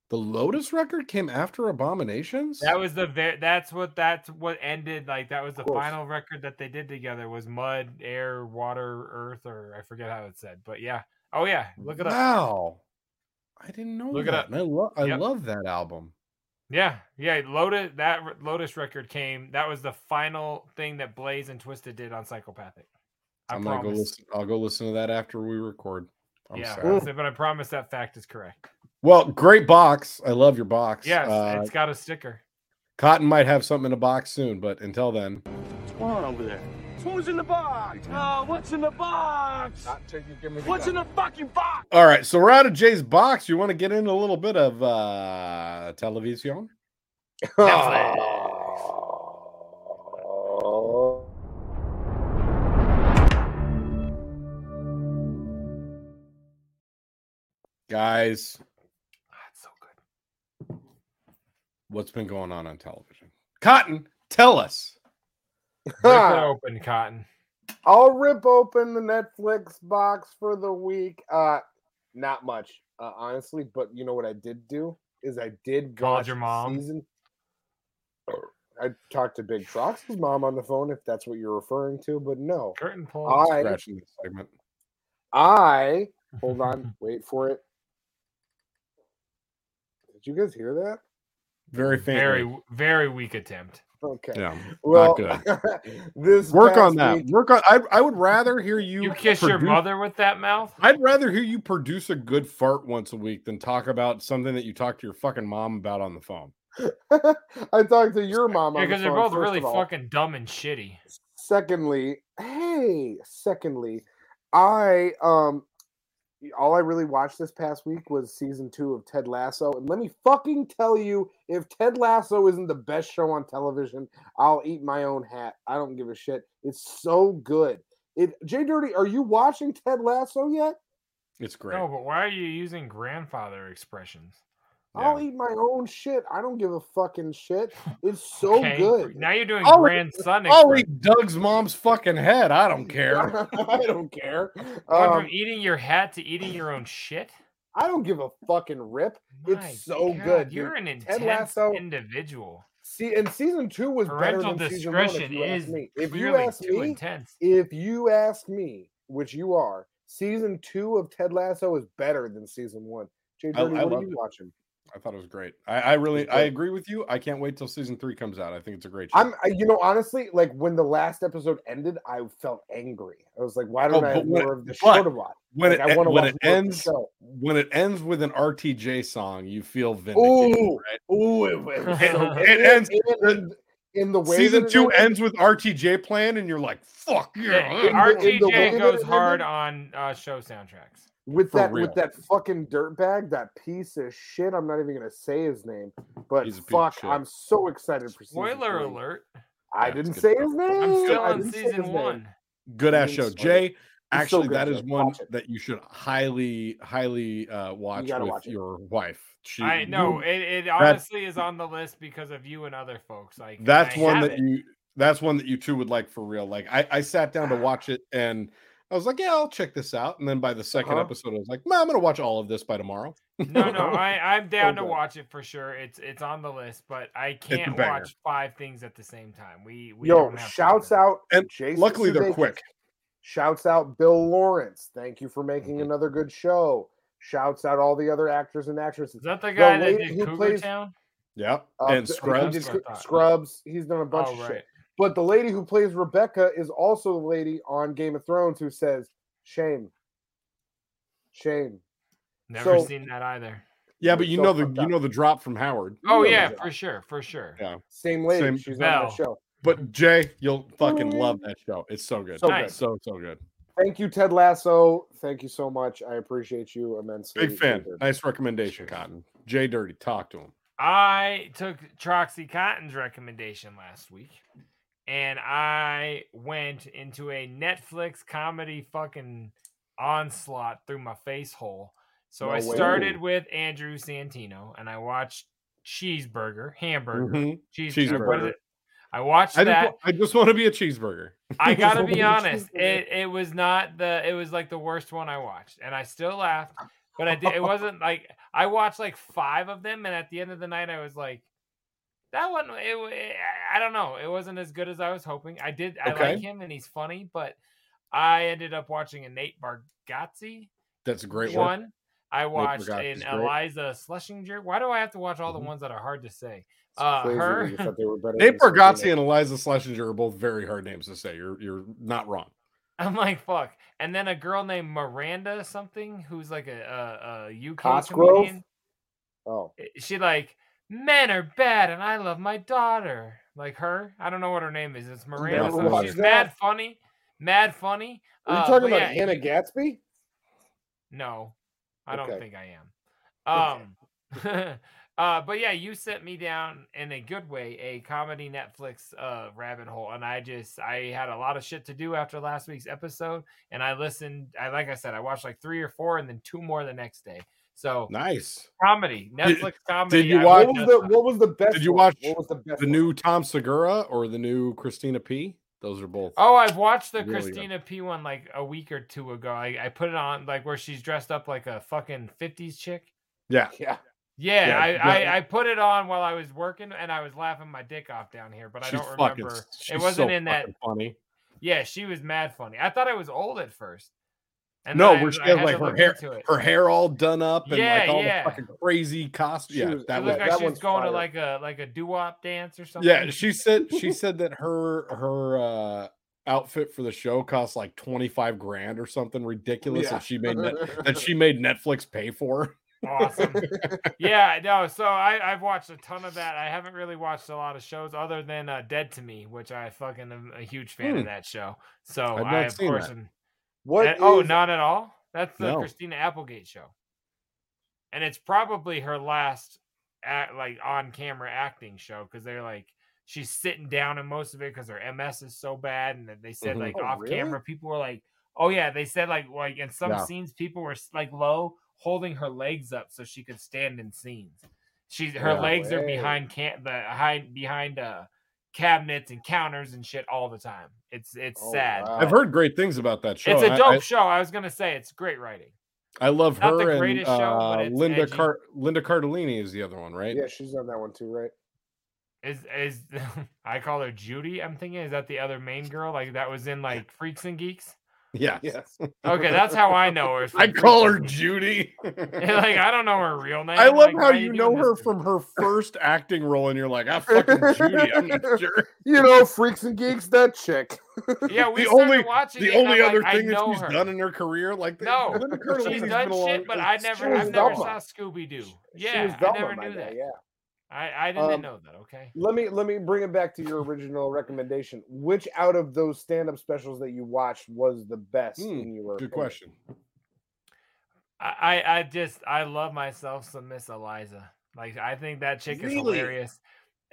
[SPEAKER 2] The Lotus record came after Abominations.
[SPEAKER 1] That was the very. That's what. That's what ended. Like that was the
[SPEAKER 2] course.
[SPEAKER 1] final record that they did together was mud, air, water, earth, or I forget how it said, but yeah. Oh yeah, look it up.
[SPEAKER 2] Wow, I didn't know.
[SPEAKER 1] Look it
[SPEAKER 2] that.
[SPEAKER 1] up.
[SPEAKER 2] and I love I love that album.
[SPEAKER 1] Yeah, yeah. Lotus that r- Lotus record came. That was the final thing that Blaze and Twisted did on Psychopathic. I
[SPEAKER 2] I'm gonna go
[SPEAKER 1] promise.
[SPEAKER 2] listen. I'll go listen to that after we record. I'm
[SPEAKER 1] yeah,
[SPEAKER 2] sorry.
[SPEAKER 1] so- but I promise that fact is correct.
[SPEAKER 2] Well, great box. I love your box.
[SPEAKER 1] Yes,
[SPEAKER 2] Uh,
[SPEAKER 1] it's got a sticker.
[SPEAKER 2] Cotton might have something in a box soon, but until then.
[SPEAKER 10] What's going on over there? Who's in the box? Oh, what's in the box? what's in the fucking box?
[SPEAKER 2] All right, so we're out of Jay's box. You want to get in a little bit of uh television? Guys, what's been going on on television? Cotton, tell us.
[SPEAKER 1] Rip it open, Cotton.
[SPEAKER 4] I'll rip open the Netflix box for the week. Uh, not much, uh, honestly. But you know what I did do is I did
[SPEAKER 1] Called
[SPEAKER 4] watch
[SPEAKER 1] your mom?
[SPEAKER 4] season. I talked to Big Trox's mom on the phone, if that's what you're referring to. But no,
[SPEAKER 1] curtain
[SPEAKER 4] I
[SPEAKER 2] Scratching this segment.
[SPEAKER 4] I hold on, wait for it. Did you guys hear that?
[SPEAKER 2] Very faintly.
[SPEAKER 1] Very, very weak attempt.
[SPEAKER 4] Okay.
[SPEAKER 2] Yeah, not
[SPEAKER 4] Well,
[SPEAKER 2] good.
[SPEAKER 4] this
[SPEAKER 2] Work on
[SPEAKER 4] past
[SPEAKER 2] that.
[SPEAKER 4] week-
[SPEAKER 2] Work on. I, I would rather hear you.
[SPEAKER 1] You kiss your
[SPEAKER 2] produ-
[SPEAKER 1] mother with that mouth?
[SPEAKER 2] I'd rather hear you produce a good fart once a week than talk about something that you talk to your fucking mom about on the phone.
[SPEAKER 4] I talked to your mom.
[SPEAKER 1] Yeah,
[SPEAKER 4] on the
[SPEAKER 1] because they're
[SPEAKER 4] phone,
[SPEAKER 1] both
[SPEAKER 4] first
[SPEAKER 1] really
[SPEAKER 4] of all.
[SPEAKER 1] fucking dumb and shitty.
[SPEAKER 4] Secondly, hey, secondly, I um all I really watched this past week was season two of Ted Lasso. And let me fucking tell you, if Ted Lasso isn't the best show on television, I'll eat my own hat. I don't give a shit. It's so good. It Jay Dirty, are you watching Ted Lasso yet?
[SPEAKER 2] It's great.
[SPEAKER 4] Oh,
[SPEAKER 1] No, but why are you using grandfather expressions?
[SPEAKER 4] I'll eat my own shit. I don't give a fucking shit. It's so
[SPEAKER 1] Okay,
[SPEAKER 4] good. Oh,
[SPEAKER 1] Now you're doing
[SPEAKER 4] I'll eat-
[SPEAKER 1] grandson
[SPEAKER 2] I'll
[SPEAKER 1] expressions.
[SPEAKER 2] eat Doug's mom's fucking head. I don't care.
[SPEAKER 4] I don't care.
[SPEAKER 1] Going
[SPEAKER 4] Um,
[SPEAKER 1] from eating your hat to eating your own shit.
[SPEAKER 4] I don't give a fucking rip.
[SPEAKER 1] My
[SPEAKER 4] It's so
[SPEAKER 1] God,
[SPEAKER 4] good.
[SPEAKER 1] You're
[SPEAKER 4] dude.
[SPEAKER 1] an
[SPEAKER 4] Ted
[SPEAKER 1] intense
[SPEAKER 4] Lasso.
[SPEAKER 1] individual.
[SPEAKER 4] See, and season two was
[SPEAKER 1] Parental
[SPEAKER 4] better than season one. If
[SPEAKER 1] discretion
[SPEAKER 4] you ask
[SPEAKER 1] is
[SPEAKER 4] me, if you
[SPEAKER 1] clearly
[SPEAKER 4] ask
[SPEAKER 1] too
[SPEAKER 4] me,
[SPEAKER 1] intense.
[SPEAKER 4] if you ask me, which you are, season two of Ted Lasso is better than season one. Jay
[SPEAKER 2] I-
[SPEAKER 4] Dirty,
[SPEAKER 2] I
[SPEAKER 4] what are
[SPEAKER 2] love
[SPEAKER 4] you
[SPEAKER 2] it.
[SPEAKER 4] watching?
[SPEAKER 2] I thought it was great. I, I really,
[SPEAKER 4] It's
[SPEAKER 2] I
[SPEAKER 4] good.
[SPEAKER 2] agree with you. I can't wait till season three comes out. I think it's a great show.
[SPEAKER 4] I'm, I, you know, honestly, like when the last episode ended, I felt angry. I was like, why don't
[SPEAKER 2] Oh,
[SPEAKER 4] I
[SPEAKER 2] but
[SPEAKER 4] have
[SPEAKER 2] when
[SPEAKER 4] more
[SPEAKER 2] it-
[SPEAKER 4] of the
[SPEAKER 2] but
[SPEAKER 4] show to watch?
[SPEAKER 2] when
[SPEAKER 4] Like,
[SPEAKER 2] it,
[SPEAKER 4] I wanna
[SPEAKER 2] when
[SPEAKER 4] watch
[SPEAKER 2] it
[SPEAKER 4] more of the
[SPEAKER 2] ends
[SPEAKER 4] show.
[SPEAKER 2] when it ends with an RTJ song, you feel vindicated.
[SPEAKER 4] Ooh,
[SPEAKER 2] right?
[SPEAKER 4] ooh, it, it was
[SPEAKER 2] It-
[SPEAKER 4] so-
[SPEAKER 2] it
[SPEAKER 4] and-
[SPEAKER 2] ends-
[SPEAKER 4] and- in the way
[SPEAKER 2] Season
[SPEAKER 4] that it
[SPEAKER 2] two
[SPEAKER 4] ended-
[SPEAKER 2] ends with RTJ playing, and you're like, "Fuck yeah!"
[SPEAKER 4] in the- in the way
[SPEAKER 1] RTJ goes
[SPEAKER 4] that it
[SPEAKER 1] hard on
[SPEAKER 4] ended-
[SPEAKER 1] uh, show soundtracks.
[SPEAKER 4] with
[SPEAKER 2] For
[SPEAKER 4] that
[SPEAKER 2] real.
[SPEAKER 4] with that fucking dirtbag, that piece of shit. I'm not even gonna say his name, but
[SPEAKER 2] He's a piece of
[SPEAKER 4] fuck,
[SPEAKER 2] shit.
[SPEAKER 4] I'm so excited for season
[SPEAKER 1] Spoiler
[SPEAKER 4] three.
[SPEAKER 1] alert.
[SPEAKER 4] I
[SPEAKER 2] Yeah,
[SPEAKER 4] didn't
[SPEAKER 2] it's
[SPEAKER 4] say
[SPEAKER 2] good
[SPEAKER 4] his
[SPEAKER 2] stuff.
[SPEAKER 4] name.
[SPEAKER 1] I'm still
[SPEAKER 4] I
[SPEAKER 1] on
[SPEAKER 4] didn't say
[SPEAKER 1] season
[SPEAKER 4] his name.
[SPEAKER 1] one.
[SPEAKER 2] Good ass
[SPEAKER 4] Mm,
[SPEAKER 2] show,
[SPEAKER 4] so
[SPEAKER 2] Jay.
[SPEAKER 4] so
[SPEAKER 2] Actually,
[SPEAKER 4] good,
[SPEAKER 2] that
[SPEAKER 4] Jay.
[SPEAKER 2] is one
[SPEAKER 4] Watch it.
[SPEAKER 2] that you should highly, highly uh, watch
[SPEAKER 4] gotta
[SPEAKER 2] with
[SPEAKER 4] watch it.
[SPEAKER 2] your wife. She,
[SPEAKER 1] I know
[SPEAKER 2] you-
[SPEAKER 1] it, it honestly is on the list because of you and other folks. Like and
[SPEAKER 2] that's
[SPEAKER 1] I
[SPEAKER 2] one
[SPEAKER 1] have
[SPEAKER 2] that
[SPEAKER 1] it.
[SPEAKER 2] you. That's one that you two would like for real. Like I, I sat down to
[SPEAKER 1] Ah.
[SPEAKER 2] watch it, and I was like, "Yeah, I'll check this out." And then by the 2nd
[SPEAKER 4] Uh-huh.
[SPEAKER 2] episode, I was like, "Ma, I'm gonna watch all of this by tomorrow."
[SPEAKER 1] No, no, I I'm down to
[SPEAKER 4] good.
[SPEAKER 1] watch it for sure. It's it's on the list, but I can't
[SPEAKER 2] banger.
[SPEAKER 1] watch five things at the same time. We we
[SPEAKER 4] Yo,
[SPEAKER 1] don't have
[SPEAKER 4] shouts
[SPEAKER 1] time.
[SPEAKER 4] out
[SPEAKER 2] And
[SPEAKER 4] Jason.
[SPEAKER 2] luckily, they're
[SPEAKER 4] Sudeikis.
[SPEAKER 2] quick.
[SPEAKER 4] Shouts out Bill Lawrence. Thank you for making
[SPEAKER 2] Mhm.
[SPEAKER 4] another good show. Shouts out all the other actors and actresses.
[SPEAKER 1] Is that the guy that
[SPEAKER 4] lady
[SPEAKER 1] did
[SPEAKER 4] who
[SPEAKER 1] Cougar
[SPEAKER 4] plays-
[SPEAKER 1] Town?
[SPEAKER 2] Yep.
[SPEAKER 4] Uh,
[SPEAKER 2] and
[SPEAKER 4] th- he
[SPEAKER 2] Scrubs.
[SPEAKER 4] did
[SPEAKER 1] That's what I
[SPEAKER 4] Scr-
[SPEAKER 1] thought.
[SPEAKER 4] Scrubs. He's done a bunch
[SPEAKER 1] Oh
[SPEAKER 4] of shit.
[SPEAKER 1] right.
[SPEAKER 4] But the lady who plays Rebecca is also the lady on Game of Thrones who says, "Shame, shame."
[SPEAKER 1] Never
[SPEAKER 4] So-
[SPEAKER 1] seen that either.
[SPEAKER 2] Yeah, but you
[SPEAKER 4] so
[SPEAKER 2] know the
[SPEAKER 4] fucked
[SPEAKER 2] you
[SPEAKER 4] up.
[SPEAKER 2] know the drop from Howard.
[SPEAKER 1] Oh
[SPEAKER 4] know
[SPEAKER 1] yeah,
[SPEAKER 4] that.
[SPEAKER 1] for sure, for sure.
[SPEAKER 2] Yeah.
[SPEAKER 4] Same lady.
[SPEAKER 2] Same-
[SPEAKER 4] She's on
[SPEAKER 1] Belle.
[SPEAKER 4] the show.
[SPEAKER 2] But Jay, you'll fucking love that show. It's so good.
[SPEAKER 4] Mm-hmm. So
[SPEAKER 1] Mm-hmm. Nice. good.
[SPEAKER 2] So so good.
[SPEAKER 4] Thank you, Ted Lasso. Thank you so much. I appreciate you immensely.
[SPEAKER 2] Big fan.
[SPEAKER 4] David.
[SPEAKER 2] Nice recommendation, Cotton. Jay Dirty, talk to him.
[SPEAKER 1] I took Troxy Cotton's recommendation last week and I went into a Netflix comedy fucking onslaught through my face hole. So
[SPEAKER 4] No
[SPEAKER 1] I
[SPEAKER 4] way.
[SPEAKER 1] started with Andrew Santino and I watched Cheeseburger, Hamburger,
[SPEAKER 2] Mhm.
[SPEAKER 1] cheese-
[SPEAKER 2] Cheeseburger.
[SPEAKER 1] what is it? I watched
[SPEAKER 2] I just,
[SPEAKER 1] that.
[SPEAKER 2] wa- I just want to be a cheeseburger.
[SPEAKER 1] I gotta
[SPEAKER 2] just
[SPEAKER 1] be
[SPEAKER 2] wanna
[SPEAKER 1] honest. It it was not the. It was like the worst one I watched, and I still laughed. But I did, it wasn't like I watched like five of them, and at the end of the night, I was like, that one. It, wa- I- I don't know. It wasn't as good as I was hoping. I did. I
[SPEAKER 2] Okay.
[SPEAKER 1] like him, and he's funny, but I ended up watching a Nate Bargatze
[SPEAKER 2] That's a great one.
[SPEAKER 1] one. I watched
[SPEAKER 2] Bargatze's
[SPEAKER 1] an
[SPEAKER 2] great. Mm-hmm.
[SPEAKER 1] Eliza Schlesinger. Why do I have to watch all the ones that are hard to say?
[SPEAKER 4] It's
[SPEAKER 1] Uh,
[SPEAKER 4] crazy
[SPEAKER 1] her-
[SPEAKER 4] that you thought they were better
[SPEAKER 2] Nate
[SPEAKER 4] than something
[SPEAKER 2] Bargatze
[SPEAKER 4] that-
[SPEAKER 2] and Eliza Schlesinger are both very hard names to say. You're you're not wrong.
[SPEAKER 1] I'm like, fuck. And then a girl named Miranda something, who's like a a, a UK
[SPEAKER 4] Cosgrove?
[SPEAKER 1] comedian. eh,
[SPEAKER 4] Oh,
[SPEAKER 1] She like, men are bad, and I love my daughter. Like her, I don't know what her name is. It's Miranda.
[SPEAKER 2] Never
[SPEAKER 1] something.
[SPEAKER 2] watched
[SPEAKER 1] She's
[SPEAKER 4] that.
[SPEAKER 1] mad funny, mad funny.
[SPEAKER 4] are you
[SPEAKER 1] Uh,
[SPEAKER 4] talking
[SPEAKER 1] but
[SPEAKER 4] about
[SPEAKER 1] yeah,
[SPEAKER 4] Hannah Gatsby?
[SPEAKER 1] No, I don't
[SPEAKER 4] Okay.
[SPEAKER 1] think I am. Um, uh, but yeah, you sent me down in a good way a comedy Netflix uh, rabbit hole, and I just I had a lot of shit to do after last week's episode, and I listened. I like I said, I watched like three or four, and then two more the next day. So
[SPEAKER 2] Nice.
[SPEAKER 1] comedy, Netflix comedy.
[SPEAKER 2] did you
[SPEAKER 1] I
[SPEAKER 2] watch-
[SPEAKER 4] What
[SPEAKER 1] will
[SPEAKER 4] was
[SPEAKER 1] just-
[SPEAKER 4] the What was the best?
[SPEAKER 2] Did you
[SPEAKER 4] one?
[SPEAKER 2] watch
[SPEAKER 4] what was the best?
[SPEAKER 2] The
[SPEAKER 4] one?
[SPEAKER 2] new Tom Segura or the new Christina P. Those are both.
[SPEAKER 1] Oh, I've watched the
[SPEAKER 2] Really good.
[SPEAKER 1] Christina P one like a week or two ago. I, I put it on like where she's dressed up like a fucking fifties chick.
[SPEAKER 2] Yeah.
[SPEAKER 1] Yeah,
[SPEAKER 4] Yeah,
[SPEAKER 2] Yeah,
[SPEAKER 1] I,
[SPEAKER 2] yeah.
[SPEAKER 1] I, I put it on while I was working and I was laughing my dick off down here, but I
[SPEAKER 2] she's
[SPEAKER 1] don't
[SPEAKER 2] fucking.
[SPEAKER 1] remember.
[SPEAKER 2] she's
[SPEAKER 1] It
[SPEAKER 2] so
[SPEAKER 1] wasn't in that.
[SPEAKER 2] fucking funny.
[SPEAKER 1] Yeah, she was mad funny. I thought I was old at first.
[SPEAKER 2] no,
[SPEAKER 1] then I-
[SPEAKER 2] where she
[SPEAKER 1] I
[SPEAKER 2] has
[SPEAKER 1] had to
[SPEAKER 2] like her
[SPEAKER 1] look
[SPEAKER 2] hair,
[SPEAKER 1] into it.
[SPEAKER 2] her hair all done up, and
[SPEAKER 1] Yeah,
[SPEAKER 2] like all
[SPEAKER 1] yeah.
[SPEAKER 2] the fucking crazy costume.
[SPEAKER 4] She
[SPEAKER 2] Yeah,
[SPEAKER 4] was-
[SPEAKER 2] that
[SPEAKER 1] It
[SPEAKER 2] was.
[SPEAKER 1] looked like she
[SPEAKER 4] one's
[SPEAKER 1] was going to
[SPEAKER 4] fire.
[SPEAKER 1] like a like a doo wop dance or something.
[SPEAKER 2] yeah, she said she said that her her uh outfit for the show cost like twenty five grand or something ridiculous
[SPEAKER 4] Yeah.
[SPEAKER 2] that she made net, that she made Netflix pay for.
[SPEAKER 1] awesome. yeah, no. So I I've watched a ton of that. I haven't really watched a lot of shows other than uh, Dead to Me, which I fucking am a huge fan
[SPEAKER 2] Hmm.
[SPEAKER 1] of that show. So
[SPEAKER 2] I've not
[SPEAKER 1] I of
[SPEAKER 2] seen
[SPEAKER 1] course
[SPEAKER 2] that.
[SPEAKER 1] am.
[SPEAKER 4] What
[SPEAKER 1] and- oh,
[SPEAKER 4] is-
[SPEAKER 1] not at all. That's the
[SPEAKER 2] No.
[SPEAKER 1] Christina Applegate show, and it's probably her last act, like on camera acting show because they're like she's sitting down in most of it because her MS is so bad, and that they said
[SPEAKER 2] Mhm.
[SPEAKER 1] like
[SPEAKER 2] Oh,
[SPEAKER 1] off
[SPEAKER 2] really?
[SPEAKER 1] camera people were like, oh yeah, they said like like in some
[SPEAKER 2] Yeah.
[SPEAKER 1] scenes people were s- like low holding her legs up so she could stand in scenes. She's her
[SPEAKER 2] No
[SPEAKER 1] legs are
[SPEAKER 2] way.
[SPEAKER 1] behind can the behind behind uh cabinets and counters and shit all the time. It's it's
[SPEAKER 2] Oh,
[SPEAKER 4] Oh,
[SPEAKER 1] sad.
[SPEAKER 2] I've heard great things about that show.
[SPEAKER 1] It's a
[SPEAKER 2] I-
[SPEAKER 1] dope
[SPEAKER 2] I-
[SPEAKER 1] show. I was gonna say it's great writing.
[SPEAKER 2] I love
[SPEAKER 1] Not the
[SPEAKER 2] her and
[SPEAKER 1] greatest show, but
[SPEAKER 2] uh,
[SPEAKER 1] it's
[SPEAKER 2] Linda
[SPEAKER 1] edgy.
[SPEAKER 2] Car- Linda Cardellini is the other one, right?
[SPEAKER 4] Yeah, she's on that one too, right?
[SPEAKER 1] Is is I call her Judy? I'm thinking is that the other main girl like that was in like Freaks and Geeks?
[SPEAKER 2] Yeah.
[SPEAKER 4] Yes.
[SPEAKER 1] Okay, that's how I know her. is
[SPEAKER 2] I
[SPEAKER 1] from
[SPEAKER 2] call her
[SPEAKER 1] Freaks and Geeks.
[SPEAKER 2] Judy.
[SPEAKER 1] like I don't know her real name.
[SPEAKER 2] I love
[SPEAKER 1] like,
[SPEAKER 2] how
[SPEAKER 1] why
[SPEAKER 2] you
[SPEAKER 1] doing
[SPEAKER 2] know
[SPEAKER 1] this
[SPEAKER 2] her
[SPEAKER 1] to me?
[SPEAKER 2] from her first acting role, and you're like, "I fucking Judy." I'm not sure.
[SPEAKER 4] You know, freaks and geeks, that chick.
[SPEAKER 1] Yeah, we
[SPEAKER 2] the
[SPEAKER 1] started
[SPEAKER 2] only
[SPEAKER 1] watching
[SPEAKER 2] the
[SPEAKER 1] it, and
[SPEAKER 2] only
[SPEAKER 1] I'm
[SPEAKER 2] other
[SPEAKER 1] like, I
[SPEAKER 2] thing that
[SPEAKER 1] know
[SPEAKER 2] she's
[SPEAKER 1] her.
[SPEAKER 2] done in her career, like the-
[SPEAKER 1] No,
[SPEAKER 2] Linda Cardellini's
[SPEAKER 1] she's
[SPEAKER 2] been
[SPEAKER 1] done
[SPEAKER 2] along-
[SPEAKER 1] shit, but I never,
[SPEAKER 4] was
[SPEAKER 1] I've never saw
[SPEAKER 4] Velma.
[SPEAKER 1] Scooby Doo.
[SPEAKER 4] She
[SPEAKER 1] Yeah,
[SPEAKER 4] was
[SPEAKER 1] I
[SPEAKER 4] Velma,
[SPEAKER 1] never
[SPEAKER 4] my
[SPEAKER 1] knew
[SPEAKER 4] bad,
[SPEAKER 1] that.
[SPEAKER 4] Yeah.
[SPEAKER 1] I, I didn't
[SPEAKER 4] Um,
[SPEAKER 1] know that. Okay.
[SPEAKER 4] Let me let me bring it back to your original recommendation. Which out of those stand-up specials that you watched was the best in your
[SPEAKER 2] Hmm, Good
[SPEAKER 4] opinion?
[SPEAKER 2] question.
[SPEAKER 1] I, I, I just, I love myself some Miss Eliza. Like, I think that chick is
[SPEAKER 2] Really?
[SPEAKER 1] hilarious.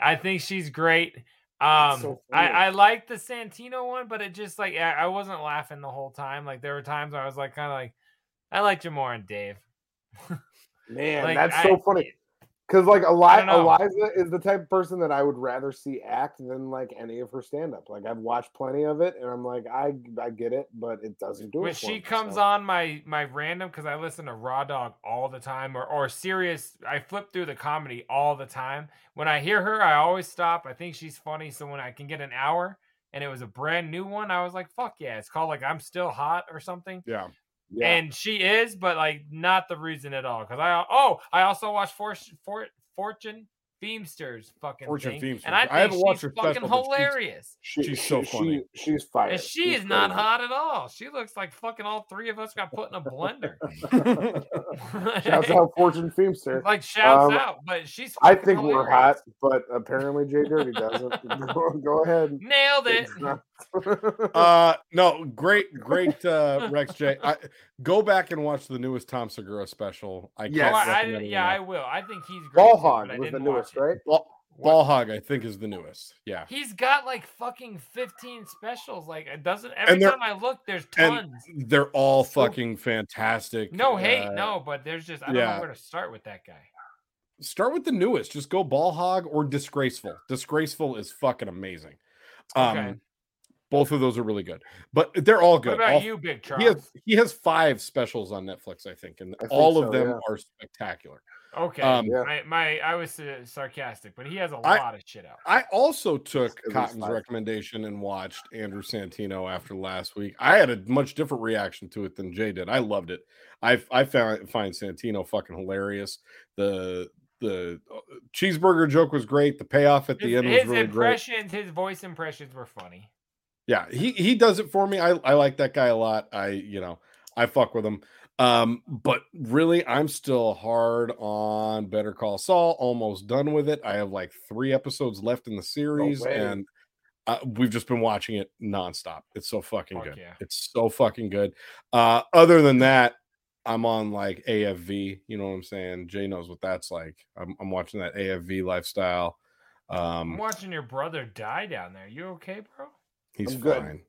[SPEAKER 1] I think she's great. Um,
[SPEAKER 2] That's so
[SPEAKER 1] I,
[SPEAKER 2] funny.
[SPEAKER 1] I like the Santino one, but it just like I, I wasn't laughing the whole time. Like there were times where I was like, kind of like, I liked you more and Dave.
[SPEAKER 4] Man,
[SPEAKER 1] Like,
[SPEAKER 4] that's
[SPEAKER 1] I-
[SPEAKER 4] so funny. Because like Eli-
[SPEAKER 1] know.
[SPEAKER 4] Eliza is the type of person that I would rather see act than like any of her stand-up. Like I've watched plenty of it, and I'm like, I I get it, but it doesn't do
[SPEAKER 1] when
[SPEAKER 4] it. for
[SPEAKER 1] she
[SPEAKER 4] me,
[SPEAKER 1] comes
[SPEAKER 4] so.
[SPEAKER 1] on my my random because i listen to raw dog all the time or or serious i flip through the comedy all the time when i hear her i always stop i think she's funny so when i can get an hour and it was a brand new one i was like fuck yeah it's called like i'm still hot or something
[SPEAKER 2] Yeah.
[SPEAKER 4] Yeah.
[SPEAKER 1] and she is but like not the reason at all because i oh i also watch For, For, fortune Beamsters fucking
[SPEAKER 2] Fortune
[SPEAKER 1] thing,
[SPEAKER 2] Feimster.
[SPEAKER 1] and I,
[SPEAKER 2] I
[SPEAKER 1] think
[SPEAKER 2] haven't watched
[SPEAKER 1] she's
[SPEAKER 2] her
[SPEAKER 1] fucking
[SPEAKER 2] special, but she's-
[SPEAKER 1] hilarious.
[SPEAKER 4] She-
[SPEAKER 2] she's so
[SPEAKER 4] she-
[SPEAKER 2] funny.
[SPEAKER 4] She, she's fire.
[SPEAKER 1] And she
[SPEAKER 4] She's
[SPEAKER 1] is not
[SPEAKER 4] crazy.
[SPEAKER 1] hot at all. She looks like fucking all three of us got put in a blender.
[SPEAKER 4] Shouts out Fortune Feimster.
[SPEAKER 1] like shouts
[SPEAKER 4] Um,
[SPEAKER 1] out, but she's.
[SPEAKER 4] I
[SPEAKER 1] fucking
[SPEAKER 4] think we're hot,
[SPEAKER 1] hilarious.
[SPEAKER 4] but apparently Jay Dirty doesn't. go, go ahead.
[SPEAKER 1] Nailed it.
[SPEAKER 4] It's not-
[SPEAKER 2] uh no great great uh rex j i go back and watch the newest tom segura special i
[SPEAKER 1] Yeah,
[SPEAKER 2] can't
[SPEAKER 1] Oh, I, I-
[SPEAKER 2] recommend it
[SPEAKER 1] yeah, I
[SPEAKER 2] enough.
[SPEAKER 1] will. I think he's great.
[SPEAKER 4] Ball
[SPEAKER 1] too,
[SPEAKER 4] Hog
[SPEAKER 1] but I
[SPEAKER 4] was the
[SPEAKER 1] didn't watch
[SPEAKER 4] newest,
[SPEAKER 1] it.
[SPEAKER 4] right?
[SPEAKER 2] ball, ball hog i think is the newest yeah
[SPEAKER 1] He's got like fucking fifteen specials. Like it doesn't. Every
[SPEAKER 2] they're-
[SPEAKER 1] time I look, there's
[SPEAKER 2] and
[SPEAKER 1] tons.
[SPEAKER 2] they're all fucking fantastic
[SPEAKER 1] no hate,
[SPEAKER 2] Uh,
[SPEAKER 1] no. But there's just I don't
[SPEAKER 2] yeah.
[SPEAKER 1] know where to start with that guy.
[SPEAKER 2] start with the newest just go ball hog or disgraceful disgraceful is fucking amazing um
[SPEAKER 1] Okay.
[SPEAKER 2] both of those are really good but they're all good
[SPEAKER 1] What about
[SPEAKER 2] All-
[SPEAKER 1] you, Big
[SPEAKER 2] he
[SPEAKER 1] Charles?
[SPEAKER 2] has he has five specials on netflix i think and
[SPEAKER 4] I think
[SPEAKER 2] all
[SPEAKER 4] so,
[SPEAKER 2] of them
[SPEAKER 4] yeah.
[SPEAKER 2] are spectacular
[SPEAKER 1] Okay,
[SPEAKER 2] um,
[SPEAKER 4] Yeah.
[SPEAKER 1] my, my I was uh, sarcastic, but he has a
[SPEAKER 2] I-
[SPEAKER 1] lot of shit out.
[SPEAKER 2] I also took
[SPEAKER 4] least
[SPEAKER 2] Cotton's
[SPEAKER 4] five.
[SPEAKER 2] recommendation and watched Andrew Santino after last week. I had a much different reaction to it than Jay did. I loved it. I I found find Santino fucking hilarious. The the uh, cheeseburger joke was great. The payoff at the
[SPEAKER 1] His,
[SPEAKER 2] end was
[SPEAKER 1] his
[SPEAKER 2] really great.
[SPEAKER 1] impressions, his voice impressions were funny.
[SPEAKER 2] Yeah, he he does it for me. I I like that guy a lot. I you know I fuck with him. Um, but really, I'm still hard on Better Call Saul. Almost done with it. I have like three episodes left in the series,
[SPEAKER 4] way.
[SPEAKER 2] and uh, we've just been watching it nonstop. It's so fucking
[SPEAKER 1] Fuck
[SPEAKER 2] good.
[SPEAKER 1] yeah.
[SPEAKER 2] It's so fucking good. Uh, other than that, I'm on like AFV. You know what I'm saying? Jay knows what that's like. I'm, I'm watching that AFV lifestyle.
[SPEAKER 1] I'm
[SPEAKER 2] Um,
[SPEAKER 1] watching your brother die down there. You okay, bro?
[SPEAKER 2] he's
[SPEAKER 4] I'm good.
[SPEAKER 2] fine.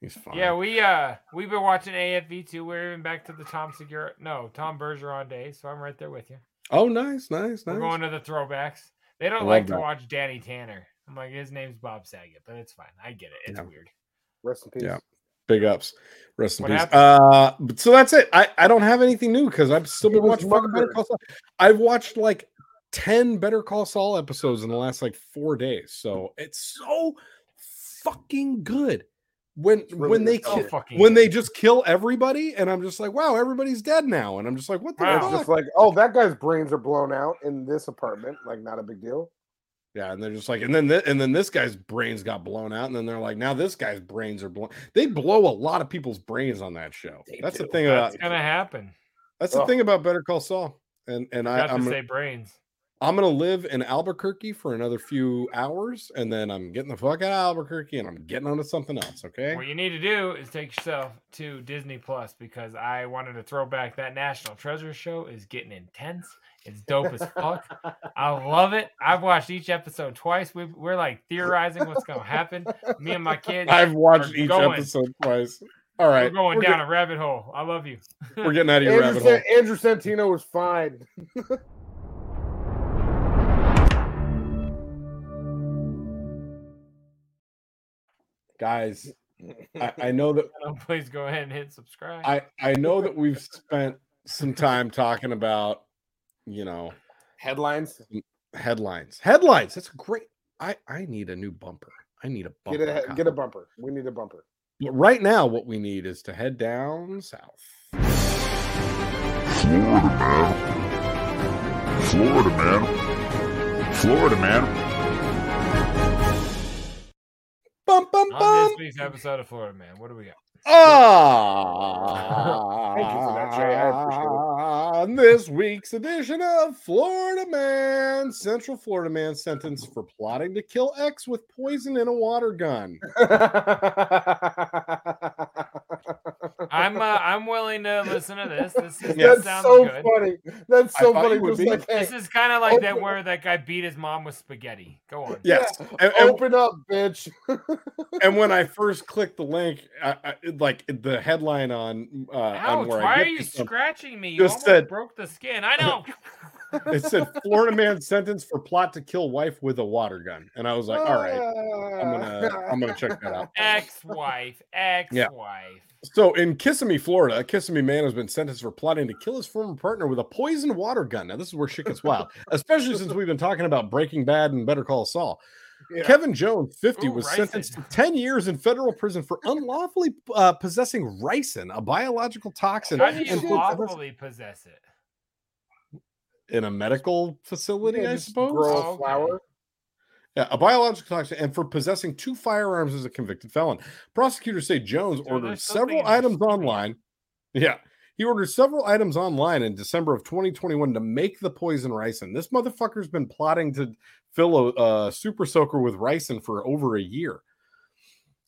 [SPEAKER 2] He's fine.
[SPEAKER 1] Yeah, we uh we've been watching AFV too. We're even back to the Tom Segura, no Tom Bergeron days. So I'm right there with you.
[SPEAKER 2] Oh, nice, nice,
[SPEAKER 1] We're
[SPEAKER 2] nice.
[SPEAKER 1] going to the throwbacks. They
[SPEAKER 2] I
[SPEAKER 1] don't
[SPEAKER 2] love
[SPEAKER 1] like to
[SPEAKER 2] that.
[SPEAKER 1] watch Danny Tanner. I'm like his name's Bob Saget, but it's fine. I get it. It's
[SPEAKER 2] Yeah.
[SPEAKER 1] weird.
[SPEAKER 4] Rest in peace.
[SPEAKER 2] Yeah. Big ups. Rest in
[SPEAKER 1] What
[SPEAKER 2] peace.
[SPEAKER 1] happened?
[SPEAKER 2] Uh, but so that's it. I, I don't have anything new because I've still
[SPEAKER 4] He
[SPEAKER 2] been
[SPEAKER 4] was
[SPEAKER 2] watching fucking Better
[SPEAKER 4] murdered.
[SPEAKER 2] Call Saul. I've watched like 10 Better Call Saul episodes in the last like four days. So it's so fucking good. When
[SPEAKER 4] really
[SPEAKER 2] when
[SPEAKER 4] good
[SPEAKER 2] they
[SPEAKER 4] stuff.
[SPEAKER 2] kill,
[SPEAKER 4] Oh,
[SPEAKER 1] fucking
[SPEAKER 2] when
[SPEAKER 1] good.
[SPEAKER 2] they just kill everybody, and I'm just like, wow, everybody's dead now. And I'm just like, what the
[SPEAKER 1] Wow.
[SPEAKER 4] It's
[SPEAKER 2] fuck?
[SPEAKER 4] just like, oh, that guy's brains are blown out in this apartment. Like, not a big deal.
[SPEAKER 2] Yeah, and they're just like, and then th- and then this guy's brains got blown out, and then they're like, now this guy's brains are blown. They blow a lot of people's brains on that show. that's the
[SPEAKER 4] do.
[SPEAKER 2] thing about
[SPEAKER 1] That's gonna happen.
[SPEAKER 2] that's the
[SPEAKER 4] Ugh.
[SPEAKER 2] thing about Better Call Saul. And and I,
[SPEAKER 1] Not
[SPEAKER 2] I'm
[SPEAKER 1] to say brains.
[SPEAKER 2] I'm gonna live in Albuquerque for another few hours, and then I'm getting the fuck out of Albuquerque, and I'm getting onto something else. Okay.
[SPEAKER 1] What you need to do is take yourself to Disney Plus because I wanted to throw back that National Treasure show is getting intense. It's dope as fuck. I love it. I've watched each episode twice. We've, we're like theorizing what's gonna happen. Me and my kids.
[SPEAKER 2] I've watched
[SPEAKER 1] are
[SPEAKER 2] each
[SPEAKER 1] going-
[SPEAKER 2] episode twice. All right,
[SPEAKER 1] We're going
[SPEAKER 2] we're
[SPEAKER 1] down
[SPEAKER 2] get-
[SPEAKER 1] a rabbit hole. I love you.
[SPEAKER 2] we're getting out of your
[SPEAKER 4] Andrew,
[SPEAKER 2] rabbit hole.
[SPEAKER 4] San- Andrew Santino was fine.
[SPEAKER 2] guys. I, I know that
[SPEAKER 1] Oh, please go ahead and hit subscribe.
[SPEAKER 2] I I know that we've spent some time talking about you know
[SPEAKER 4] headlines,
[SPEAKER 2] headlines, headlines. That's great. I I need a new bumper. I need a bumper.
[SPEAKER 4] get a
[SPEAKER 2] copy.
[SPEAKER 4] get a bumper. We need a bumper.
[SPEAKER 2] But right now, what we need is to head down south.
[SPEAKER 14] Florida man. Florida man. Florida man.
[SPEAKER 2] Bum bum
[SPEAKER 1] On this week's episode of Florida Man, what do we got?
[SPEAKER 4] Thank you for that, Jay. I appreciate it.
[SPEAKER 2] Ah. On this week's edition of Florida Man, Central Florida Man sentenced for plotting to kill X with poison in a water gun.
[SPEAKER 1] I'm uh, I'm willing to listen to this. This is
[SPEAKER 4] That's
[SPEAKER 1] this sounds
[SPEAKER 4] so
[SPEAKER 1] good.
[SPEAKER 4] funny. That's
[SPEAKER 2] I
[SPEAKER 4] so
[SPEAKER 2] thought
[SPEAKER 4] funny.
[SPEAKER 2] you would
[SPEAKER 4] Just
[SPEAKER 2] be.
[SPEAKER 4] like, hey,
[SPEAKER 1] This is kind of like that where that guy beat his mom with spaghetti. Go on.
[SPEAKER 2] Yes. And, and-
[SPEAKER 4] open up, bitch.
[SPEAKER 2] and when I first clicked the link, I, I, it, like the headline on uh,
[SPEAKER 1] Ouch,
[SPEAKER 2] on where
[SPEAKER 1] why
[SPEAKER 2] I
[SPEAKER 1] are
[SPEAKER 2] get
[SPEAKER 1] you
[SPEAKER 2] this from,
[SPEAKER 1] scratching me? You
[SPEAKER 2] just
[SPEAKER 1] almost
[SPEAKER 2] said-
[SPEAKER 1] broke the skin. I know.
[SPEAKER 2] it said Florida man sentenced for plot to kill wife with a water gun, and I was like, all right, I'm gonna
[SPEAKER 4] Ah.
[SPEAKER 2] I'm gonna check that out.
[SPEAKER 1] ex-wife, ex-wife.
[SPEAKER 2] So in Kissimmee, Florida, a Kissimmee man has been sentenced for plotting to kill his former partner with a poisoned water gun. Now this is where shit gets wild, especially since we've been talking about Breaking Bad and Better Call Saul.
[SPEAKER 4] Yeah.
[SPEAKER 2] Kevin Jones, 50,
[SPEAKER 1] Ooh,
[SPEAKER 2] was
[SPEAKER 1] ricin.
[SPEAKER 2] sentenced to 10 years in federal prison for unlawfully uh, possessing ricin, a biological toxin,
[SPEAKER 1] How do you
[SPEAKER 2] and for-
[SPEAKER 1] lawfully possess it?
[SPEAKER 2] in a medical facility,
[SPEAKER 4] Yeah,
[SPEAKER 2] I
[SPEAKER 4] just
[SPEAKER 2] suppose.
[SPEAKER 4] grow
[SPEAKER 1] Oh,
[SPEAKER 4] a
[SPEAKER 1] okay.
[SPEAKER 4] flower.
[SPEAKER 2] Yeah, a biological toxin, and for possessing two firearms as a convicted felon. Prosecutors say Jones
[SPEAKER 1] they're
[SPEAKER 2] ordered
[SPEAKER 1] still
[SPEAKER 2] several
[SPEAKER 1] thinking they're
[SPEAKER 2] items online. Yeah. He ordered several items online in December of 2021 to make the poison ricin. This motherfucker's been plotting to fill a uh, super soaker with ricin for over a year.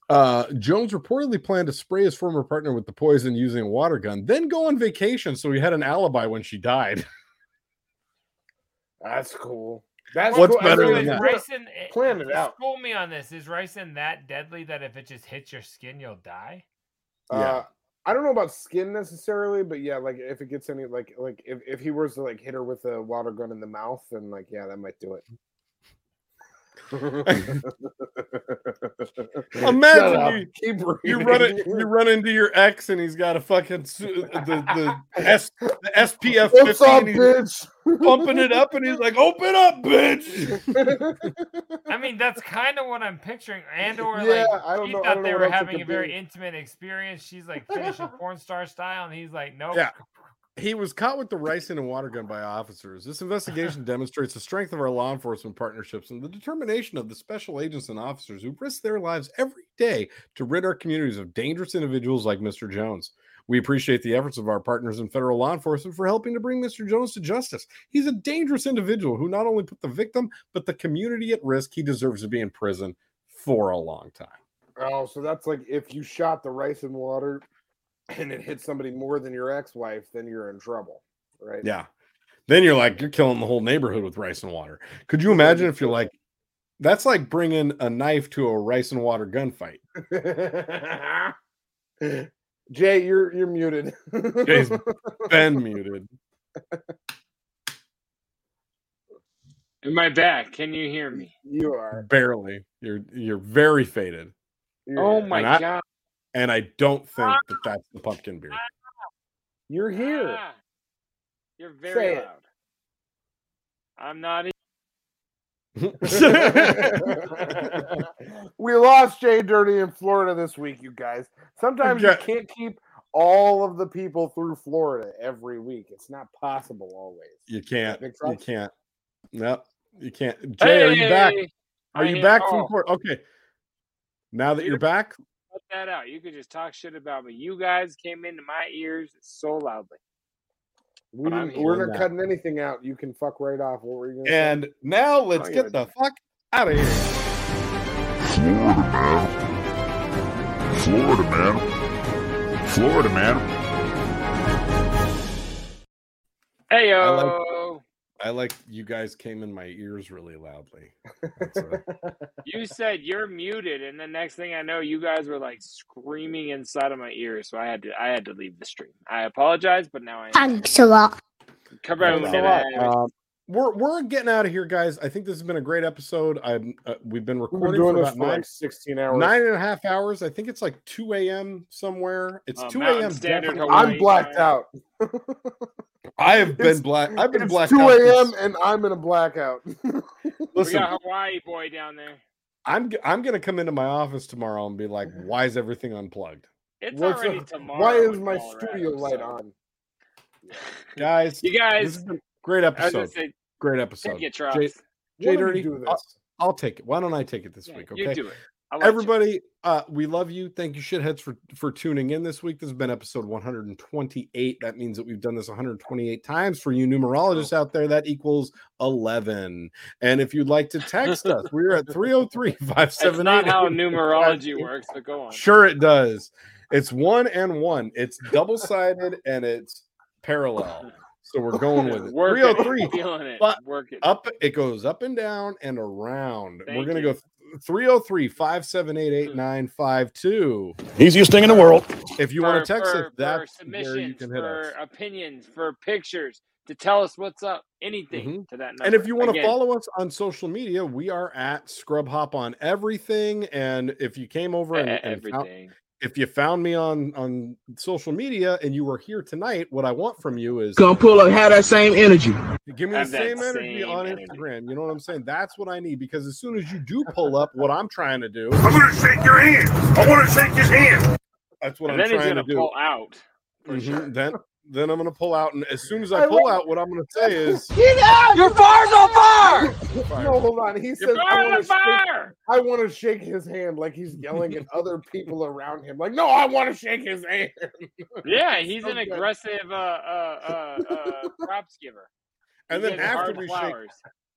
[SPEAKER 2] Uh, Jones reportedly planned to spray his former partner with the poison using a water gun, then go on vacation so he had an alibi when she died.
[SPEAKER 4] That's cool. That's
[SPEAKER 2] What's
[SPEAKER 4] cool. I
[SPEAKER 2] better
[SPEAKER 4] mean,
[SPEAKER 2] than
[SPEAKER 4] yeah.
[SPEAKER 2] that?
[SPEAKER 1] Ricin,
[SPEAKER 4] Plan it out.
[SPEAKER 1] School me on this. Is ricin that deadly that if it just hits your skin, you'll die?
[SPEAKER 4] Uh, I don't know about skin necessarily, but yeah, like if it gets any, like, like if, if he was to like hit her with a water gun in the mouth, then like, yeah, that might do it. Shut up.
[SPEAKER 2] Imagine you,
[SPEAKER 4] Keep
[SPEAKER 2] you
[SPEAKER 4] reading.
[SPEAKER 2] run it, you run into your ex, and he's got a fucking su- the the, S, the SPF
[SPEAKER 4] What's
[SPEAKER 2] 50,
[SPEAKER 4] up,
[SPEAKER 2] and he's
[SPEAKER 4] bitch?
[SPEAKER 2] pumping it up, and he's like, "Open up, bitch!"
[SPEAKER 1] I mean, that's kind of what I'm picturing. And or
[SPEAKER 4] Yeah,
[SPEAKER 1] like
[SPEAKER 4] I don't
[SPEAKER 1] he
[SPEAKER 4] know-
[SPEAKER 1] thought
[SPEAKER 4] I don't
[SPEAKER 1] they
[SPEAKER 4] know what
[SPEAKER 1] were
[SPEAKER 4] else it
[SPEAKER 1] having a
[SPEAKER 4] could
[SPEAKER 1] very
[SPEAKER 4] be.
[SPEAKER 1] intimate experience. She's like finishing porn star style, and he's like, nope.
[SPEAKER 2] Yeah. He was caught with the ricin and water gun by officers. This investigation demonstrates the strength of our law enforcement partnerships and the determination of the special agents and officers who risk their lives every day to rid our communities of dangerous individuals like Mr. Jones. We appreciate the efforts of our partners in federal law enforcement for helping to bring Mr. Jones to justice. He's a dangerous individual who not only put the victim, but the community at risk. He deserves to be in prison for a long time.
[SPEAKER 4] Oh, so that's like if you shot the rice and water and it hit somebody more than your ex-wife, then you're in trouble, right?
[SPEAKER 2] Yeah. Then you're like, you're killing the whole neighborhood with rice and water. Could you imagine if you're like, that's like bringing a knife to a rice and water gunfight?
[SPEAKER 4] Jay, you're you're muted.
[SPEAKER 2] Jay's been muted.
[SPEAKER 10] Am I back? Can you hear me?
[SPEAKER 4] you are.
[SPEAKER 2] Barely. You're you're very faded,
[SPEAKER 4] You're,
[SPEAKER 10] Oh
[SPEAKER 4] here.
[SPEAKER 10] my
[SPEAKER 2] And I-
[SPEAKER 10] god. Ah.
[SPEAKER 2] and I don't think that that's the pumpkin beer.
[SPEAKER 4] You're here.
[SPEAKER 10] Ah, You're
[SPEAKER 4] Say
[SPEAKER 10] very
[SPEAKER 4] it.
[SPEAKER 10] loud. I'm not e-
[SPEAKER 4] we lost Jay Dirty in Florida this week, you guys. Sometimes
[SPEAKER 2] Yeah.
[SPEAKER 4] you can't keep all of the people through Florida every week. It's not possible always.
[SPEAKER 2] You can't.
[SPEAKER 4] Big
[SPEAKER 2] You
[SPEAKER 4] truck?
[SPEAKER 2] can't. Nope. You can't. Jay, are you back?
[SPEAKER 10] Hey!
[SPEAKER 2] Are
[SPEAKER 10] I
[SPEAKER 2] you
[SPEAKER 10] am-
[SPEAKER 2] back from
[SPEAKER 10] oh,
[SPEAKER 2] court? Okay. Now that you're back,
[SPEAKER 10] Cut that out. You could just talk shit about me. You guys came into my ears so loudly.
[SPEAKER 4] We
[SPEAKER 2] But I'm
[SPEAKER 4] didn't, we're
[SPEAKER 2] hearing
[SPEAKER 4] not
[SPEAKER 2] that.
[SPEAKER 4] cutting anything out. You can fuck right off. What were you going to
[SPEAKER 2] And now let's
[SPEAKER 4] Oh,
[SPEAKER 2] get the fuck out of here.
[SPEAKER 14] Florida man. Florida man. Florida man.
[SPEAKER 1] Hey
[SPEAKER 2] I
[SPEAKER 1] yo.
[SPEAKER 2] like- I like you guys came in my ears really loudly. That's a-
[SPEAKER 1] you said you're muted, and the next thing I know, you guys were like screaming inside of my ears. So I had to, I had to leave the stream. I apologize, but now I am.
[SPEAKER 13] Thanks a lot.
[SPEAKER 1] Kaboom.
[SPEAKER 2] Thanks a
[SPEAKER 4] uh,
[SPEAKER 1] Uh,
[SPEAKER 2] lot. Um, we're we're getting out of here, guys. I think this has been a great episode. I'm uh, we've been
[SPEAKER 4] say?
[SPEAKER 2] recording
[SPEAKER 4] We've been doing
[SPEAKER 2] for
[SPEAKER 4] this
[SPEAKER 2] about
[SPEAKER 4] for
[SPEAKER 2] nine,
[SPEAKER 4] like 16 hours.
[SPEAKER 2] nine and a half hours. I think it's like two a.m. somewhere. It's
[SPEAKER 4] Uh,
[SPEAKER 2] two
[SPEAKER 4] Mountain
[SPEAKER 2] a.m.
[SPEAKER 4] Standard
[SPEAKER 2] definitely.
[SPEAKER 4] Hawaii I'm blacked time. out.
[SPEAKER 2] I have
[SPEAKER 4] It's-
[SPEAKER 2] been black. I've been
[SPEAKER 4] It's
[SPEAKER 2] blacked
[SPEAKER 4] 2
[SPEAKER 2] out. since-
[SPEAKER 4] a.m. and I'm in a blackout.
[SPEAKER 1] We
[SPEAKER 2] Listen,
[SPEAKER 1] got Hawaii boy down there.
[SPEAKER 2] I'm g- I'm gonna come into my office tomorrow and be like, why is everything unplugged,
[SPEAKER 1] It's
[SPEAKER 4] What's
[SPEAKER 1] already
[SPEAKER 4] up?
[SPEAKER 1] tomorrow.
[SPEAKER 4] Why is
[SPEAKER 1] in
[SPEAKER 4] my
[SPEAKER 1] Colorado,
[SPEAKER 4] studio light
[SPEAKER 1] so-
[SPEAKER 4] on?
[SPEAKER 2] guys?
[SPEAKER 1] You
[SPEAKER 2] this
[SPEAKER 1] guys,
[SPEAKER 2] has been a great
[SPEAKER 1] I was gonna
[SPEAKER 2] episode.
[SPEAKER 1] say,
[SPEAKER 2] Great episode. Jay-
[SPEAKER 1] your drops.
[SPEAKER 2] Jay
[SPEAKER 4] Why don't
[SPEAKER 2] Dirty, uh,
[SPEAKER 4] you do
[SPEAKER 2] I'll-
[SPEAKER 4] this?
[SPEAKER 2] I'll, take it. Why don't I take it this week? Okay.
[SPEAKER 1] you do it. I like you.
[SPEAKER 2] Everybody, uh, we love you. Thank you, shitheads, for for tuning in this week. This has been episode 128. That means that we've done this 128 times for you numerologists out there. That equals 11. And if you'd like to text us, we're at 303
[SPEAKER 1] That's
[SPEAKER 2] 578
[SPEAKER 1] not how numerology works, but go on.
[SPEAKER 2] Sure, it does. It's one and one. It's double sided and it's parallel. So we're going with it.
[SPEAKER 1] Work it.
[SPEAKER 2] 303
[SPEAKER 1] Feeling it.
[SPEAKER 2] but
[SPEAKER 1] Work it.
[SPEAKER 2] up it goes up and down and around we're
[SPEAKER 1] Thank
[SPEAKER 2] gonna
[SPEAKER 1] you. Mm.
[SPEAKER 2] go 303 578 8952
[SPEAKER 15] Easiest thing in the world.
[SPEAKER 2] if you want
[SPEAKER 1] For-
[SPEAKER 2] to text
[SPEAKER 1] for-
[SPEAKER 2] us that's
[SPEAKER 1] for
[SPEAKER 2] where you
[SPEAKER 1] submissions,
[SPEAKER 2] can hit
[SPEAKER 1] for
[SPEAKER 2] us
[SPEAKER 1] opinions, for pictures to tell us what's up, anything
[SPEAKER 2] Mhm.
[SPEAKER 1] to that number.
[SPEAKER 2] and if you want to
[SPEAKER 1] Again,
[SPEAKER 2] follow us on social media we are at scrub hop on everything and if you came over and,
[SPEAKER 1] e-
[SPEAKER 2] and found-
[SPEAKER 1] everything.
[SPEAKER 2] if you found me on on social media and you were here tonight what i want from you is
[SPEAKER 15] Gonna pull up, have that same energy.
[SPEAKER 2] Give me the
[SPEAKER 1] Have that
[SPEAKER 2] same energy
[SPEAKER 1] same
[SPEAKER 2] on
[SPEAKER 1] energy.
[SPEAKER 2] Instagram. You know what I'm saying? That's what I need because as soon as you do pull up what I'm trying to do,
[SPEAKER 15] I'm gonna shake your hand. I wanna shake his hand.
[SPEAKER 2] that's what
[SPEAKER 1] and
[SPEAKER 2] I'm
[SPEAKER 1] then he's
[SPEAKER 2] trying
[SPEAKER 1] gonna
[SPEAKER 2] to do.
[SPEAKER 1] pull out. for
[SPEAKER 2] Mhm,
[SPEAKER 1] sure.
[SPEAKER 2] Then then I'm gonna pull out, and as soon as
[SPEAKER 4] I
[SPEAKER 2] I pull
[SPEAKER 4] like-
[SPEAKER 2] out, what I'm gonna say is
[SPEAKER 4] Get out! Your fire's on fire!
[SPEAKER 2] fire.
[SPEAKER 4] No, hold on. He says,
[SPEAKER 1] You're
[SPEAKER 4] I
[SPEAKER 1] on
[SPEAKER 4] want,
[SPEAKER 1] the
[SPEAKER 4] to shake,
[SPEAKER 1] fire.
[SPEAKER 4] I want to shake his hand like he's yelling at other people around him. Like, no, I want to shake his hand.
[SPEAKER 1] Yeah, he's
[SPEAKER 4] So
[SPEAKER 1] an
[SPEAKER 4] good.
[SPEAKER 1] aggressive uh, uh, uh, uh, props giver.
[SPEAKER 2] And
[SPEAKER 1] He
[SPEAKER 2] then
[SPEAKER 1] gives
[SPEAKER 2] after
[SPEAKER 1] hard
[SPEAKER 2] we shake- Ah,
[SPEAKER 1] flowers.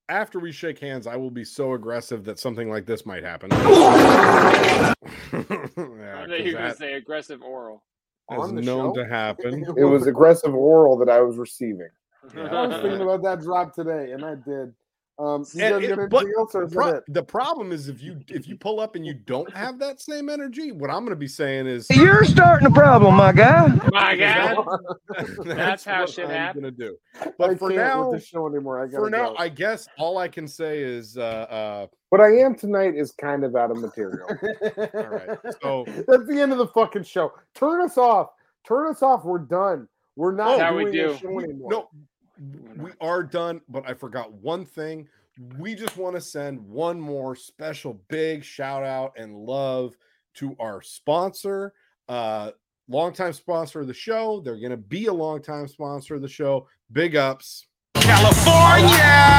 [SPEAKER 2] after we shake hands, I will be so aggressive that something like this might happen.
[SPEAKER 1] I
[SPEAKER 2] Yeah,
[SPEAKER 1] thought you
[SPEAKER 2] 'cause
[SPEAKER 1] were gonna
[SPEAKER 2] that
[SPEAKER 1] say aggressive oral.
[SPEAKER 2] is
[SPEAKER 4] On the
[SPEAKER 2] known
[SPEAKER 4] show?
[SPEAKER 2] to happen.
[SPEAKER 4] It was aggressive oral that I was receiving. I was thinking
[SPEAKER 1] That's
[SPEAKER 4] about that drop today, and I did. Um, you
[SPEAKER 2] And
[SPEAKER 4] guys
[SPEAKER 2] it-
[SPEAKER 4] got
[SPEAKER 2] Eh, but
[SPEAKER 4] anything else or
[SPEAKER 2] The
[SPEAKER 4] is that
[SPEAKER 2] pro-
[SPEAKER 4] it?
[SPEAKER 2] the problem is if you if you pull up and you don't have that same energy, what I'm gonna be saying is
[SPEAKER 7] You're starting a problem, my guy.
[SPEAKER 1] My God. That's how
[SPEAKER 2] what
[SPEAKER 1] shit
[SPEAKER 2] I'm
[SPEAKER 1] happens.
[SPEAKER 2] gonna do.
[SPEAKER 4] I
[SPEAKER 2] But for
[SPEAKER 4] can't
[SPEAKER 2] now,
[SPEAKER 4] with the show anymore. I gotta
[SPEAKER 2] for now,
[SPEAKER 4] go.
[SPEAKER 2] I guess all I can say is uh, uh,
[SPEAKER 4] what I am tonight is kind of out of material.
[SPEAKER 2] all right. So
[SPEAKER 4] That's the end of the fucking show. Turn us off. Turn us off. We're done. We're not
[SPEAKER 2] That's
[SPEAKER 1] how we
[SPEAKER 4] doing this
[SPEAKER 1] do.
[SPEAKER 4] show anymore.
[SPEAKER 2] No, we are done, but I forgot one thing. We just want to send one more special big shout out and love to our sponsor, uh, longtime sponsor of the show. They're going to be a longtime sponsor of the show. Big ups.
[SPEAKER 15] California!